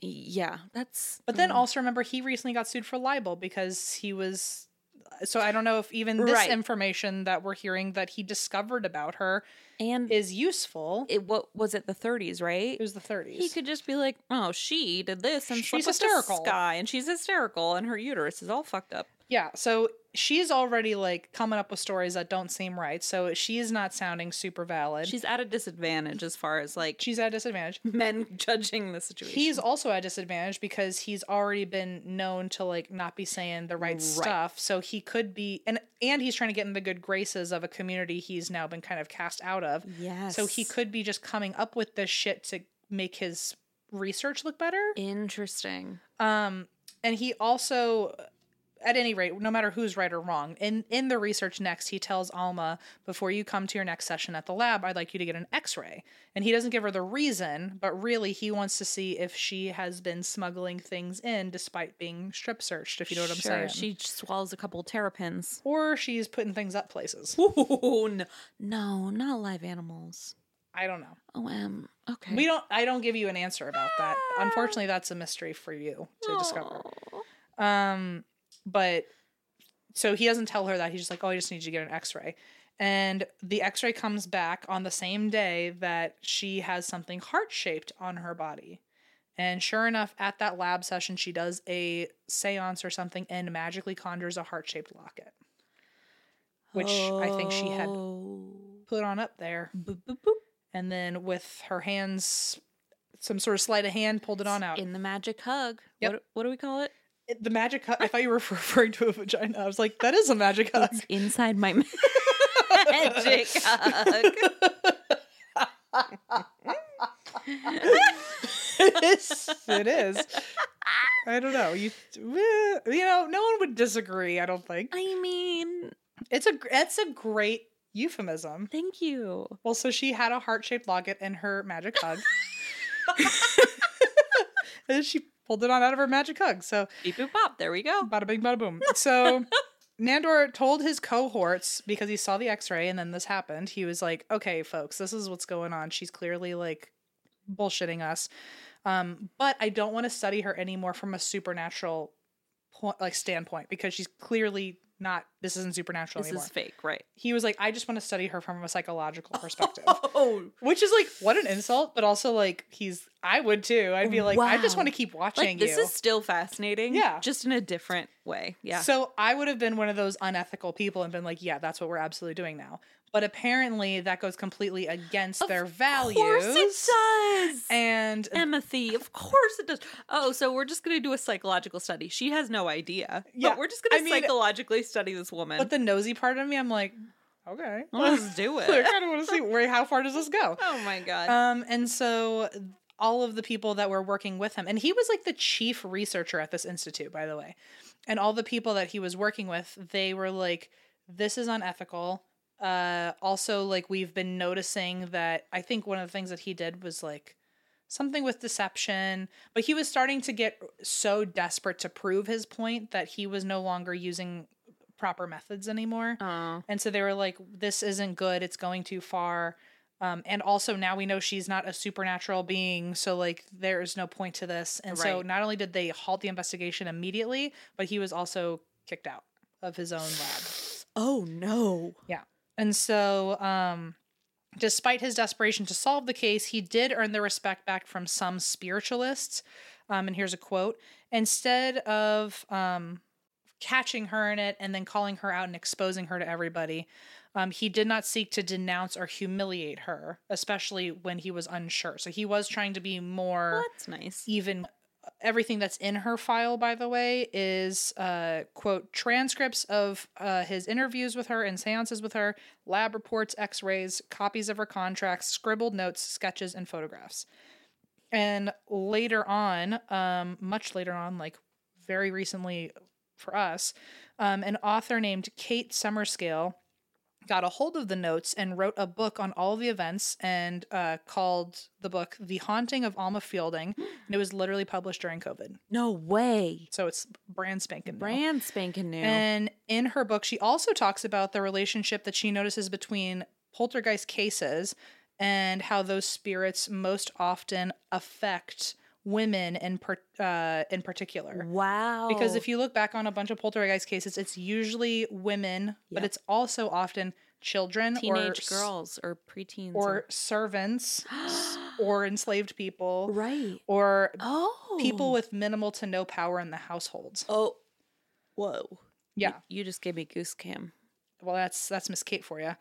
Speaker 2: yeah, that's.
Speaker 1: But then
Speaker 2: mm.
Speaker 1: also remember he recently got sued for libel because he was so I don't know if even this
Speaker 2: Right.
Speaker 1: information that we're hearing that he discovered about her
Speaker 2: and
Speaker 1: is useful.
Speaker 2: it, what was it, the 30s, right?
Speaker 1: It was the 30s.
Speaker 2: he could just be like, oh, she did this and
Speaker 1: She's
Speaker 2: she's hysterical.
Speaker 1: hysterical.
Speaker 2: guy, and she's hysterical, and her uterus is all fucked up.
Speaker 1: Yeah, so she's already like coming up with stories that don't seem right. So she's not sounding super valid. She's,
Speaker 2: She's at a disadvantage as far as like
Speaker 1: at a disadvantage.
Speaker 2: men judging the situation.
Speaker 1: He's also at a disadvantage because he's already been known to like not be saying the right,
Speaker 2: Right.
Speaker 1: stuff. So he could be and and he's trying to get in the good graces of a community he's now been kind of cast out of.
Speaker 2: yes.
Speaker 1: So he could be just coming up with this shit to make his research look better.
Speaker 2: Interesting.
Speaker 1: Um, and he also, at any rate, no matter who's right or wrong, in in the research next, he tells Alma before you come to your next session at the lab, I'd like you to get an X-ray. And he doesn't give her the reason, but really he wants to see if she has been smuggling things in despite being strip searched. If you know what I'm saying,
Speaker 2: Sure, She swallows a couple terrapins.
Speaker 1: or she's putting things up places.
Speaker 2: Ooh, no, no, not live animals.
Speaker 1: I don't know.
Speaker 2: OM. Okay.
Speaker 1: We don't. I don't give you an answer about that. Unfortunately, that's a mystery for you to discover.
Speaker 2: Aw.
Speaker 1: Um, but so he doesn't tell her that. He's just like, oh, I just need you to get an x ray. And the x ray comes back on the same day that she has something heart shaped on her body. And sure enough, at that lab session, she does a seance or something and magically conjures a heart shaped locket, which I think she had
Speaker 2: Oh.
Speaker 1: put on up there.
Speaker 2: Boop, boop, boop.
Speaker 1: And then with her hands, some sort of sleight of hand, pulled it on out.
Speaker 2: In the magic hug.
Speaker 1: Yep.
Speaker 2: What, what do we call it?
Speaker 1: It- the magic hug. I thought you were referring to a vagina. I was like, that is a magic hug.
Speaker 2: It's inside my magic hug.
Speaker 1: it is. It is. I don't know. You, eh, you know, no one would disagree. I don't think
Speaker 2: I mean,
Speaker 1: it's a it's a great euphemism.
Speaker 2: thank you.
Speaker 1: Well, so she had a heart shaped locket in her magic hug, and then she pulled it on out of her magic hug. So
Speaker 2: Beep boop bop. There we go.
Speaker 1: Bada bing, bada boom. So Nandor told his cohorts because he saw the x ray and then this happened. He was like, okay, folks, this is what's going on. She's clearly like bullshitting us. Um, but I don't want to study her anymore from a supernatural point, like standpoint because she's clearly not, this isn't supernatural
Speaker 2: This
Speaker 1: anymore.
Speaker 2: is fake, right?
Speaker 1: he was like, I just want to study her from a psychological perspective.
Speaker 2: Oh,
Speaker 1: Which is like what an insult, but also like he's I would too. I'd be like, I just
Speaker 2: Wow.
Speaker 1: want to keep watching
Speaker 2: like this
Speaker 1: you.
Speaker 2: is still fascinating.
Speaker 1: Yeah.
Speaker 2: just in a different way. Yeah.
Speaker 1: So I would have been one of those unethical people and been like, yeah, that's what we're absolutely doing now. But apparently that goes completely against
Speaker 2: Of
Speaker 1: their values.
Speaker 2: Of course it does.
Speaker 1: And
Speaker 2: Empathy. Of course it does. Oh, so we're just gonna do a psychological study. She has no idea.
Speaker 1: Yeah,
Speaker 2: But we're just gonna
Speaker 1: I mean-
Speaker 2: psychologically study this woman.
Speaker 1: but the nosy part of me, I'm like, okay.
Speaker 2: Let's do
Speaker 1: I
Speaker 2: it.
Speaker 1: kind of want to see where how far does this go?
Speaker 2: Oh my god.
Speaker 1: Um, and so all of the people that were working with him, and he was like the chief researcher at this institute, by the way. And all the people that he was working with, they were like, this is unethical. Uh, also, like, we've been noticing that I think one of the things that he did was like something with deception, but he was starting to get so desperate to prove his point that he was no longer using proper methods anymore.
Speaker 2: oh.
Speaker 1: And so they were like, this isn't good. It's going too far. Um, and also now we know she's not a supernatural being. So like there is no point to this. And so
Speaker 2: Right.
Speaker 1: not only did they halt the investigation immediately, but he was also kicked out of his own lab.
Speaker 2: Oh no.
Speaker 1: And so, um, despite his desperation to solve the case, he did earn the respect back from some spiritualists. Um, and here's a quote Instead of um, catching her in it and then calling her out and exposing her to everybody, um, he did not seek to denounce or humiliate her, especially when he was unsure. So he was trying to be more
Speaker 2: That's nice.
Speaker 1: even everything that's in her file by the way is uh, quote transcripts of uh, his interviews with her and seances with her lab reports x-rays copies of her contracts scribbled notes sketches and photographs and later on um, much later on like very recently for us um, an author named kate summerscale got a hold of the notes and wrote a book on all the events and uh, called the book The Haunting of Alma Fielding. And it was literally published during COVID.
Speaker 3: No way.
Speaker 1: So it's brand spanking. new.
Speaker 3: Brand spanking new.
Speaker 1: And in her book, she also talks about the relationship that she notices between poltergeist cases and how those spirits most often affect women in, per- uh, in particular.
Speaker 3: wow.
Speaker 1: Because if you look back on a bunch of poltergeist cases, it's usually women, but
Speaker 3: Yep.
Speaker 1: it's also often children or
Speaker 2: Teenage
Speaker 1: s-
Speaker 2: girls or preteens.
Speaker 1: or servants s- or enslaved people
Speaker 3: right.
Speaker 1: or
Speaker 3: Oh.
Speaker 1: oh, people with minimal to no power in the households.
Speaker 2: oh, whoa!
Speaker 1: Yeah.
Speaker 2: You just gave me goose cam.
Speaker 1: well that's that's miss kate for you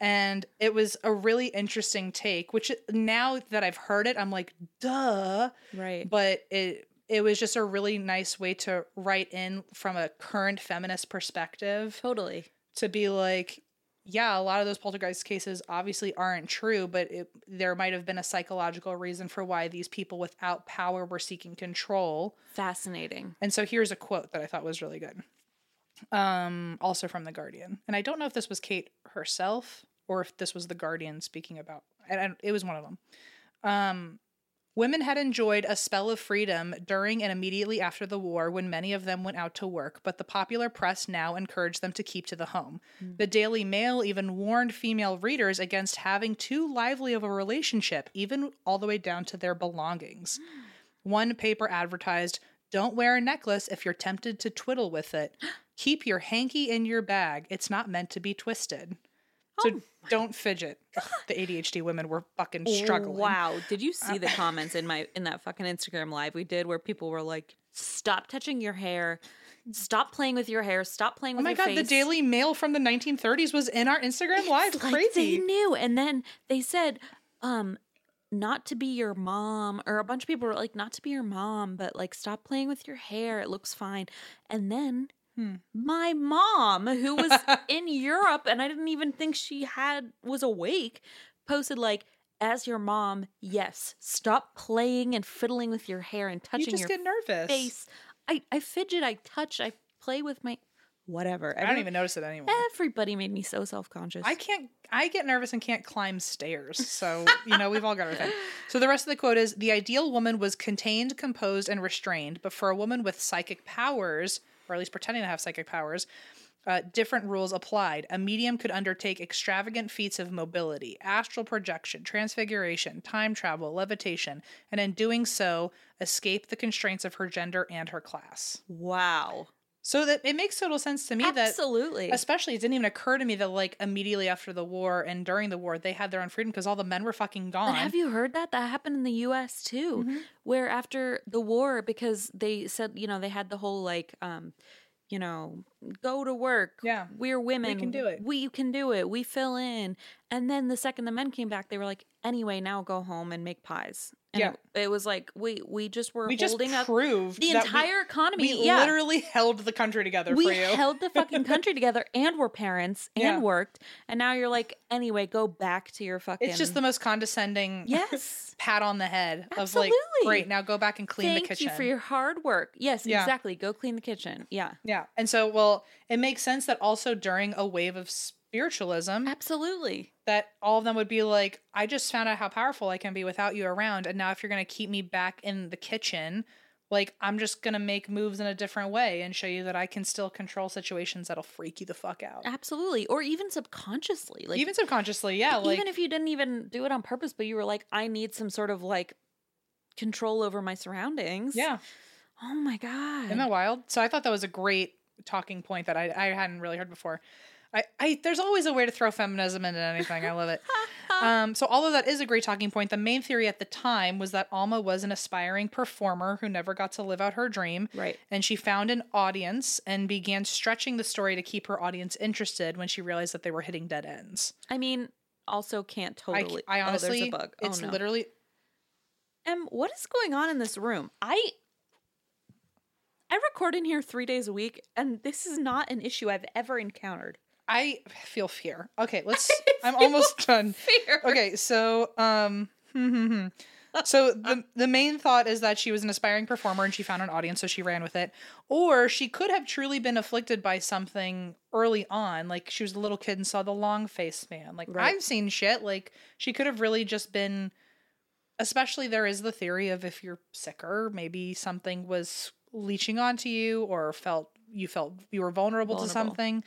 Speaker 1: and it was a really interesting take which now that i've heard it i'm like duh
Speaker 2: Right.
Speaker 1: but it it was just a really nice way to write in from a current feminist perspective
Speaker 2: Totally.
Speaker 1: to be like yeah a lot of those poltergeist cases obviously aren't true but it, there might have been a psychological reason for why these people without power were seeking control
Speaker 2: Fascinating.
Speaker 1: and so here's a quote that I thought was really good. Um, also from The Guardian. And I don't know if this was Kate herself or if this was The Guardian speaking about, and I, it was one of them. Um, Women had enjoyed a spell of freedom during and immediately after the war when many of them went out to work, but the popular press now encouraged them to keep to the home. The Daily Mail even warned female readers against having too lively of a relationship, even all the way down to their belongings. One paper advertised, Don't wear a necklace if you're tempted to twiddle with it. Keep your hanky in your bag. It's not meant to be twisted. So don't fidget. Ugh, the ADHD women were fucking struggling. Uh,
Speaker 2: Wow. Did you see the comments in my in that fucking Instagram live we did where people were like, "Stop touching your hair. Stop playing with your hair. Stop playing
Speaker 1: Oh
Speaker 2: with
Speaker 1: my
Speaker 2: your
Speaker 1: god, the
Speaker 2: face."
Speaker 1: Daily Mail from the 1930s was in our Instagram live.
Speaker 2: It's like
Speaker 1: Crazy.
Speaker 2: they knew and then they said um not to be your mom or a bunch of people were like not to be your mom but like stop playing with your hair it looks fine and then
Speaker 1: Hmm.
Speaker 2: my mom who was in europe and i didn't even think she had was awake posted like as your mom yes stop playing and fiddling with your hair and
Speaker 1: you
Speaker 2: touching
Speaker 1: just
Speaker 2: your
Speaker 1: get nervous.
Speaker 2: face i i fidget i touch i play with my whatever
Speaker 1: I don't even notice it anymore.
Speaker 2: everybody made me so self-conscious
Speaker 1: I can't. I get nervous and can't climb stairs. So you know we've all got our thing. So the rest of the quote is: the ideal woman was contained, composed, and restrained. But for a woman with psychic powers, or at least pretending to have psychic powers, uh, different rules applied. A medium could undertake extravagant feats of mobility, astral projection, transfiguration, time travel, levitation, and in doing so, escape the constraints of her gender and her class.
Speaker 2: wow
Speaker 1: So that it makes total sense to me
Speaker 2: Uh,
Speaker 1: that
Speaker 2: Absolutely.
Speaker 1: Especially, it didn't even occur to me that like immediately after the war and during the war, they had their own freedom because all the men were fucking
Speaker 2: But
Speaker 1: gone.
Speaker 2: have you heard that? That happened in the US too,
Speaker 1: Mm-hmm.
Speaker 2: where after the war, because they said, you know, they had the whole like, um, you know, go to work.
Speaker 1: Yeah.
Speaker 2: We're women.
Speaker 1: can do it.
Speaker 2: We you can do it. We fill in. And then the second the men came back, they were like, anyway, now go home and make pies. And
Speaker 1: Yeah.
Speaker 2: it, it was like, we we just were
Speaker 1: we just
Speaker 2: holding up
Speaker 1: proved
Speaker 2: the
Speaker 1: that we-
Speaker 2: entire economy.
Speaker 1: We,
Speaker 2: yeah.
Speaker 1: literally held the country together
Speaker 2: we
Speaker 1: for you.
Speaker 2: held the fucking country together and were parents and
Speaker 1: Yeah.
Speaker 2: worked. And now you're like, anyway, go back to your fucking
Speaker 1: it's just the most condescending
Speaker 2: Yes.
Speaker 1: pat on the head of
Speaker 2: Absolutely.
Speaker 1: like, great, now go back and clean
Speaker 2: Thank
Speaker 1: the kitchen.
Speaker 2: you for your hard work. Yes,
Speaker 1: Yeah.
Speaker 2: exactly. Go clean the kitchen. Yeah,
Speaker 1: yeah, and so well, it makes sense that also during a wave of spiritualism,
Speaker 2: absolutely.
Speaker 1: that all of them would be like, I just found out how powerful I can be without you around. And now if you're going to keep me back in the kitchen, like I'm just going to make moves in a different way and show you that I can still control situations that'll freak you the fuck out.
Speaker 2: Absolutely. Or even subconsciously. Ah, Like
Speaker 1: even
Speaker 2: even,
Speaker 1: subconsciously, yeah. Like,
Speaker 2: if you didn't even do it on purpose, but you were like, I need some sort of like control over my surroundings.
Speaker 1: yeah.
Speaker 2: Oh my God.
Speaker 1: Isn't that wild? So I thought that was a great talking point that I, I hadn't really heard before. I, I there's always a way to throw feminism into anything. I love it. Um, so although that is a great talking point, the main theory at the time was that Alma was an aspiring performer who never got to live out her dream.
Speaker 2: Right.
Speaker 1: And she found an audience and began stretching the story to keep her audience interested when she realized that they were hitting dead ends.
Speaker 2: I mean, also can't
Speaker 1: I-
Speaker 2: totally.
Speaker 1: I,
Speaker 2: oh,
Speaker 1: honestly,
Speaker 2: there's a bug. Oh,
Speaker 1: it's
Speaker 2: no.
Speaker 1: literally
Speaker 2: Em, what is going on in this room? I I record in here three days a week, and this is not an issue I've ever encountered.
Speaker 1: I feel fear. Okay, let's. I'm almost done.
Speaker 2: Fear.
Speaker 1: Okay, so um, so the the main thought is that she was an aspiring performer and she found an audience, so she ran with it. Or she could have truly been afflicted by something early on, like she was a little kid and saw the long faced man. Like
Speaker 2: Right.
Speaker 1: I've seen shit. Like she could have really just been. Especially there is the theory of if you're sicker, maybe something was leeching onto you or felt you felt you were vulnerable, to
Speaker 5: Vulnerable.
Speaker 1: something.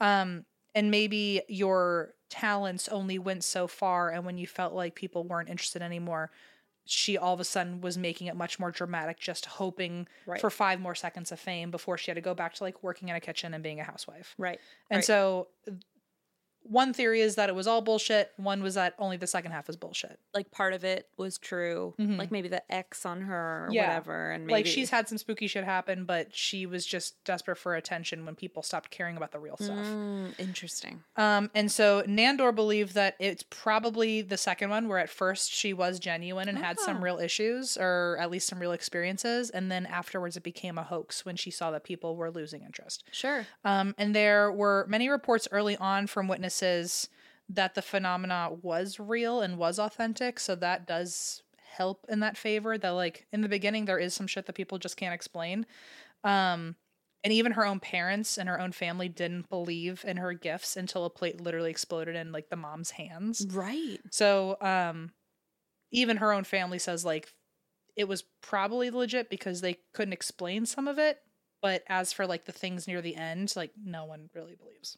Speaker 1: Um, and maybe your talents only went so far and when you felt like people weren't interested anymore she all of a sudden was making it much more dramatic just hoping
Speaker 2: Right.
Speaker 1: for five more seconds of fame before she had to go back to like working in a kitchen and being a housewife
Speaker 2: Right.
Speaker 1: and
Speaker 2: Right.
Speaker 1: so one theory is that it was all bullshit one was that only the second half was bullshit
Speaker 2: Like part of it was true.
Speaker 1: Mhm.
Speaker 2: Like maybe the X on her or
Speaker 1: Yeah.
Speaker 2: whatever. And maybe
Speaker 1: like she's had some spooky shit happen but she was just desperate for attention when people stopped caring about the real stuff
Speaker 2: Mm, interesting.
Speaker 1: Um, and so Nandor believed that it's probably the second one where at first she was genuine and had some real issues or at least some real experiences. And then afterwards it became a hoax when she saw that people were losing interest.
Speaker 5: Sure.
Speaker 1: Um, and there were many reports early on from witnesses that the phenomena was real and was authentic. So that does help in that favor that like in the beginning there is some shit that people just can't explain. Um, and even her own parents and her own family didn't believe in her gifts until a plate literally exploded in like the mom's hands.
Speaker 2: Right.
Speaker 1: So um, even her own family says like it was probably legit because they couldn't explain some of it. But as for like the things near the end, like no one really believes.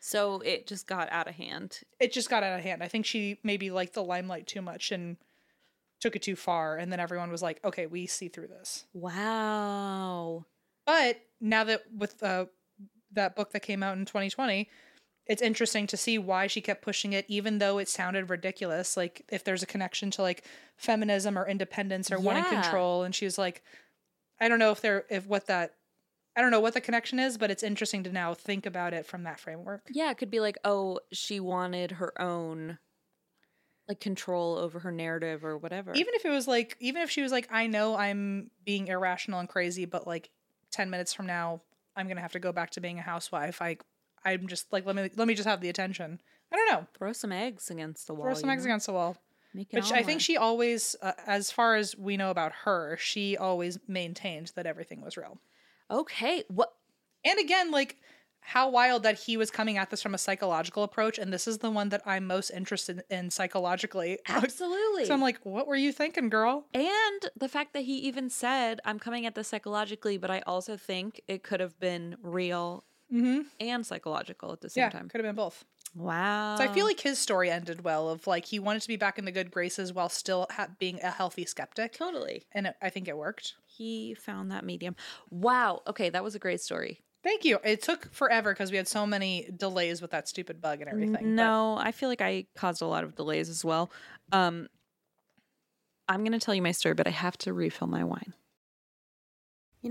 Speaker 2: So it just got out of hand.
Speaker 1: It just got out of hand. I think she maybe liked the limelight too much and took it too far. And then everyone was like, okay, we see through this.
Speaker 2: Wow.
Speaker 1: But now that with uh, that book that came out in 2020, it's interesting to see why she kept pushing it, even though it sounded ridiculous. Like if there's a connection to like feminism or independence or wanting
Speaker 2: Yeah.
Speaker 1: control, and she's like, I don't know if there if what that I don't know what the connection is, but it's interesting to now think about it from that framework.
Speaker 2: Yeah, it could be like, oh, she wanted her own like control over her narrative or whatever.
Speaker 1: Even if it was like, even if she was like, I know I'm being irrational and crazy, but like ten minutes from now, I'm gonna have to go back to being a housewife. I, I'm just like, let me let me just have the attention. I don't know.
Speaker 2: throw some eggs against the wall.
Speaker 1: Throw some
Speaker 2: you
Speaker 1: eggs
Speaker 2: know?
Speaker 1: against the wall.
Speaker 2: Make an
Speaker 1: But she- I think
Speaker 2: omelet.
Speaker 1: she always, uh, as far as we know about her, she always maintained that everything was real.
Speaker 2: Okay. What
Speaker 1: And again, like how wild that he was coming at this from a psychological approach, and this is the one that I'm most interested in psychologically.
Speaker 2: absolutely.
Speaker 1: so I'm like, what were you thinking, girl?
Speaker 2: and the fact that he even said, I'm coming at this psychologically, but I also think it could have been real
Speaker 1: Mm-hmm.
Speaker 2: and psychological at the same
Speaker 1: Yeah,
Speaker 2: time.
Speaker 1: could have been both.
Speaker 2: Wow.
Speaker 1: So I feel like his story ended well. Of like he wanted to be back in the good graces while still ha- being a healthy skeptic,
Speaker 2: totally.
Speaker 1: and it, I think it worked.
Speaker 2: He found that medium. Wow. Okay, that was a great story.
Speaker 1: Thank you. It took forever because we had so many delays with that stupid bug and everything. but-
Speaker 2: No, I feel like I caused a lot of delays as well. Um, I'm going to tell you my story, but I have to refill my wine.
Speaker 3: You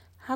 Speaker 3: How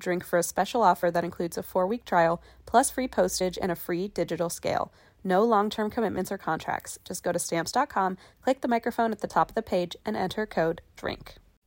Speaker 3: DRINK for a special offer that includes a four week trial, plus free postage and a free digital scale. No long term commitments or contracts. Just go to stamps.com, click the microphone at the top of the page, and enter code DRINK.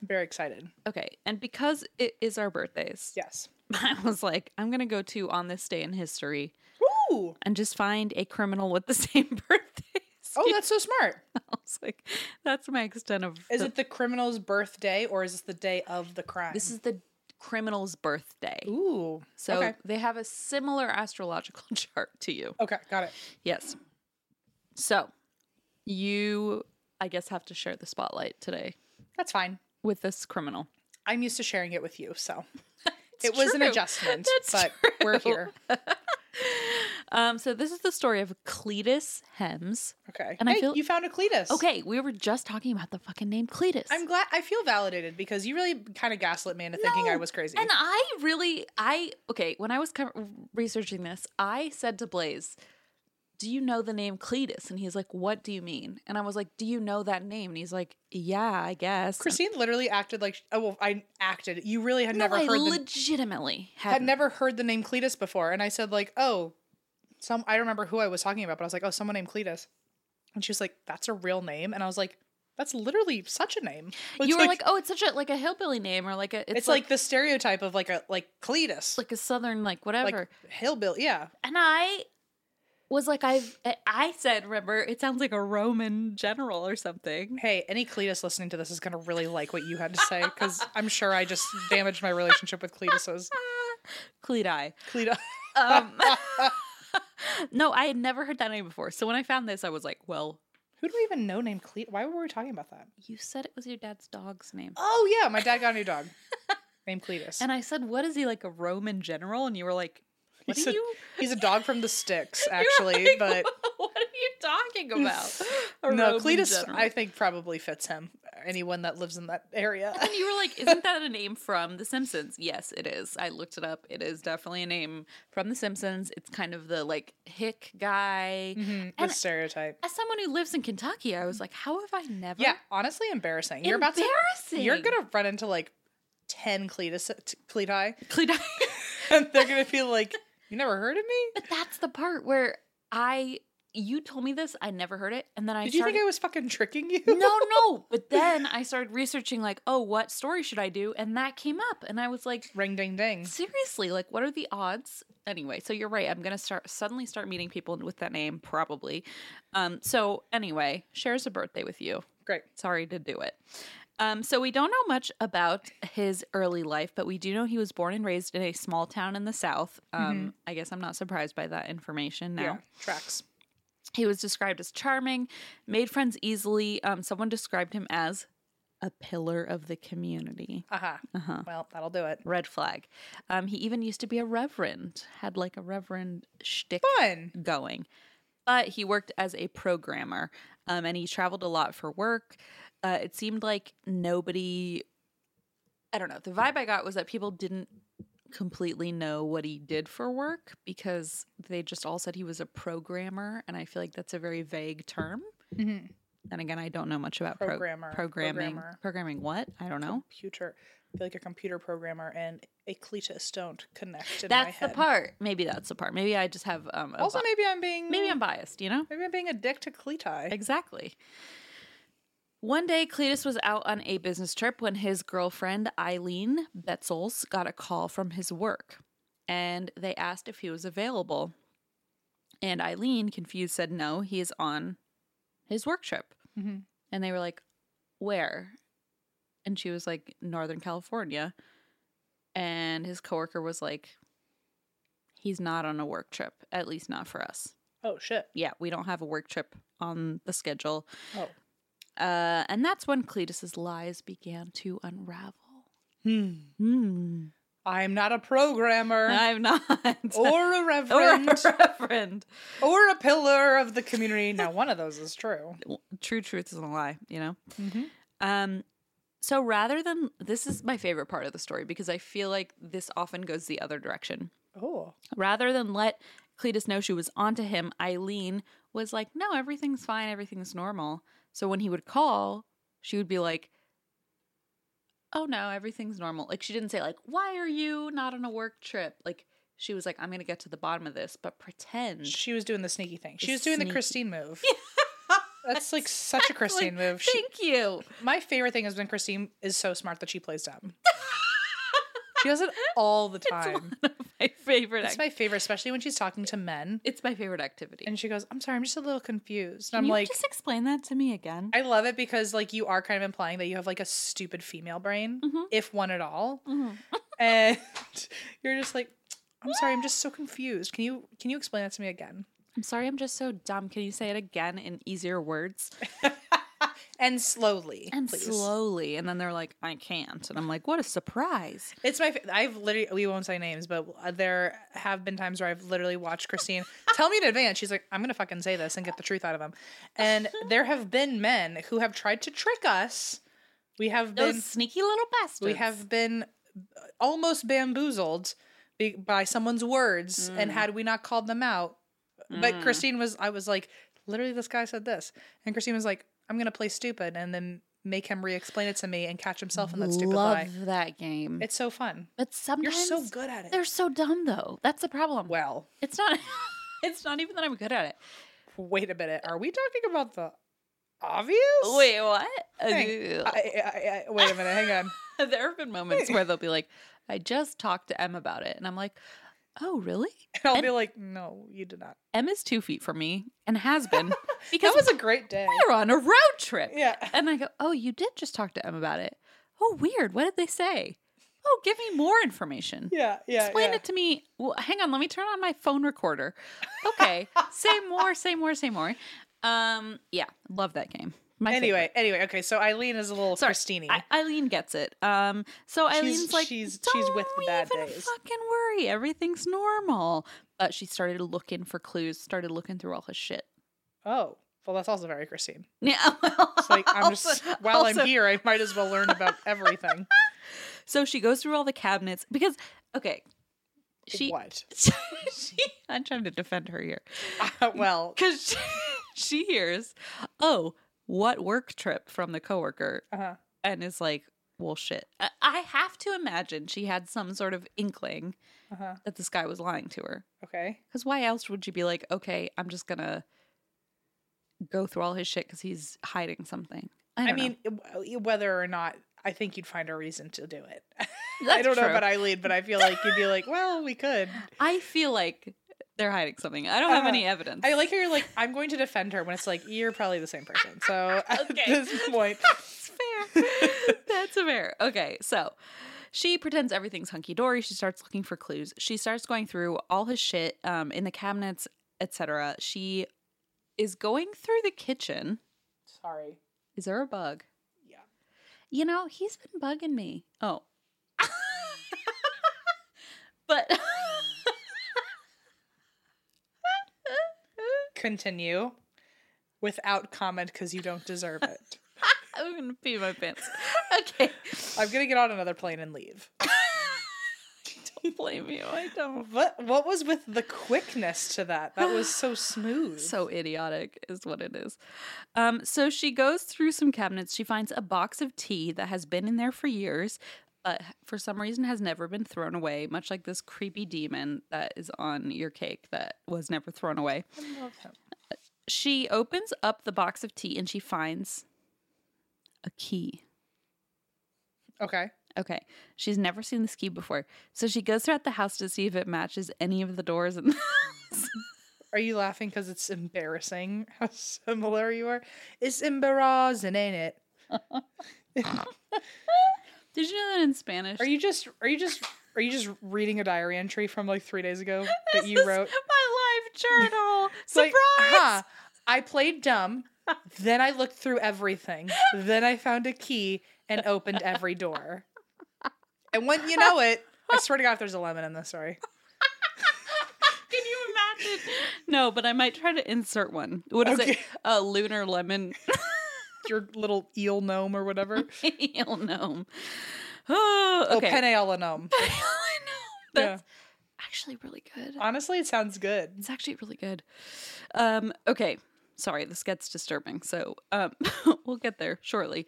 Speaker 1: I'm very excited.
Speaker 2: Okay. And because it is our birthdays,
Speaker 1: Yes.
Speaker 2: I was like, I'm going to go to on this day in history
Speaker 1: Woo!
Speaker 2: and just find a criminal with the same birthday.
Speaker 1: Oh, that's so smart.
Speaker 2: I was like, that's my extent of.
Speaker 1: Is
Speaker 2: the-
Speaker 1: it the criminal's birthday or is this the day of the crime?
Speaker 2: This is the criminal's birthday.
Speaker 1: Ooh.
Speaker 2: So
Speaker 1: okay.
Speaker 2: they have a similar astrological chart to you.
Speaker 1: Okay, got it.
Speaker 2: Yes. So you, I guess, have to share the spotlight today
Speaker 1: That's fine.
Speaker 2: with this criminal.
Speaker 1: I'm used to sharing it with you, so it was an
Speaker 2: true.
Speaker 1: adjustment,
Speaker 2: That's
Speaker 1: but we're here.
Speaker 2: Um, so this is the story of Cletus Hems.
Speaker 1: Okay.
Speaker 3: And I
Speaker 1: hey,
Speaker 3: feel-
Speaker 1: you found a Cletus.
Speaker 2: Okay, we were just talking about the fucking name Cletus.
Speaker 1: I'm glad I feel validated because you really kind of gaslit me into thinking I
Speaker 2: No,
Speaker 1: was crazy.
Speaker 2: And I really, I okay. When I was co- researching this, I said to Blaze, "Do you know the name Cletus?" And he's like, "What do you mean?" And I was like, "Do you know that name?" And he's like, "Yeah, I guess."
Speaker 1: Christine literally acted like oh well, I acted. You really had
Speaker 2: No,
Speaker 1: never
Speaker 2: I
Speaker 1: heard the,
Speaker 2: legitimately
Speaker 1: had
Speaker 2: had
Speaker 1: never heard the name Cletus before, and I said like oh, some I remember who I was talking about, but I was like oh someone named Cletus, and she was like that's a real name, and I was like that's literally such a name. It's
Speaker 2: You were like, "Oh, it's such a like a hillbilly name, or like a
Speaker 1: it's,
Speaker 2: it's,
Speaker 1: like,
Speaker 2: like
Speaker 1: the stereotype of like a like Cletus, like,
Speaker 2: like a southern like whatever."
Speaker 1: hillbilly. Yeah,
Speaker 2: and I was like, "I've," I said, "Remember, it sounds like a Roman general or something."
Speaker 1: hey, any Cletus listening to this is gonna really like what you had to say because I'm sure I just damaged my relationship with Cletuses.
Speaker 2: Cleti.
Speaker 1: Cletus.
Speaker 2: Um, no, I had never heard that name before. So when I found this, I was like, well,
Speaker 1: Who do I even know named Cleet? Why were we talking about that?
Speaker 2: you said it was your dad's dog's name.
Speaker 1: Oh yeah, my dad got a new dog named Cletus.
Speaker 2: And I said, what is he like a Roman general? And you were like, what
Speaker 1: He's
Speaker 2: are
Speaker 1: a-
Speaker 2: you?
Speaker 1: He's a dog from the sticks,
Speaker 2: you were
Speaker 1: actually,
Speaker 2: like,
Speaker 1: but
Speaker 2: what are you talking about? A
Speaker 1: no,
Speaker 2: Roman
Speaker 1: Cletus
Speaker 2: general.
Speaker 1: I think probably fits him. Anyone that lives in that area.
Speaker 2: and you were like, isn't that a name from The Simpsons? Yes, it is. I looked it up. It is definitely a name from The Simpsons. It's kind of the like hick guy.
Speaker 1: Mhm, the
Speaker 2: And-
Speaker 1: stereotype.
Speaker 2: As someone who lives in Kentucky, I was like, how have I never?
Speaker 1: Yeah, honestly embarrassing. You're about
Speaker 2: embarrassing.
Speaker 1: to You're gonna run into like ten Cletus t- Cleti,
Speaker 2: Cleti.
Speaker 1: and they're gonna be like, You never heard of me?
Speaker 2: But that's the part where I you told me this, I never heard it, and then I
Speaker 1: Did you
Speaker 2: started
Speaker 1: think I was fucking tricking you?
Speaker 2: No, no, but then I started researching like, oh, what story should I do? And that came up and I was like,
Speaker 1: Ring ding ding.
Speaker 2: seriously, like what are the odds? Anyway, so you're right. I'm going to start suddenly start meeting people with that name probably. Um so anyway, shares a birthday with you.
Speaker 1: Great.
Speaker 2: Sorry to do it. Um, so we don't know much about his early life, but we do know he was born and raised in a small town in the South.
Speaker 1: Mm-hmm.
Speaker 2: Um, I guess I'm not surprised by that information now.
Speaker 1: Yeah. Tracks.
Speaker 2: He was described as charming, made friends easily. Um, someone described him as a pillar of the community.
Speaker 1: Uh-huh.
Speaker 2: Uh-huh.
Speaker 1: Well, that'll do it.
Speaker 2: Red flag. Um, he even used to be a reverend, had like a reverend shtick
Speaker 1: Fun.
Speaker 2: going. But he worked as a programmer um, and he traveled a lot for work. Uh, it seemed like nobody, I don't know, the vibe I got was that people didn't completely know what he did for work because they just all said he was a programmer. And I feel like that's a very vague term.
Speaker 1: Mhm.
Speaker 2: Then again, I don't know much about pro-
Speaker 1: Programmer,
Speaker 2: programming.
Speaker 1: programmer.
Speaker 2: Programming what? I don't know.
Speaker 1: Computer, I feel like a computer programmer and a cletus don't connect. In my
Speaker 2: That's the
Speaker 1: head.
Speaker 2: part. Maybe that's the part. Maybe I just have um a
Speaker 1: Also,
Speaker 2: bi-
Speaker 1: maybe I'm being
Speaker 2: maybe I'm biased, you know?
Speaker 1: maybe I'm being a dick to Cleti.
Speaker 2: Exactly. One day, Cletus was out on a business trip when his girlfriend, Eileen Betzels, got a call from his work and they asked if he was available. And Eileen, confused, said no, he is on his work trip.
Speaker 1: Mhm.
Speaker 2: And they were like, Where? And she was like, Northern California. And his coworker was like, He's not on a work trip, at least not for us
Speaker 1: Oh shit!
Speaker 2: yeah, we don't have a work trip on the schedule.
Speaker 1: Oh.
Speaker 2: Uh, and that's when Cletus's lies began to unravel.
Speaker 1: Hmm.
Speaker 2: Hmm.
Speaker 1: I'm not a programmer
Speaker 2: I'm not.
Speaker 1: or a
Speaker 2: Or a
Speaker 1: reverend
Speaker 2: reverend.
Speaker 1: or a pillar of the community. Now, one of those is true.
Speaker 2: True truth isn't a lie, you know?
Speaker 1: Mhm.
Speaker 2: Um, so rather than this is my favorite part of the story because I feel like this often goes the other direction.
Speaker 1: Oh,
Speaker 2: Rather than let Cletus know she was onto him, Eileen was like, no, everything's fine, everything's normal. So when he would call, she would be like, oh no, everything's normal. Like she didn't say, like, why are you not on a work trip? Like she was like, I'm going to get to the bottom of this, but pretend.
Speaker 1: she was doing the sneaky thing. She
Speaker 2: The
Speaker 1: was doing the
Speaker 2: sneaky-
Speaker 1: Christine move. That's like such a Christine move. She,
Speaker 2: Thank you.
Speaker 1: my favorite thing is when Christine is so smart that she plays dumb. she does it all the time.
Speaker 2: my favorite.
Speaker 1: It's
Speaker 2: It's
Speaker 1: my favorite, especially when she's talking to men.
Speaker 2: it's my favorite activity.
Speaker 1: And she goes, "I'm sorry, I'm just a little confused." And I'm
Speaker 2: Can you
Speaker 1: like,
Speaker 2: just explain that to me again?
Speaker 1: I love it because like you are kind of implying that you have like a stupid female brain,
Speaker 2: Mm-hmm.
Speaker 1: if one at all, and you're just like, I'm sorry, I'm just so confused. Can you can you explain that to me again?
Speaker 2: I'm sorry, I'm just so dumb. Can you say it again in easier words?
Speaker 1: And slowly,
Speaker 2: and
Speaker 1: please.
Speaker 2: slowly and then they're like i can't and i'm like what a surprise
Speaker 1: It's my. fa- I've literally. We won't say names, but uh, there have been times where I've literally watched Christine tell me in advance. She's like, "I'm gonna fucking say this and get the truth out of him." And there have been men who have tried to trick us. We have
Speaker 2: those
Speaker 1: been.
Speaker 2: sneaky little bastards
Speaker 1: We have been uh, almost bamboozled be- by someone's words,
Speaker 2: Mm.
Speaker 1: and had we not called them out, uh, but Christine was. I was like, literally, this guy said this, and Christine was like, "I'm gonna play stupid," and then make him re-explain it to me and catch himself in that stupid
Speaker 2: love
Speaker 1: lie.
Speaker 2: that game
Speaker 1: It's so fun.
Speaker 2: but sometimes
Speaker 1: You're so good at it.
Speaker 2: they're so dumb though that's the problem
Speaker 1: well,
Speaker 2: it's not it's not even that i'm good at it
Speaker 1: wait a minute. Are we talking about the obvious?
Speaker 2: wait what
Speaker 1: Hang- I, I, I, wait a minute. Hang on.
Speaker 2: Uh, there have been moments where they'll be like i just talked to em about it and i'm like oh really
Speaker 1: And I'll be like, no, you did not.
Speaker 2: em is two feet from me and has been
Speaker 1: That
Speaker 2: because
Speaker 1: was a great day.
Speaker 2: we're on a road trip
Speaker 1: Yeah.
Speaker 2: And I go, Oh, you did just talk to Em about it. Oh, weird. What did they say? Oh, give me more information.
Speaker 1: Yeah. Yeah.
Speaker 2: Explain
Speaker 1: yeah.
Speaker 2: it to me. Well, hang on, let me turn on my phone recorder. Okay. say more, say more, say more. Um, yeah, love that game. My
Speaker 1: Anyway,
Speaker 2: favorite.
Speaker 1: anyway, okay. So Eileen is a little
Speaker 2: Sorry,
Speaker 1: Christine.
Speaker 2: I- Eileen gets it. Um, so
Speaker 1: She's-
Speaker 2: Eileen's like,
Speaker 1: she's-
Speaker 2: Don't
Speaker 1: she's with the bad
Speaker 2: even
Speaker 1: days."
Speaker 2: Fucking worry, everything's normal. But she started looking for clues. Started looking through all his shit.
Speaker 1: oh, well, that's also very Christine.
Speaker 2: Yeah, well,
Speaker 1: It's like I'm just
Speaker 2: also-
Speaker 1: while
Speaker 2: also-
Speaker 1: I'm here, I might as well learn about everything.
Speaker 2: So she goes through all the cabinets because okay, she
Speaker 1: what?
Speaker 2: she I'm trying to defend her here
Speaker 1: well,
Speaker 2: because she, she hears, oh, what work trip from the coworker,
Speaker 1: uh-huh.
Speaker 2: and is like, well, shit. I, I have to imagine she had some sort of inkling
Speaker 1: Uh-huh.
Speaker 2: that this guy was lying to her.
Speaker 1: okay.
Speaker 2: Because why else would you be like, okay, I'm just gonna go through all his shit because he's hiding something. I,
Speaker 1: I,
Speaker 2: don't know.
Speaker 1: mean, w- whether or not, I think you'd find a reason to do it. I
Speaker 2: That's
Speaker 1: don't know
Speaker 2: true.
Speaker 1: about Eileen, but I feel like you'd be like, well, we could.
Speaker 2: I feel like they're hiding something. I don't have
Speaker 1: Uh-huh.
Speaker 2: any evidence.
Speaker 1: I like how you're like, I'm going to defend her when it's like, you're probably the same person. So at
Speaker 2: Okay.
Speaker 1: this point,
Speaker 2: That's fair. That's fair. Okay, so she pretends everything's hunky dory. She starts looking for clues. She starts going through all his shit um, in the cabinets, etc. She is going through the kitchen.
Speaker 1: sorry.
Speaker 2: Is there a bug?
Speaker 1: Yeah.
Speaker 2: You know, he's been bugging me. Oh. but
Speaker 1: Continue without comment because you don't deserve it.
Speaker 2: I'm going to pee my pants. Okay.
Speaker 1: I'm going to get on another plane and leave.
Speaker 3: don't blame you. I don't.
Speaker 1: What what was with the quickness to that? That was so smooth.
Speaker 3: So idiotic is what it is. Um, so she goes through some cabinets. She finds a box of tea that has been in there for years, but for some reason has never been thrown away, much like this creepy demon that is on your cake that was never thrown away.
Speaker 1: I love him.
Speaker 3: She opens up the box of tea and she finds a key.
Speaker 1: Okay.
Speaker 3: Okay. She's never seen this key before. So she goes throughout the house to see if it matches any of the doors in the house.
Speaker 1: Are you laughing because it's embarrassing how similar you are? It's embarrassing, ain't it?
Speaker 3: Did you know that in Spanish?
Speaker 1: Are you just are you just are you just reading a diary entry from like three days ago that
Speaker 3: This
Speaker 1: you
Speaker 3: is
Speaker 1: wrote?
Speaker 3: my life journal?
Speaker 1: It's like,
Speaker 3: Surprise!
Speaker 1: huh, I played dumb. Then I looked through everything. Then I found a key and opened every door. And when you know it, I swear to God, if there's a lemon in this, sorry.
Speaker 3: Can you imagine? No, but I might try to insert one. What is it?
Speaker 1: Okay.
Speaker 3: A lunar lemon
Speaker 1: Your little eel gnome or whatever.
Speaker 3: eel gnome. Oh,
Speaker 1: Oh,
Speaker 3: okay.
Speaker 1: Peneola gnome.
Speaker 3: I know. That's actually really good.
Speaker 1: Honestly, it sounds good.
Speaker 3: It's actually really good. Um, okay. Sorry, this gets disturbing. So um, we'll get there shortly.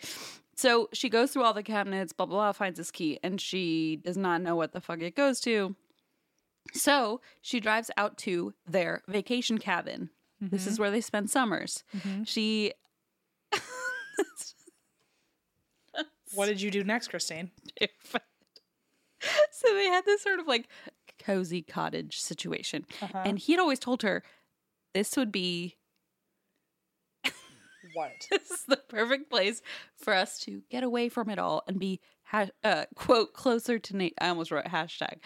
Speaker 3: So she goes through all the cabinets, blah, blah, blah, finds this key, and she does not know what the fuck it goes to. So she drives out to their vacation cabin. This is where they spend summers. She.
Speaker 1: What did you do next, Christine?
Speaker 3: terrified. So they had this sort of like cozy cottage situation.
Speaker 1: Uh-huh.
Speaker 3: And he'd always told her this would be
Speaker 1: What?
Speaker 3: this is the perfect place for us to get away from it all and be ha- uh, quote closer to nature. I almost wrote hashtag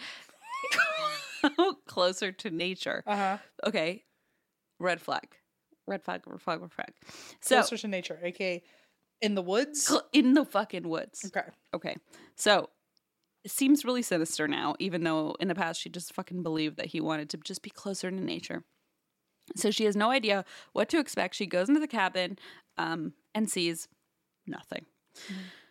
Speaker 3: closer to nature.
Speaker 1: Uh huh.
Speaker 3: Okay, red flag, red flag, red flag, red flag. So
Speaker 1: Closer to nature, aka in the woods.
Speaker 3: cl- in the fucking woods.
Speaker 1: okay.
Speaker 3: Okay, so it seems really sinister now, even though in the past she just fucking believed that he wanted to just be closer to nature. So she has no idea what to expect. She goes into the cabin um, and sees nothing.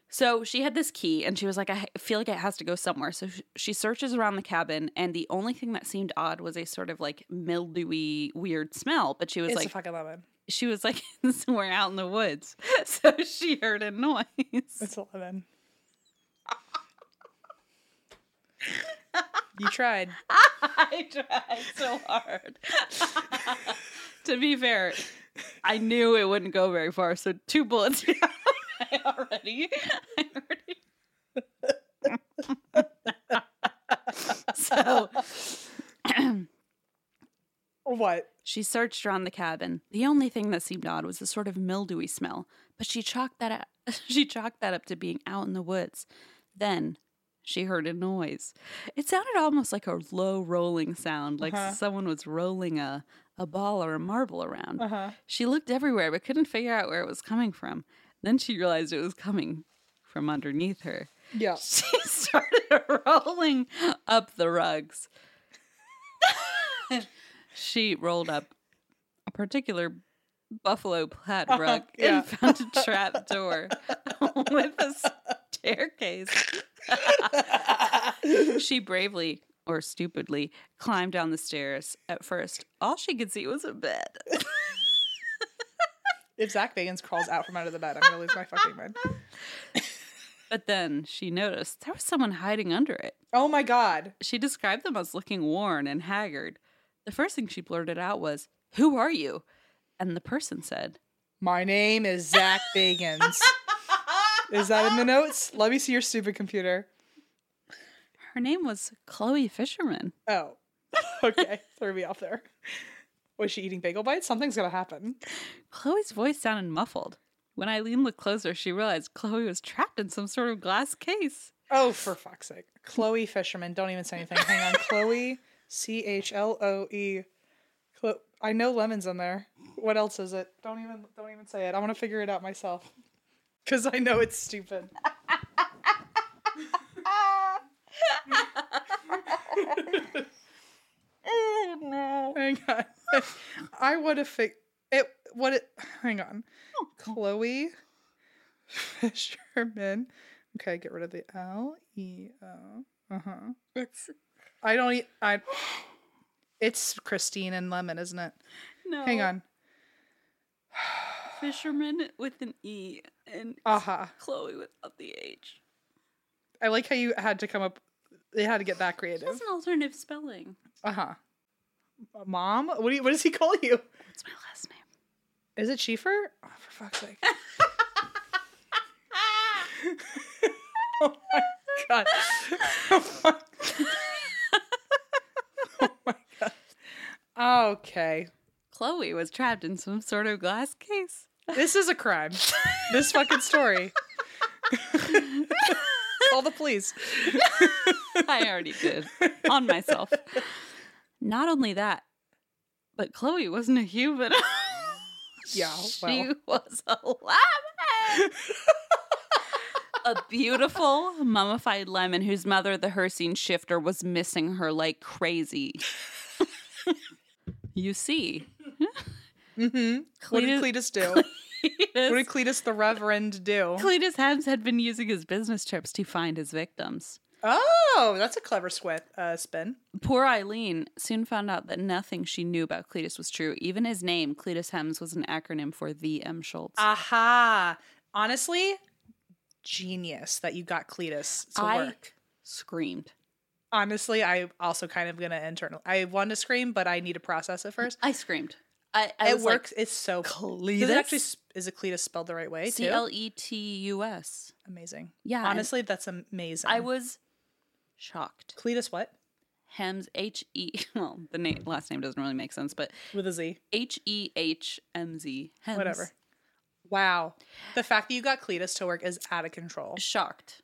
Speaker 3: So she had this key and she was like, I feel like it has to go somewhere. So sh- she searches around the cabin, and the only thing that seemed odd was a sort of like mildewy, weird smell. But she was
Speaker 1: It's
Speaker 3: like,
Speaker 1: a fucking lemon.
Speaker 3: she was like, we're out in the woods. So she heard a noise.
Speaker 1: It's a lemon. you tried.
Speaker 3: I tried so hard. to be fair, I knew it wouldn't go very far, so two bullets down. I already, I already. so
Speaker 1: What?
Speaker 3: she searched around the cabin. The only thing that seemed odd was the sort of mildewy smell, but she chalked that up, she chalked that up to being out in the woods. Then she heard a noise. It sounded almost like a low rolling sound, like
Speaker 1: Uh-huh.
Speaker 3: someone was rolling a a ball or a marble around.
Speaker 1: Uh huh.
Speaker 3: She looked everywhere but couldn't figure out where it was coming from. Then she realized it was coming from underneath her.
Speaker 1: Yeah.
Speaker 3: She started rolling up the rugs. she rolled up a particular buffalo plaid rug
Speaker 1: yeah.
Speaker 3: and found a trap door with a staircase. she bravely or stupidly climbed down the stairs. At first, all she could see was a bed.
Speaker 1: If Zach Bagans crawls out from under the bed, I'm gonna lose my fucking mind.
Speaker 3: But then she noticed there was someone hiding under it.
Speaker 1: Oh my god.
Speaker 3: She described them as looking worn and haggard. The first thing she blurted out was, Who are you? And the person said,
Speaker 1: My name is Zach Bagans. is that in the notes? Let me see your stupid computer.
Speaker 3: Her name was Chloe Fisherman.
Speaker 1: Oh. Okay. Threw me off there. Was she eating bagel bites? Something's gonna happen.
Speaker 3: Chloe's voice sounded muffled. When Eileen looked closer, she realized Chloe was trapped in some sort of glass case.
Speaker 1: Oh, for fuck's sake. Chloe Fisherman. Don't even say anything. Hang on. Chloe, C H L O E. Chlo- I know lemon's in there. What else is it? Don't even don't even say it. I want to figure it out myself. Cuz I know it's stupid. Hang on. I want to fig it what it hang on. Chloe Fisherman. Okay, get rid of the L E O. Uh huh. uh-huh. I don't. e- I. It's Christine and Lemon, isn't it?
Speaker 3: No.
Speaker 1: Hang on.
Speaker 3: Fisherman with an E and
Speaker 1: Aha.
Speaker 3: Chloe without the H.
Speaker 1: I like how you had to come up. They had to get that
Speaker 3: That's
Speaker 1: creative.
Speaker 3: an alternative spelling.
Speaker 1: Uh huh. Mom, what do you, what does he call you?
Speaker 3: What's my last name?
Speaker 1: Is it Schieffer? Oh, for fuck's sake. oh my god. Oh my, oh my god. Okay.
Speaker 3: Chloe was trapped in some sort of glass case.
Speaker 1: This is a crime. This fucking story. Call the police.
Speaker 3: I already did on myself. Not only that, but Chloe wasn't a human.
Speaker 1: Yeah,
Speaker 3: she
Speaker 1: well.
Speaker 3: was a lemon. a beautiful mummified lemon whose mother, the Hercene shifter, was missing her like crazy. you see,
Speaker 1: Mm-hmm. What did Cletus do? What
Speaker 3: Cletus,
Speaker 1: did Cletus the Reverend do?
Speaker 3: Cletus Hems had been using his business trips to find his victims.
Speaker 1: Oh, that's a clever sweat uh, spin.
Speaker 3: Poor Eileen soon found out that nothing she knew about Cletus was true. Even his name, Cletus Hems, was an acronym for the M. Schultz.
Speaker 1: Aha. Honestly, genius that you got Cletus to
Speaker 3: I-
Speaker 1: work.
Speaker 3: Screamed.
Speaker 1: Honestly, I also kind of gonna internal. I want to scream, but I need to process it first.
Speaker 3: I screamed. I, I
Speaker 1: it
Speaker 3: was like,
Speaker 1: works. it's so.
Speaker 3: Cletus.
Speaker 1: Does it actually s- is it Cletus spelled the right way
Speaker 3: C
Speaker 1: too?
Speaker 3: L E T U S.
Speaker 1: amazing.
Speaker 3: Yeah, and-
Speaker 1: Honestly, that's amazing.
Speaker 3: I was shocked.
Speaker 1: Cletus what
Speaker 3: Hems H E. Well, the name, last name doesn't really make sense, but
Speaker 1: with a Z?
Speaker 3: H E H M Z. Hems.
Speaker 1: Whatever. Wow, the fact that you got Cletus to work is out of control.
Speaker 3: Shocked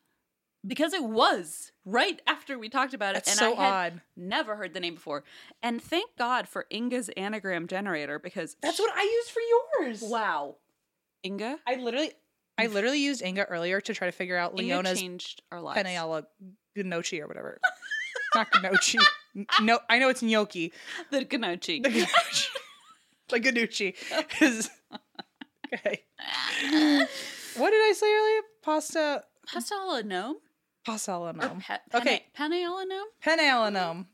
Speaker 3: because it was right after we talked about it,
Speaker 1: That's
Speaker 3: and
Speaker 1: so
Speaker 3: I had
Speaker 1: odd.
Speaker 3: never heard the name before. And thank God for Inga's anagram generator because
Speaker 1: That's what I used for yours.
Speaker 3: wow, Inga.
Speaker 1: I literally, I literally used Inga earlier to try to figure out
Speaker 3: Inga
Speaker 1: Leona's
Speaker 3: changed our lives.
Speaker 1: Penayala Gnocchi or whatever. Not Gnocchi. N- No, I know it's gnocchi.
Speaker 3: The Ganochi.
Speaker 1: The Gnocchi. like Gnocchi. Is... Okay. What did I say earlier? Pasta.
Speaker 3: Pastella gnome.
Speaker 1: Pasta
Speaker 3: Or
Speaker 1: alanome.
Speaker 3: pe-
Speaker 1: Uh, Okay.
Speaker 3: Penne gnome.
Speaker 1: Penalanome.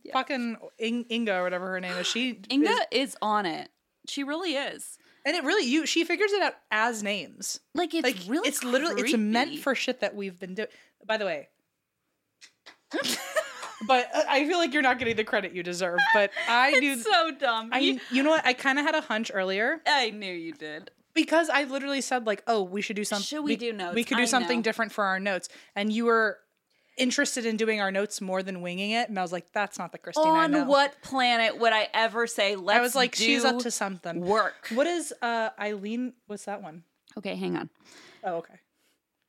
Speaker 3: Yeah.
Speaker 1: um, Fucking In- Inga or whatever her name is. She
Speaker 3: Inga
Speaker 1: is-
Speaker 3: is, on it. She really is.
Speaker 1: and it really you she figures it out as names.
Speaker 3: Like it's
Speaker 1: like
Speaker 3: really
Speaker 1: it's literally it's meant
Speaker 3: creepy.
Speaker 1: for shit that we've been doing. By the way, but uh, I feel like you're not getting the credit you deserve. But I do.
Speaker 3: It's so dumb. You-
Speaker 1: I you know what? I kind of had a hunch earlier
Speaker 3: I knew you did.
Speaker 1: because I literally said like, oh, we should do something.
Speaker 3: Should we do notes?
Speaker 1: We could do
Speaker 3: I
Speaker 1: something
Speaker 3: know.
Speaker 1: different for our notes, and you were interested in doing our notes more than winging it. And I was like, that's not the Christine I know.
Speaker 3: On what planet would I ever say let's
Speaker 1: I was like, she's
Speaker 3: do
Speaker 1: up to something.
Speaker 3: work.
Speaker 1: What is uh Eileen? What's that one?
Speaker 3: Okay, hang on.
Speaker 1: Oh, okay.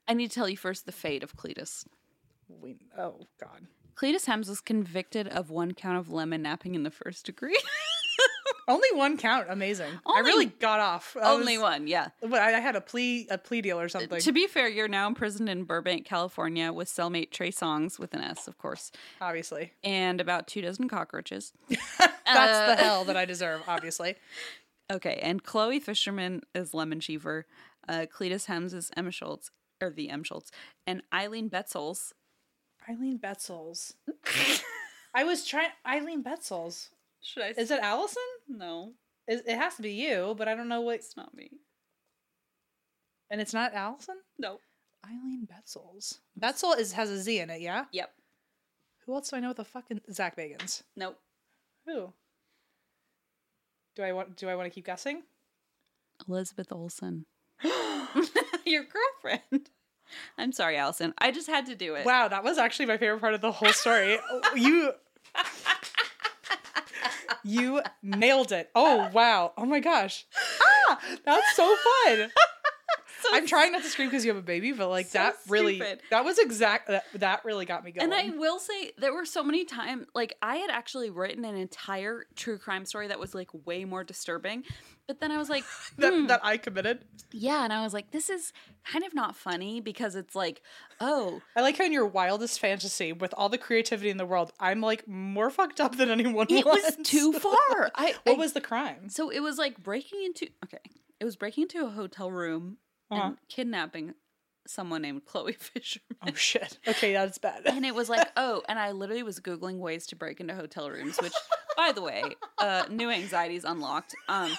Speaker 3: I need to tell you first the fate of Cletus.
Speaker 1: We, oh God.
Speaker 3: Cletus Hems was convicted of one count of lemon napping in the first degree.
Speaker 1: Only one count. Amazing. I
Speaker 3: Only-
Speaker 1: really got off. I
Speaker 3: Only
Speaker 1: was-
Speaker 3: one, yeah.
Speaker 1: But I I had a plea, a plea deal or something.
Speaker 3: To be fair, you're now imprisoned in Burbank, California with cellmate Trey Songs with an S, of course,
Speaker 1: obviously,
Speaker 3: and about two dozen cockroaches. Uh,
Speaker 1: that's the hell that I deserve. Obviously,
Speaker 3: Okay, and Chloe Fisherman is Lemon Cheever, uh, Cletus Hems is Emma Schultz, or the M Schultz, and Eileen Betzels.
Speaker 1: Eileen Betzels. I was trying Eileen Betzels.
Speaker 3: Should I?
Speaker 1: Is it Allison?
Speaker 3: no,
Speaker 1: Is, it has to be you, but I don't know what.
Speaker 3: it's not me.
Speaker 1: And it's not Allison.
Speaker 3: No.
Speaker 1: Eileen Betzels. Betzel is has a Z in it. Yeah.
Speaker 3: Yep.
Speaker 1: Who else do I know with a fucking Zach Bagans?
Speaker 3: Nope.
Speaker 1: Who? Do I want? Do I want to keep guessing?
Speaker 3: Elizabeth Olsen. Your girlfriend. I'm sorry, Allison. I just had to do it.
Speaker 1: Wow, that was actually my favorite part of the whole story. you You nailed it. Oh wow. Oh my gosh. Ah, that's so fun. I'm trying not to scream because you have a baby, but like
Speaker 3: So
Speaker 1: that really
Speaker 3: stupid.
Speaker 1: that was exact that, that really got me going.
Speaker 3: And I will say there were so many times like I had actually written an entire true crime story that was like way more disturbing, but then I was like,
Speaker 1: that,
Speaker 3: hmm.
Speaker 1: that I committed.
Speaker 3: Yeah, and I was like, this is kind of not funny because it's like, oh,
Speaker 1: I like how in your wildest fantasy, with all the creativity in the world, I'm like more fucked up than anyone
Speaker 3: it was
Speaker 1: wants.
Speaker 3: too far. I,
Speaker 1: What
Speaker 3: I-
Speaker 1: was the crime?
Speaker 3: so it was like breaking into okay, it was breaking into a hotel room
Speaker 1: Uh-huh.
Speaker 3: and kidnapping someone named Chloe Fisherman.
Speaker 1: Oh shit. Okay, that's bad.
Speaker 3: and it was like, oh, and I literally was googling ways to break into hotel rooms, which, by the way, uh, new anxieties unlocked. Um,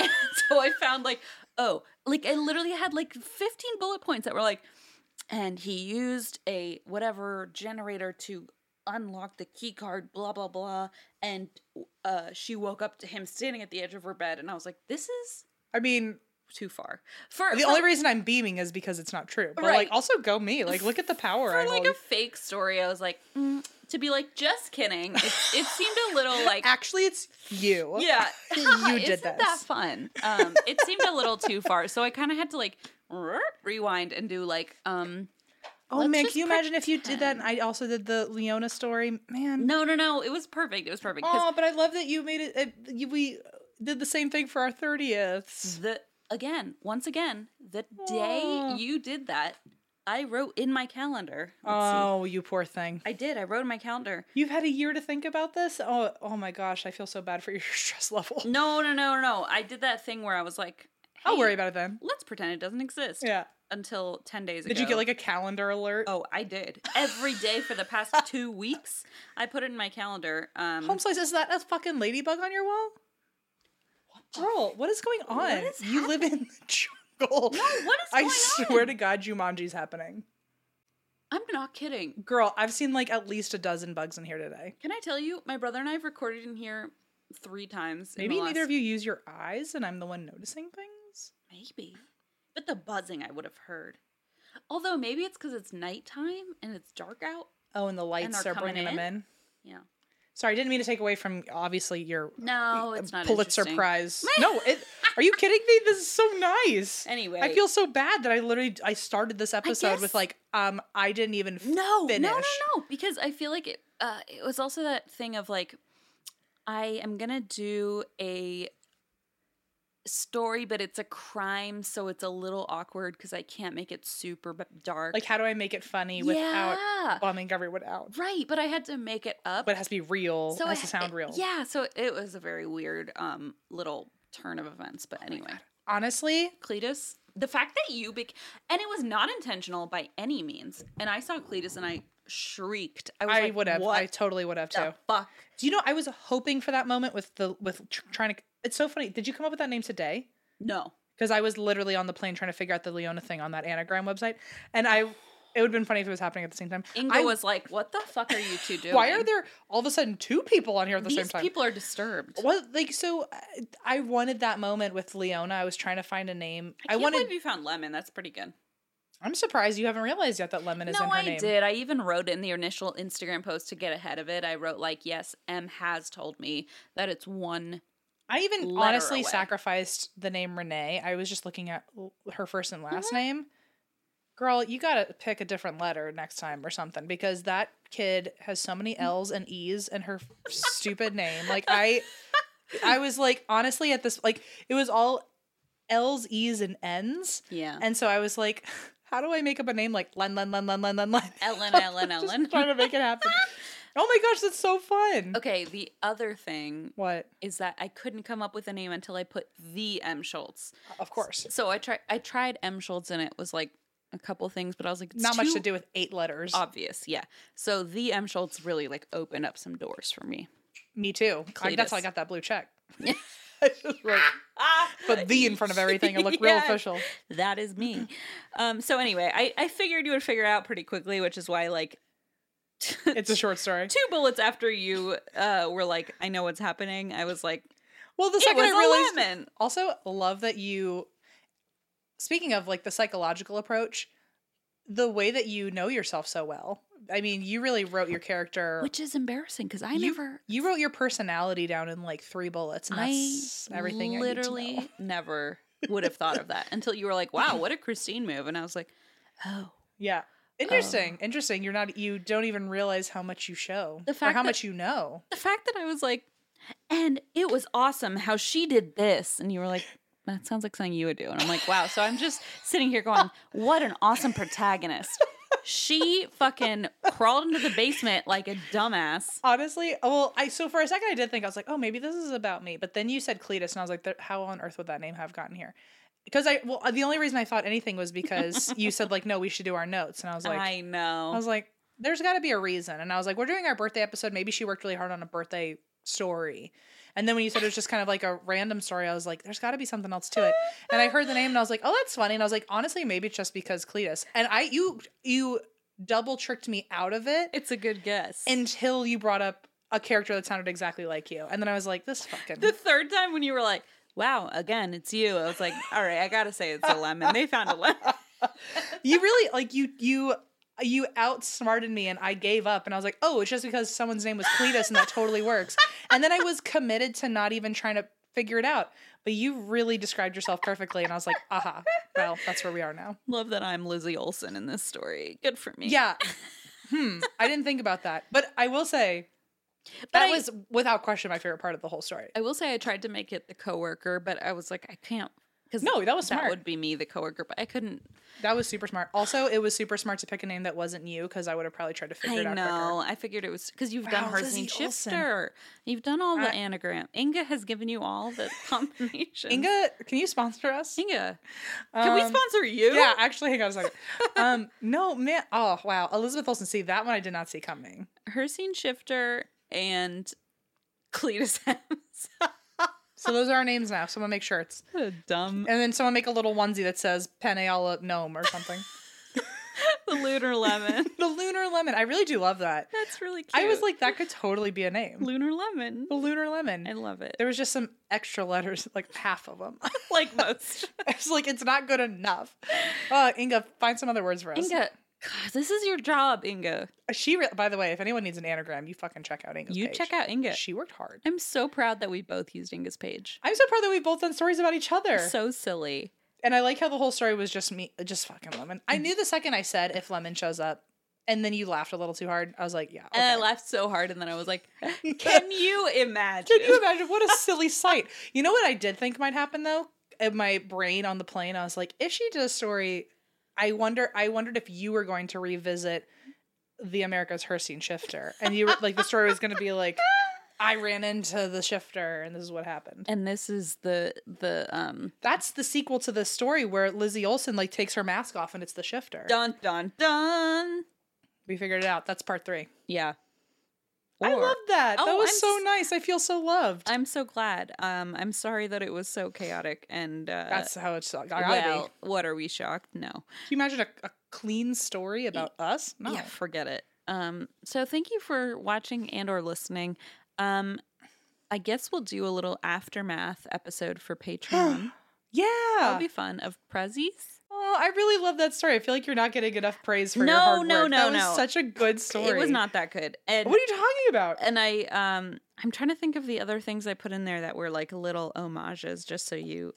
Speaker 3: and so I found like, oh, like I literally had like 15 bullet points that were like, and he used a whatever generator to unlock the key card, blah blah blah, and uh, she woke up to him standing at the edge of her bed, and I was like, this is
Speaker 1: I mean,
Speaker 3: too far. For
Speaker 1: the
Speaker 3: for-
Speaker 1: only reason I'm beaming is because it's not true. But
Speaker 3: Right.
Speaker 1: like, also go me. Like, look at the power.
Speaker 3: for
Speaker 1: I've
Speaker 3: like a
Speaker 1: always-
Speaker 3: fake story, I was like, mm, to be like, just kidding. It, it seemed a little like,
Speaker 1: Actually, it's you.
Speaker 3: yeah,
Speaker 1: You did
Speaker 3: Isn't that
Speaker 1: this.
Speaker 3: fun? Um, it seemed a little too far, so I kind of had to like rewind and do like, um,
Speaker 1: Oh
Speaker 3: Let's
Speaker 1: man,
Speaker 3: just
Speaker 1: can you imagine if you did that? And I also did the Leona story. Man.
Speaker 3: no, no, no. It was perfect. It was perfect because
Speaker 1: Oh, but I love that you made it. it you, we did the same thing for our thirtieths.
Speaker 3: the again, once again, the day
Speaker 1: Aw.
Speaker 3: you did that, I wrote in my calendar. Let's see.
Speaker 1: Oh, you poor thing.
Speaker 3: I did. I wrote in my calendar.
Speaker 1: You've had a year to think about this. Oh, oh my gosh, I feel so bad for your stress level.
Speaker 3: No, no, no, no. I did that thing where I was like,
Speaker 1: I'll
Speaker 3: hey,
Speaker 1: worry about it then.
Speaker 3: Let's pretend it doesn't exist.
Speaker 1: Yeah.
Speaker 3: Until ten days ago.
Speaker 1: Did you get like a calendar alert?
Speaker 3: Oh, I did. Every day for the past two weeks, I put it in my calendar. Um,
Speaker 1: Home slice, is that a fucking ladybug on your wall? Girl, what is going on?
Speaker 3: is
Speaker 1: you live in the jungle. No,
Speaker 3: what is
Speaker 1: I
Speaker 3: going
Speaker 1: swear
Speaker 3: on?
Speaker 1: to God, Jumanji's happening.
Speaker 3: I'm not kidding.
Speaker 1: Girl, I've seen like at least a dozen bugs in here today.
Speaker 3: Can I tell you, my brother and I have recorded in here three times. in the
Speaker 1: Maybe neither
Speaker 3: last-
Speaker 1: of you use your eyes and I'm the one noticing things.
Speaker 3: Maybe. But the buzzing I would have heard. Although maybe it's because it's nighttime and it's dark out.
Speaker 1: Oh, and the lights
Speaker 3: they're
Speaker 1: are
Speaker 3: coming
Speaker 1: bringing them
Speaker 3: in?
Speaker 1: in.
Speaker 3: Yeah.
Speaker 1: Sorry, I didn't mean to take away from obviously your e,
Speaker 3: No, it's not
Speaker 1: Pulitzer
Speaker 3: interesting.
Speaker 1: Prize. no, it, are you kidding me? This is so nice.
Speaker 3: Anyway.
Speaker 1: I feel so bad that I literally I started this episode
Speaker 3: guess-
Speaker 1: with like um I didn't even
Speaker 3: no,
Speaker 1: finish.
Speaker 3: no, no, no, because I feel like it. Uh, it was also that thing of like, I am gonna do a story, but it's a crime, so it's a little awkward because I can't make it super b- dark.
Speaker 1: Like how do I make it funny without
Speaker 3: yeah,
Speaker 1: bombing everyone out?
Speaker 3: right. But I had to make it up.
Speaker 1: But it has to be real. it has to
Speaker 3: it-
Speaker 1: sound
Speaker 3: it-
Speaker 1: real.
Speaker 3: Yeah, so it was a very weird um little turn of events.
Speaker 1: Oh
Speaker 3: But anyway,
Speaker 1: Honestly,
Speaker 3: Cletus, the fact that you bec- and it was not intentional by any means, and I saw Cletus and I shrieked. I was
Speaker 1: I
Speaker 3: like,
Speaker 1: would have.
Speaker 3: What
Speaker 1: I totally would have too.
Speaker 3: the fuck?
Speaker 1: Do you know I was hoping for that moment with the with tr- trying to It's so funny. Did you come up with that name today?
Speaker 3: No.
Speaker 1: because I was literally on the plane trying to figure out the Leona thing on that anagram website, and I it would have been funny if it was happening at the same time.
Speaker 3: Inga
Speaker 1: I-
Speaker 3: was like, "What the fuck are you two doing?
Speaker 1: Why are there all of a sudden two people on here at the
Speaker 3: these
Speaker 1: same time?
Speaker 3: people are disturbed?"
Speaker 1: What like so? I- I wanted that moment with Leona. I was trying to find a name.
Speaker 3: I,
Speaker 1: I,
Speaker 3: can't
Speaker 1: wanted.
Speaker 3: believe you found lemon. That's pretty good.
Speaker 1: I'm surprised you haven't realized yet that Lemon is
Speaker 3: no,
Speaker 1: in her
Speaker 3: I
Speaker 1: name.
Speaker 3: did. I even wrote in the initial Instagram post to get ahead of it. I wrote like, "Yes, M has told me that it's one."
Speaker 1: I even
Speaker 3: Let her
Speaker 1: honestly
Speaker 3: away.
Speaker 1: sacrificed the name Renee. I was just looking at l- her first and
Speaker 3: Mm-hmm.
Speaker 1: last name. Girl, you gotta pick a different letter next time or something because that kid has so many L's and E's in her stupid name. Like I, I was like honestly at this like it was all L's, E's, and N's,
Speaker 3: Yeah.
Speaker 1: and so I was like, how do I make up a name like Len Len Len Len Len Len Len?
Speaker 3: Ellen, Ellen,
Speaker 1: Just
Speaker 3: Ellen.
Speaker 1: trying to make it happen. oh my gosh, that's so fun.
Speaker 3: Okay. The other thing
Speaker 1: What?
Speaker 3: is that I couldn't come up with a name until I put the M Schultz.
Speaker 1: Uh, Of course.
Speaker 3: So I tried. I tried M Schultz, and it was like a couple things, but I was like, it's
Speaker 1: Not much
Speaker 3: too
Speaker 1: to do with eight letters.
Speaker 3: Obvious, yeah. So the M Schultz really like opened up some doors for me.
Speaker 1: Me too. I, that's how I
Speaker 3: Cletus.
Speaker 1: got that blue check. I just wrote, put the in front of everything and look real
Speaker 3: Yes.
Speaker 1: official.
Speaker 3: that is me. um, so anyway, I, I figured you would figure it out pretty quickly, which is why like
Speaker 1: It's a short story.
Speaker 3: two bullets after you uh, were like, I know what's happening. I was like,
Speaker 1: Well, the
Speaker 3: "You're
Speaker 1: second
Speaker 3: gonna
Speaker 1: I realized.
Speaker 3: lemon.
Speaker 1: Also, love that you. Speaking of like the psychological approach, the way that you know yourself so well. I mean, you really wrote your character.
Speaker 3: which is embarrassing because I
Speaker 1: you,
Speaker 3: never.
Speaker 1: You wrote your personality down in like three bullets, and that's
Speaker 3: I
Speaker 1: everything. I need to know.
Speaker 3: literally never would have thought of that until you were like, "Wow, what a Christine move!" And I was like, "Oh,
Speaker 1: Yeah. Interesting. Interesting. You're not. You don't even realize how much you show
Speaker 3: Um, The
Speaker 1: or
Speaker 3: fact
Speaker 1: how
Speaker 3: that-
Speaker 1: much you know.
Speaker 3: the fact that I was like, and it was awesome how she did this. And you were like, that sounds like something you would do. And I'm like, wow. So I'm just sitting here going, what an awesome protagonist. She fucking crawled into the basement like a dumbass.
Speaker 1: Honestly, oh, well, I so for a second I did think I was like, oh, maybe this is about me. But then you said Cletus, and I was like, there- how on earth would that name have gotten here? because I well the only reason I thought anything was because you said like no we should do our notes and I was like
Speaker 3: I
Speaker 1: I
Speaker 3: know.
Speaker 1: was like there's got to be a reason and I was like we're doing our birthday episode maybe she worked really hard on a birthday story and then when you said it was just kind of like a random story I was like there's got to be something else to it and I heard the name and I was like oh that's funny and I was like honestly maybe it's just because Cletus and I you you double tricked me out of it
Speaker 3: it's a good guess.
Speaker 1: until you brought up a character that sounded exactly like you and then I was like this fucking
Speaker 3: the third time when you were like, "Wow, again, it's you," I was like, "All right, I gotta say it's a lemon." They found a lemon.
Speaker 1: you really like you you you outsmarted me and I gave up and I was like, oh, it's just because someone's name was Cletus and that totally works. And then I was committed to not even trying to figure it out. But you really described yourself perfectly and I was like, aha, well, that's where we are now.
Speaker 3: Love that I'm Lizzie Olson in this story. Good for me.
Speaker 1: Yeah. Hmm. I didn't think about that. But I will say
Speaker 3: But
Speaker 1: that
Speaker 3: I-
Speaker 1: was without question my favorite part of the whole story.
Speaker 3: I will say I tried to make it the coworker, but I was like, I can't because
Speaker 1: No, that was smart.
Speaker 3: that would be me, the coworker, but I couldn't.
Speaker 1: That was super smart. Also, it was super smart to pick a name that wasn't you because I would have probably tried to figure
Speaker 3: I
Speaker 1: it out
Speaker 3: know. I figured it was because you've done
Speaker 1: Wow,
Speaker 3: Hershey and
Speaker 1: Lizzie Olson.
Speaker 3: Shifter. You've done all the
Speaker 1: I-
Speaker 3: anagram. Inga has given you all the combinations.
Speaker 1: quicker. Inga, can you sponsor us?
Speaker 3: Inga, can we
Speaker 1: Um,
Speaker 3: sponsor you?
Speaker 1: Yeah, actually, hang on a second. Um, no, man. Oh, wow. Elizabeth Olsen. See, that one I did not see coming.
Speaker 3: Hershey and Shifter and Cletus Hems.
Speaker 1: So those are our names now. Someone make shirts.
Speaker 3: What a dumb
Speaker 1: And then someone make a little onesie that says Paneola Gnome or something.
Speaker 3: the lunar lemon.
Speaker 1: the Lunar Lemon. I really do love that.
Speaker 3: That's really cute.
Speaker 1: I was like, that could totally be a name.
Speaker 3: lunar lemon.
Speaker 1: The Lunar Lemon.
Speaker 3: I love it.
Speaker 1: there was just some extra letters, like half of them.
Speaker 3: like most.
Speaker 1: it's like, it's not good enough. Uh, Inga, find some other words for us.
Speaker 3: Inga, God, this is your job, Inga.
Speaker 1: She, re- by the way, if anyone needs an anagram, you fucking check out Inga's
Speaker 3: You
Speaker 1: page.
Speaker 3: check out Inga.
Speaker 1: She worked hard.
Speaker 3: I'm so proud that we both used Inga's page.
Speaker 1: I'm so proud that we've both done stories about each other.
Speaker 3: So silly.
Speaker 1: and I like how the whole story was just me, just fucking lemon. I knew the second I said if lemon shows up, and then you laughed a little too hard. I was like, yeah.
Speaker 3: And I
Speaker 1: okay.
Speaker 3: laughed so hard, and then I was like, "Can you imagine?"
Speaker 1: Can you imagine what a silly sight? You know what I did think might happen though. In my brain on the plane, I was like, if she did a story, I wonder. I wondered if you were going to revisit the America's Herstein Shifter, and you were like, the story was going to be like, I ran into the shifter, and this is what happened.
Speaker 3: and this is the the um
Speaker 1: That's the sequel to this story where Lizzie Olson like takes her mask off, and it's the shifter.
Speaker 3: dun dun dun.
Speaker 1: We figured it out. That's part three.
Speaker 3: Yeah,
Speaker 1: I
Speaker 3: Or-
Speaker 1: love that. that
Speaker 3: Oh,
Speaker 1: was
Speaker 3: I'm
Speaker 1: so
Speaker 3: s- uh,
Speaker 1: nice. I feel so loved.
Speaker 3: I'm so glad. Um, I'm sorry that it was so chaotic, and uh,
Speaker 1: That's how it's got to be.
Speaker 3: well,
Speaker 1: Can
Speaker 3: what are we shocked? No.
Speaker 1: you imagine a, a clean story about us? No.
Speaker 3: Yeah, forget it. Um, so thank you for watching and or listening. Um, I guess we'll do a little aftermath episode for Patreon. That'll
Speaker 1: Yeah.
Speaker 3: be fun of prezzies.
Speaker 1: oh, I really love that story. I feel like you're not getting enough praise for your
Speaker 3: No,
Speaker 1: hard
Speaker 3: no,
Speaker 1: work.
Speaker 3: no,
Speaker 1: that was
Speaker 3: no.
Speaker 1: such a good story.
Speaker 3: It was not that good. And
Speaker 1: What are you talking about?
Speaker 3: and I um I'm trying to think of the other things I put in there that were like little homages just so you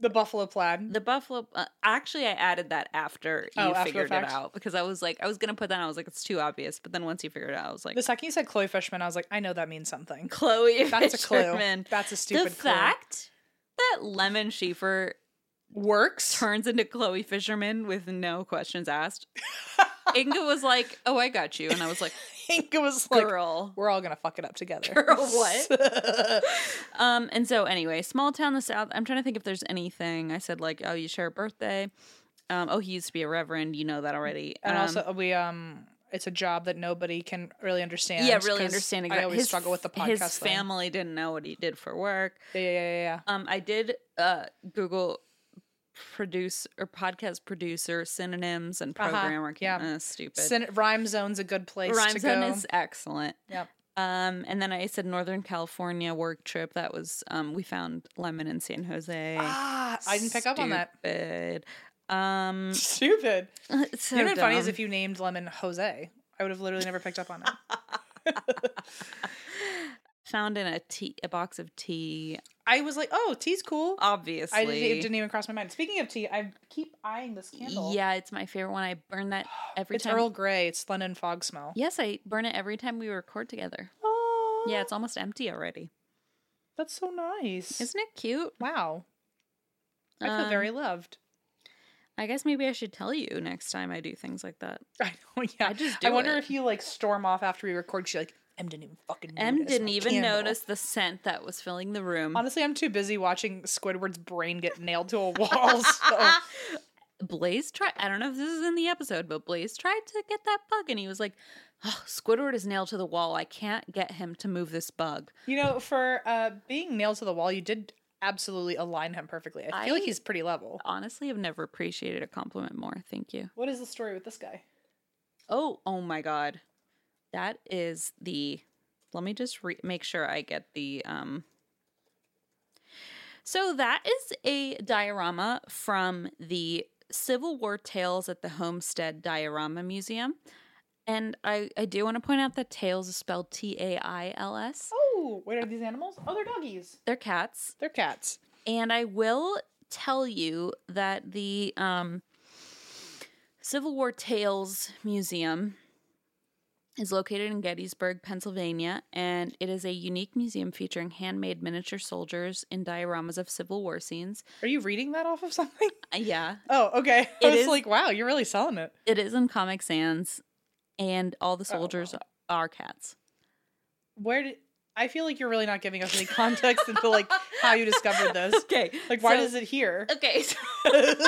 Speaker 1: The buffalo plaid.
Speaker 3: the buffalo uh, actually I added that after you
Speaker 1: Oh, after the
Speaker 3: figured it
Speaker 1: fact. out.
Speaker 3: out because I was like I was going to put that and I was like it's too obvious but then once you figured it out I was like
Speaker 1: The second you said Chloe Fishman, I was like, I know that means something.
Speaker 3: Chloe
Speaker 1: That's a clue.
Speaker 3: Fisherman.
Speaker 1: That's a stupid
Speaker 3: the fact that Lemon Schieffer
Speaker 1: clue. Works.
Speaker 3: turns into Chloe Fisherman with no questions asked. Inga was like, "Oh, I got you," and I was like,
Speaker 1: Inga was like,
Speaker 3: "Girl."
Speaker 1: we're all gonna fuck it up together.
Speaker 3: Girl, what? um, and so anyway, small town in the south. I'm trying to think if there's anything I said like, "Oh, you share a birthday." Um, oh, he used to be a reverend. You know that already.
Speaker 1: and
Speaker 3: Um,
Speaker 1: also we um it's a job that nobody can really understand.
Speaker 3: yeah, really
Speaker 1: 'cause
Speaker 3: understanding.
Speaker 1: I
Speaker 3: that
Speaker 1: always
Speaker 3: his-
Speaker 1: struggle with the podcast
Speaker 3: His
Speaker 1: thing.
Speaker 3: family didn't know what he did for work.
Speaker 1: Yeah, yeah, yeah, yeah.
Speaker 3: Um, I did uh, Google produce or podcast producer synonyms and
Speaker 1: Uh-huh,
Speaker 3: programmer.
Speaker 1: yeah.
Speaker 3: Uh, stupid.
Speaker 1: yeah. Sin- Rhyme Zone's a good place to
Speaker 3: Rhyme
Speaker 1: go.
Speaker 3: Zone is excellent.
Speaker 1: Yep.
Speaker 3: Um, and then I said Northern California work trip. That was um, we found lemon in San Jose.
Speaker 1: ah, I didn't pick up on that.
Speaker 3: Stupid. Um,
Speaker 1: Stupid.
Speaker 3: it's so
Speaker 1: you know what's funny is
Speaker 3: dumb.
Speaker 1: if you named Lemon Jose, I would have literally never picked up on it.
Speaker 3: found in a tea, a box of tea.
Speaker 1: I was like, oh, tea's cool.
Speaker 3: Obviously,
Speaker 1: I didn't, it didn't even cross my mind. Speaking of tea, I keep eyeing this candle.
Speaker 3: Yeah, it's my favorite one. I burn that every
Speaker 1: it's
Speaker 3: time.
Speaker 1: Earl Grey. It's London Fog smell.
Speaker 3: Yes, I burn it every time we record together.
Speaker 1: Oh,
Speaker 3: Yeah, it's almost empty already.
Speaker 1: that's so nice.
Speaker 3: Isn't it cute?
Speaker 1: wow, I feel
Speaker 3: Um,
Speaker 1: very loved.
Speaker 3: I guess maybe I should tell you next time I do things like that.
Speaker 1: I know. Yeah,
Speaker 3: I just
Speaker 1: I
Speaker 3: do
Speaker 1: wonder
Speaker 3: it.
Speaker 1: if you like storm off after we record. 'cause You're like, M didn't even fucking notice.
Speaker 3: M didn't
Speaker 1: my
Speaker 3: even
Speaker 1: candle.
Speaker 3: notice the scent that was filling the room.
Speaker 1: Honestly, I'm too busy watching Squidward's brain get nailed to a wall. So
Speaker 3: Blaze tried. I don't know if this is in the episode, but Blaze tried to get that bug, and he was like, oh, "Squidward is nailed to the wall. I can't get him to move this bug."
Speaker 1: you know, for uh, being nailed to the wall, you did absolutely align him perfectly. I feel like
Speaker 3: I-
Speaker 1: he's pretty level.
Speaker 3: Honestly, I've never appreciated a compliment more. Thank you.
Speaker 1: What is the story with this guy?
Speaker 3: Oh, oh my God, that is the. Let me just re- make sure I get the. um So that is a diorama from the Civil War Tales at the Homestead Diorama Museum. And I, I do want to point out that Tails is spelled T A I L S.
Speaker 1: Oh, wait, are these animals? Oh, they're doggies.
Speaker 3: They're cats.
Speaker 1: They're cats.
Speaker 3: And I will tell you that the um, Civil War Tales Museum is located in Gettysburg, Pennsylvania, and it is a unique museum featuring handmade miniature soldiers in dioramas of Civil War scenes.
Speaker 1: Are you reading that off of something?
Speaker 3: Uh, yeah,
Speaker 1: Oh, okay. I
Speaker 3: It
Speaker 1: was
Speaker 3: is-
Speaker 1: like, wow, you're really selling it.
Speaker 3: it is in Comic Sans, and all the
Speaker 1: Oh, wow.
Speaker 3: soldiers are cats.
Speaker 1: Where did I feel like you're really not giving us any context into like how you discovered this?
Speaker 3: Okay.
Speaker 1: Like, why
Speaker 3: so-
Speaker 1: is it here?
Speaker 3: Okay, so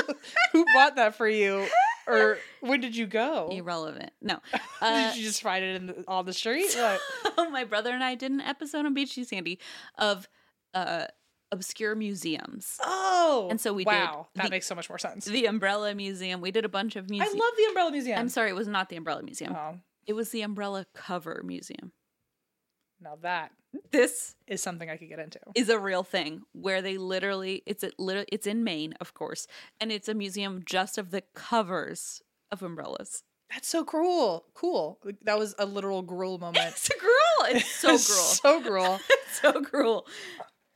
Speaker 1: Who bought that for you, or when did you go?
Speaker 3: irrelevant. No. uh,
Speaker 1: did you just find it in the, on the street? What?
Speaker 3: my brother and I did an episode on Beachy Sandy of uh, obscure museums.
Speaker 1: Oh,
Speaker 3: And so we did
Speaker 1: Wow, that
Speaker 3: the-
Speaker 1: makes so much more sense.
Speaker 3: The Umbrella Museum. We did a bunch of
Speaker 1: Oh. I
Speaker 3: museums.
Speaker 1: love the Umbrella Museum.
Speaker 3: I'm sorry, it was not the Umbrella Museum.
Speaker 1: Oh,
Speaker 3: It was the Umbrella Cover Museum.
Speaker 1: now that
Speaker 3: This
Speaker 1: is something I could get into.
Speaker 3: is a real thing where they literally it's a lit it's in Maine, of course, and it's a museum just of the covers of umbrellas.
Speaker 1: That's so cruel. Cool. That was a literal gruel moment.
Speaker 3: It's cruel. It's so cruel.
Speaker 1: so cruel.
Speaker 3: so cruel.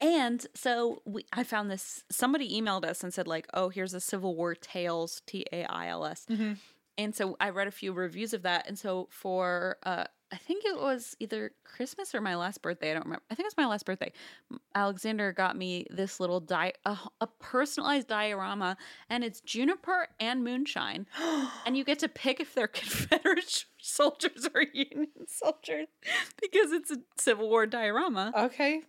Speaker 3: And so we, I found this. Somebody emailed us and said, like, "Oh, here's a Civil War Tales T A I L S."
Speaker 1: Mhm.
Speaker 3: And so I read a few reviews of that. And so for uh, I think it was either Christmas or my last birthday. I don't remember. I think it was my last birthday. M- Alexander got me this little di a, a personalized diorama, and it's juniper and moonshine, and you get to pick if they're Confederate soldiers or Union soldiers because it's a Civil War diorama.
Speaker 1: Okay.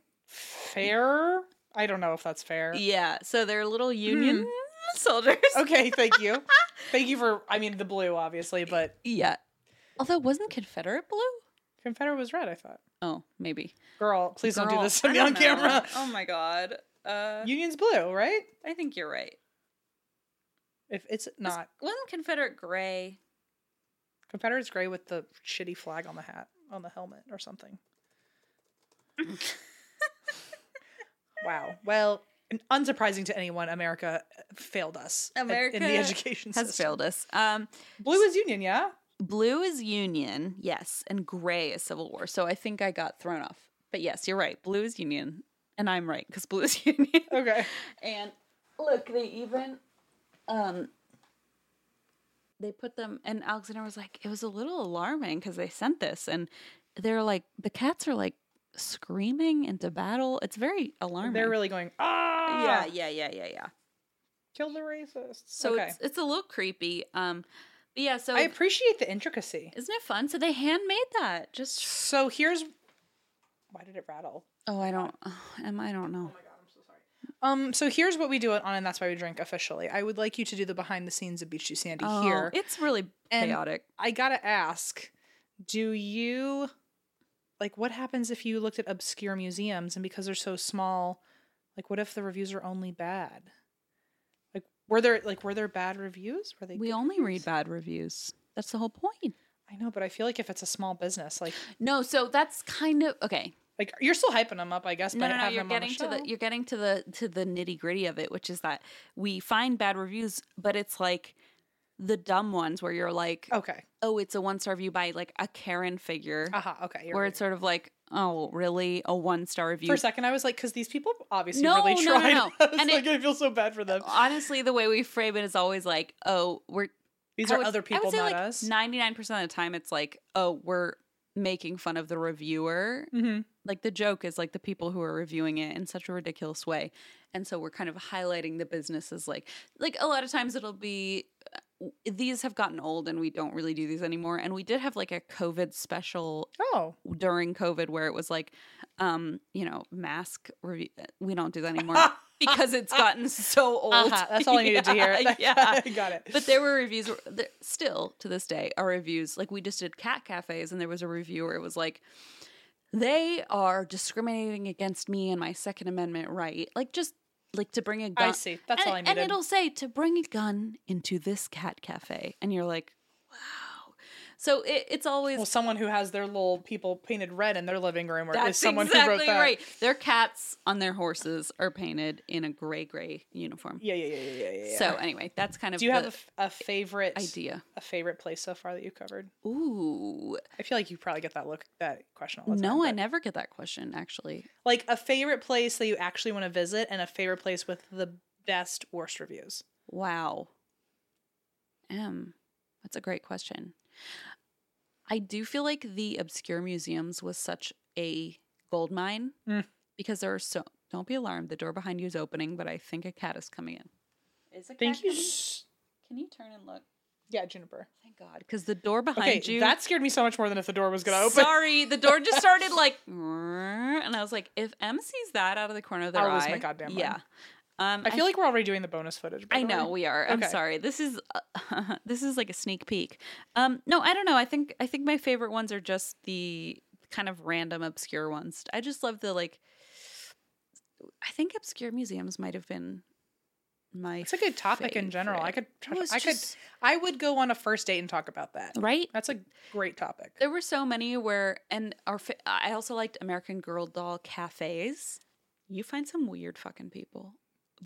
Speaker 1: Fair. I don't know if that's fair.
Speaker 3: Yeah, so they're little Union Hmm. soldiers.
Speaker 1: Okay, thank you. thank you for I mean the blue obviously, but
Speaker 3: Yeah. Although wasn't Confederate blue?
Speaker 1: Confederate was red, I thought.
Speaker 3: Oh, maybe.
Speaker 1: Girl, please don't do
Speaker 3: Girl,
Speaker 1: this to
Speaker 3: I
Speaker 1: me
Speaker 3: don't
Speaker 1: on
Speaker 3: know.
Speaker 1: camera.
Speaker 3: Oh my god. Uh,
Speaker 1: Union's blue, right?
Speaker 3: I think you're right.
Speaker 1: If it's
Speaker 3: Was-
Speaker 1: not
Speaker 3: wasn't Confederate gray.
Speaker 1: Confederate's gray with the shitty flag on the hat, on the helmet or something. wow. Well, and unsurprising to anyone, America uh, failed us in- in the
Speaker 3: America
Speaker 1: education
Speaker 3: Has
Speaker 1: system.
Speaker 3: failed us. Um,
Speaker 1: Blue is union, yeah?
Speaker 3: blue is Union, yes, and gray is Civil War. So I think I got thrown off. But yes, you're right. Blue is Union, and I'm right because blue is Union.
Speaker 1: Okay.
Speaker 3: And look, they even um they put them and Alexander was like, it was a little alarming because they sent this and they're like the cats are like screaming into battle. It's very alarming.
Speaker 1: They're really going, ah!
Speaker 3: yeah, yeah, yeah, yeah, yeah.
Speaker 1: Kill the racists.
Speaker 3: So
Speaker 1: okay.
Speaker 3: it's it's a little creepy. Um but yeah, so
Speaker 1: I appreciate the intricacy.
Speaker 3: isn't it fun? So they handmade that. Just
Speaker 1: So here's why did it rattle?
Speaker 3: Oh, I don't am I don't know.
Speaker 1: Um, so here's what we do it on, and that's why we drink officially. I would like you to do the behind the scenes of Beach Juice Sandy
Speaker 3: Oh,
Speaker 1: here.
Speaker 3: It's really
Speaker 1: And-
Speaker 3: chaotic.
Speaker 1: I gotta ask, do you like what happens if you looked at obscure museums and because they're so small, like what if the reviews are only bad? Like were there like were there bad reviews? Were they
Speaker 3: We
Speaker 1: good
Speaker 3: only
Speaker 1: reviews?
Speaker 3: read bad reviews. That's the whole point.
Speaker 1: I know, but I feel like if it's a small business, like
Speaker 3: No, so that's kind of okay.
Speaker 1: like you're still hyping them up, I guess.
Speaker 3: no,
Speaker 1: but
Speaker 3: no, no,
Speaker 1: having
Speaker 3: you're
Speaker 1: them on
Speaker 3: getting to the
Speaker 1: show-
Speaker 3: you're getting to the to the nitty gritty of it, which is that we find bad reviews, but it's like the dumb ones where you're like, oh,
Speaker 1: okay.
Speaker 3: it's a one star review by like a Karen figure,
Speaker 1: Aha. Okay. you're
Speaker 3: where
Speaker 1: right.
Speaker 3: it's sort of like, oh, really, a one star review.
Speaker 1: for a second, I was like, because these people obviously
Speaker 3: No,
Speaker 1: really
Speaker 3: no, no,
Speaker 1: tried.
Speaker 3: no.
Speaker 1: I was
Speaker 3: And
Speaker 1: like,
Speaker 3: it-
Speaker 1: I feel so bad for them.
Speaker 3: Honestly, the way we frame it is always like, oh, we're
Speaker 1: These
Speaker 3: I
Speaker 1: are
Speaker 3: would-
Speaker 1: other people,
Speaker 3: I would say
Speaker 1: not
Speaker 3: like
Speaker 1: us.
Speaker 3: Ninety nine percent of the time, it's like, oh, we're making fun of the reviewer
Speaker 1: mm-hmm.
Speaker 3: like the joke is like the people who are reviewing it in such a ridiculous way and so we're kind of highlighting the businesses like like a lot of times it'll be uh, w- these have gotten old and we don't really do these anymore. And we did have like a COVID special
Speaker 1: Oh,
Speaker 3: during COVID where it was like, um, you know, mask review. We don't do that anymore because it's gotten so old.
Speaker 1: uh-huh. that's all I needed to hear.
Speaker 3: Yeah, yeah.
Speaker 1: got it.
Speaker 3: But there were reviews where- there, still to this day are reviews. Like we just did cat cafes, and there was a review where it was like, "They are discriminating against me and my Second Amendment right." Like just like to bring a gun.
Speaker 1: I see. That's
Speaker 3: and,
Speaker 1: all I
Speaker 3: And
Speaker 1: needed.
Speaker 3: it'll say to bring a gun into this cat cafe, and you're like, "Wow." So it, it's always
Speaker 1: well, someone who has their little people painted red in their living room, or is
Speaker 3: that's
Speaker 1: someone
Speaker 3: exactly
Speaker 1: who wrote that.
Speaker 3: right. Their cats on their horses are painted in a gray gray uniform.
Speaker 1: Yeah, yeah, yeah, yeah, yeah, yeah.
Speaker 3: So anyway, that's kind of
Speaker 1: do you have a,
Speaker 3: the
Speaker 1: f- a favorite
Speaker 3: idea.
Speaker 1: A favorite place so far that you covered?
Speaker 3: Ooh,
Speaker 1: I feel like you probably get that look that question all the time.
Speaker 3: no, I
Speaker 1: but-
Speaker 3: never get that question actually.
Speaker 1: Like a favorite place that you actually want to visit, and a favorite place with the best worst reviews.
Speaker 3: Wow. M. That's a great question. I do feel like the obscure museums was such a gold mine
Speaker 1: Mm.
Speaker 3: because there are so. Don't be alarmed. The door behind you is opening, but I think a cat is coming in. Is a cat
Speaker 1: Thank you.
Speaker 3: coming?
Speaker 1: s-
Speaker 3: Can you turn and look?
Speaker 1: Yeah, Juniper.
Speaker 3: Thank God, because the door
Speaker 1: Okay,
Speaker 3: behind you.
Speaker 1: that scared me so much more than if the door was going to open.
Speaker 3: Sorry, the door just started like, and I was like, if M sees that out of the corner of their
Speaker 1: I'll
Speaker 3: eye,
Speaker 1: lose my goddamn mind.
Speaker 3: yeah. Um,
Speaker 1: I feel like we're already doing the bonus footage. by
Speaker 3: I
Speaker 1: the way.
Speaker 3: know we are. I'm
Speaker 1: Okay.
Speaker 3: sorry. This is uh, this is like a sneak peek. Um, no, I don't know. I think I think my favorite ones are just the kind of random obscure ones. I just love the like. I think obscure museums might have been my.
Speaker 1: It's a good topic in general. I could,
Speaker 3: favorite.
Speaker 1: try
Speaker 3: It
Speaker 1: to,
Speaker 3: was
Speaker 1: I
Speaker 3: just-
Speaker 1: could, I would go on a first date and talk about that.
Speaker 3: right.
Speaker 1: That's a great topic.
Speaker 3: There were so many where, and our fa- I also liked American Girl doll cafes. You find some weird fucking people,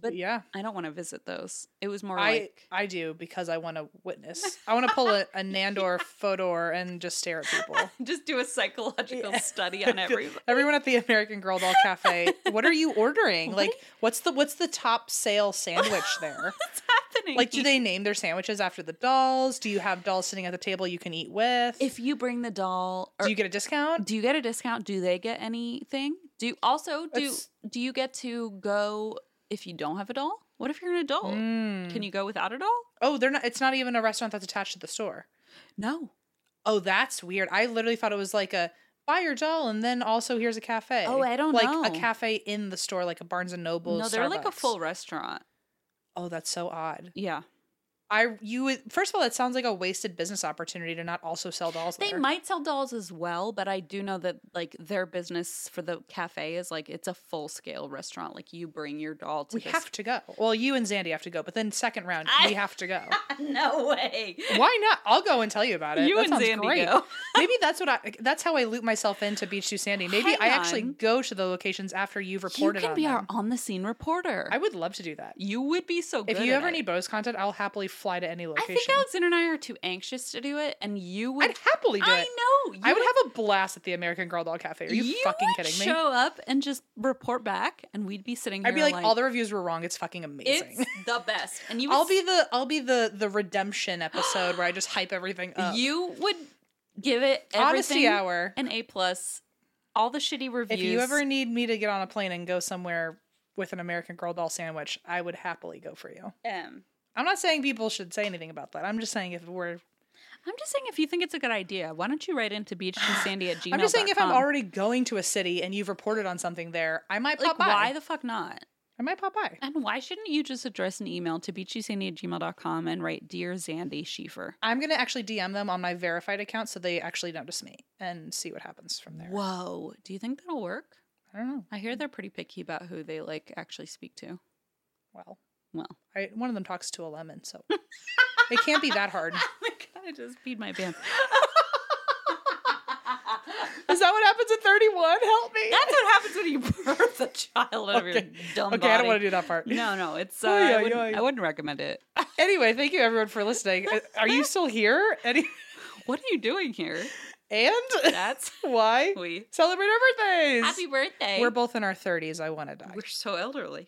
Speaker 3: but
Speaker 1: yeah,
Speaker 3: I don't want to visit those. It was more
Speaker 1: I
Speaker 3: like
Speaker 1: I do because I want to witness. I want to pull a, a Nandor Fodor and just stare at people.
Speaker 3: just do a psychological study on everything.
Speaker 1: Everyone at the American Girl Doll Cafe, what are you ordering? Like, what's the what's the top sale sandwich there?
Speaker 3: What's happening?
Speaker 1: Like, do they name their sandwiches after the dolls? Do you have dolls sitting at the table you can eat with?
Speaker 3: If you bring the doll, or
Speaker 1: do you get a discount?
Speaker 3: do you get a discount? Do they get anything? Do you, also do
Speaker 1: That's-
Speaker 3: do you get to go if you don't have a doll? What if you're an adult?
Speaker 1: Mm.
Speaker 3: Can you go without a doll?
Speaker 1: Oh, they're not. It's not even a restaurant that's attached to the store.
Speaker 3: No.
Speaker 1: Oh, that's weird. I literally thought it was like a buy your doll and then also here's a cafe.
Speaker 3: Oh, I don't
Speaker 1: like
Speaker 3: know.
Speaker 1: a cafe in the store, like a Barnes and Noble.
Speaker 3: no, they're like a
Speaker 1: Starbucks.
Speaker 3: full restaurant.
Speaker 1: Oh, that's so odd.
Speaker 3: Yeah.
Speaker 1: I you would- first of all, that sounds like a wasted business opportunity to not also sell dolls.
Speaker 3: They
Speaker 1: there.
Speaker 3: might sell dolls as well, but I do know that like their business for the cafe is like it's a full scale restaurant. Like you bring your doll to
Speaker 1: We
Speaker 3: this.
Speaker 1: have to go. Well, you and Zandy have to go, but then second round,
Speaker 3: I-
Speaker 1: we have to go.
Speaker 3: no way.
Speaker 1: Why not? I'll go and tell you about it.
Speaker 3: You
Speaker 1: that
Speaker 3: and
Speaker 1: sounds
Speaker 3: Zandy
Speaker 1: great.
Speaker 3: go.
Speaker 1: Maybe that's what I. That's how I loop myself into Beach to Sandy. Maybe
Speaker 3: Hang
Speaker 1: I actually
Speaker 3: on.
Speaker 1: go to the locations after you've
Speaker 3: You
Speaker 1: reported
Speaker 3: can
Speaker 1: on
Speaker 3: be
Speaker 1: them.
Speaker 3: our on the scene reporter.
Speaker 1: I would love to do that.
Speaker 3: you would be so good.
Speaker 1: If you
Speaker 3: at
Speaker 1: ever
Speaker 3: it.
Speaker 1: need bonus content, I'll happily fly to any
Speaker 3: I
Speaker 1: location.
Speaker 3: think Alexander and I are too anxious to do it, and you would.
Speaker 1: I'd happily do
Speaker 3: I
Speaker 1: it.
Speaker 3: know. You
Speaker 1: I would have a blast at the American Girl Doll Cafe. Are you, fucking
Speaker 3: would
Speaker 1: kidding me?
Speaker 3: Show up and just report back, and we'd be sitting. Here
Speaker 1: I'd be like, all the reviews were wrong. It's fucking amazing.
Speaker 3: It's the best, and you. Would,
Speaker 1: I'll be the I'll be the the redemption episode where I just hype everything up.
Speaker 3: You would give it everything
Speaker 1: Honesty hour.
Speaker 3: an A plus. All the shitty reviews.
Speaker 1: If you ever need me to get on a plane and go somewhere with an American Girl Doll sandwich, I would happily go for you.
Speaker 3: um,
Speaker 1: I'm not saying people should say anything about that. I'm just saying if we're
Speaker 3: I'm just saying, if you think it's a good idea, why don't you write into beach and sandy at gmail?
Speaker 1: I'm just saying if I'm already going to a city and you've reported on something there, I might
Speaker 3: like,
Speaker 1: pop by.
Speaker 3: why the fuck not?
Speaker 1: I might pop by.
Speaker 3: And why shouldn't you just address an email to beachysandy at gmail.com and write Dear Zandy Schieffer?
Speaker 1: I'm gonna actually DM them on my verified account so they actually notice me and see what happens from there.
Speaker 3: Whoa. Do you think that'll work?
Speaker 1: I don't know.
Speaker 3: I hear they're pretty picky about who they like actually speak to.
Speaker 1: Well,
Speaker 3: Well.
Speaker 1: I, one of them talks to a lemon, so it can't be that hard.
Speaker 3: Oh my god, I just peed my pants.
Speaker 1: Is that what happens at 31? Help me.
Speaker 3: That's what happens when you birth a child out of your
Speaker 1: Okay.
Speaker 3: dumb
Speaker 1: okay, I don't want to do that part.
Speaker 3: No, no, it's uh,
Speaker 1: Oy,
Speaker 3: I,
Speaker 1: oy,
Speaker 3: wouldn't,
Speaker 1: oy.
Speaker 3: I wouldn't recommend it.
Speaker 1: Anyway, thank you everyone for listening. Uh, Are you still here? Any
Speaker 3: What are you doing here?
Speaker 1: and
Speaker 3: That's
Speaker 1: why
Speaker 3: we.
Speaker 1: celebrate our birthdays?
Speaker 3: Happy birthday.
Speaker 1: We're both in our 30s. I want to die.
Speaker 3: We're so elderly.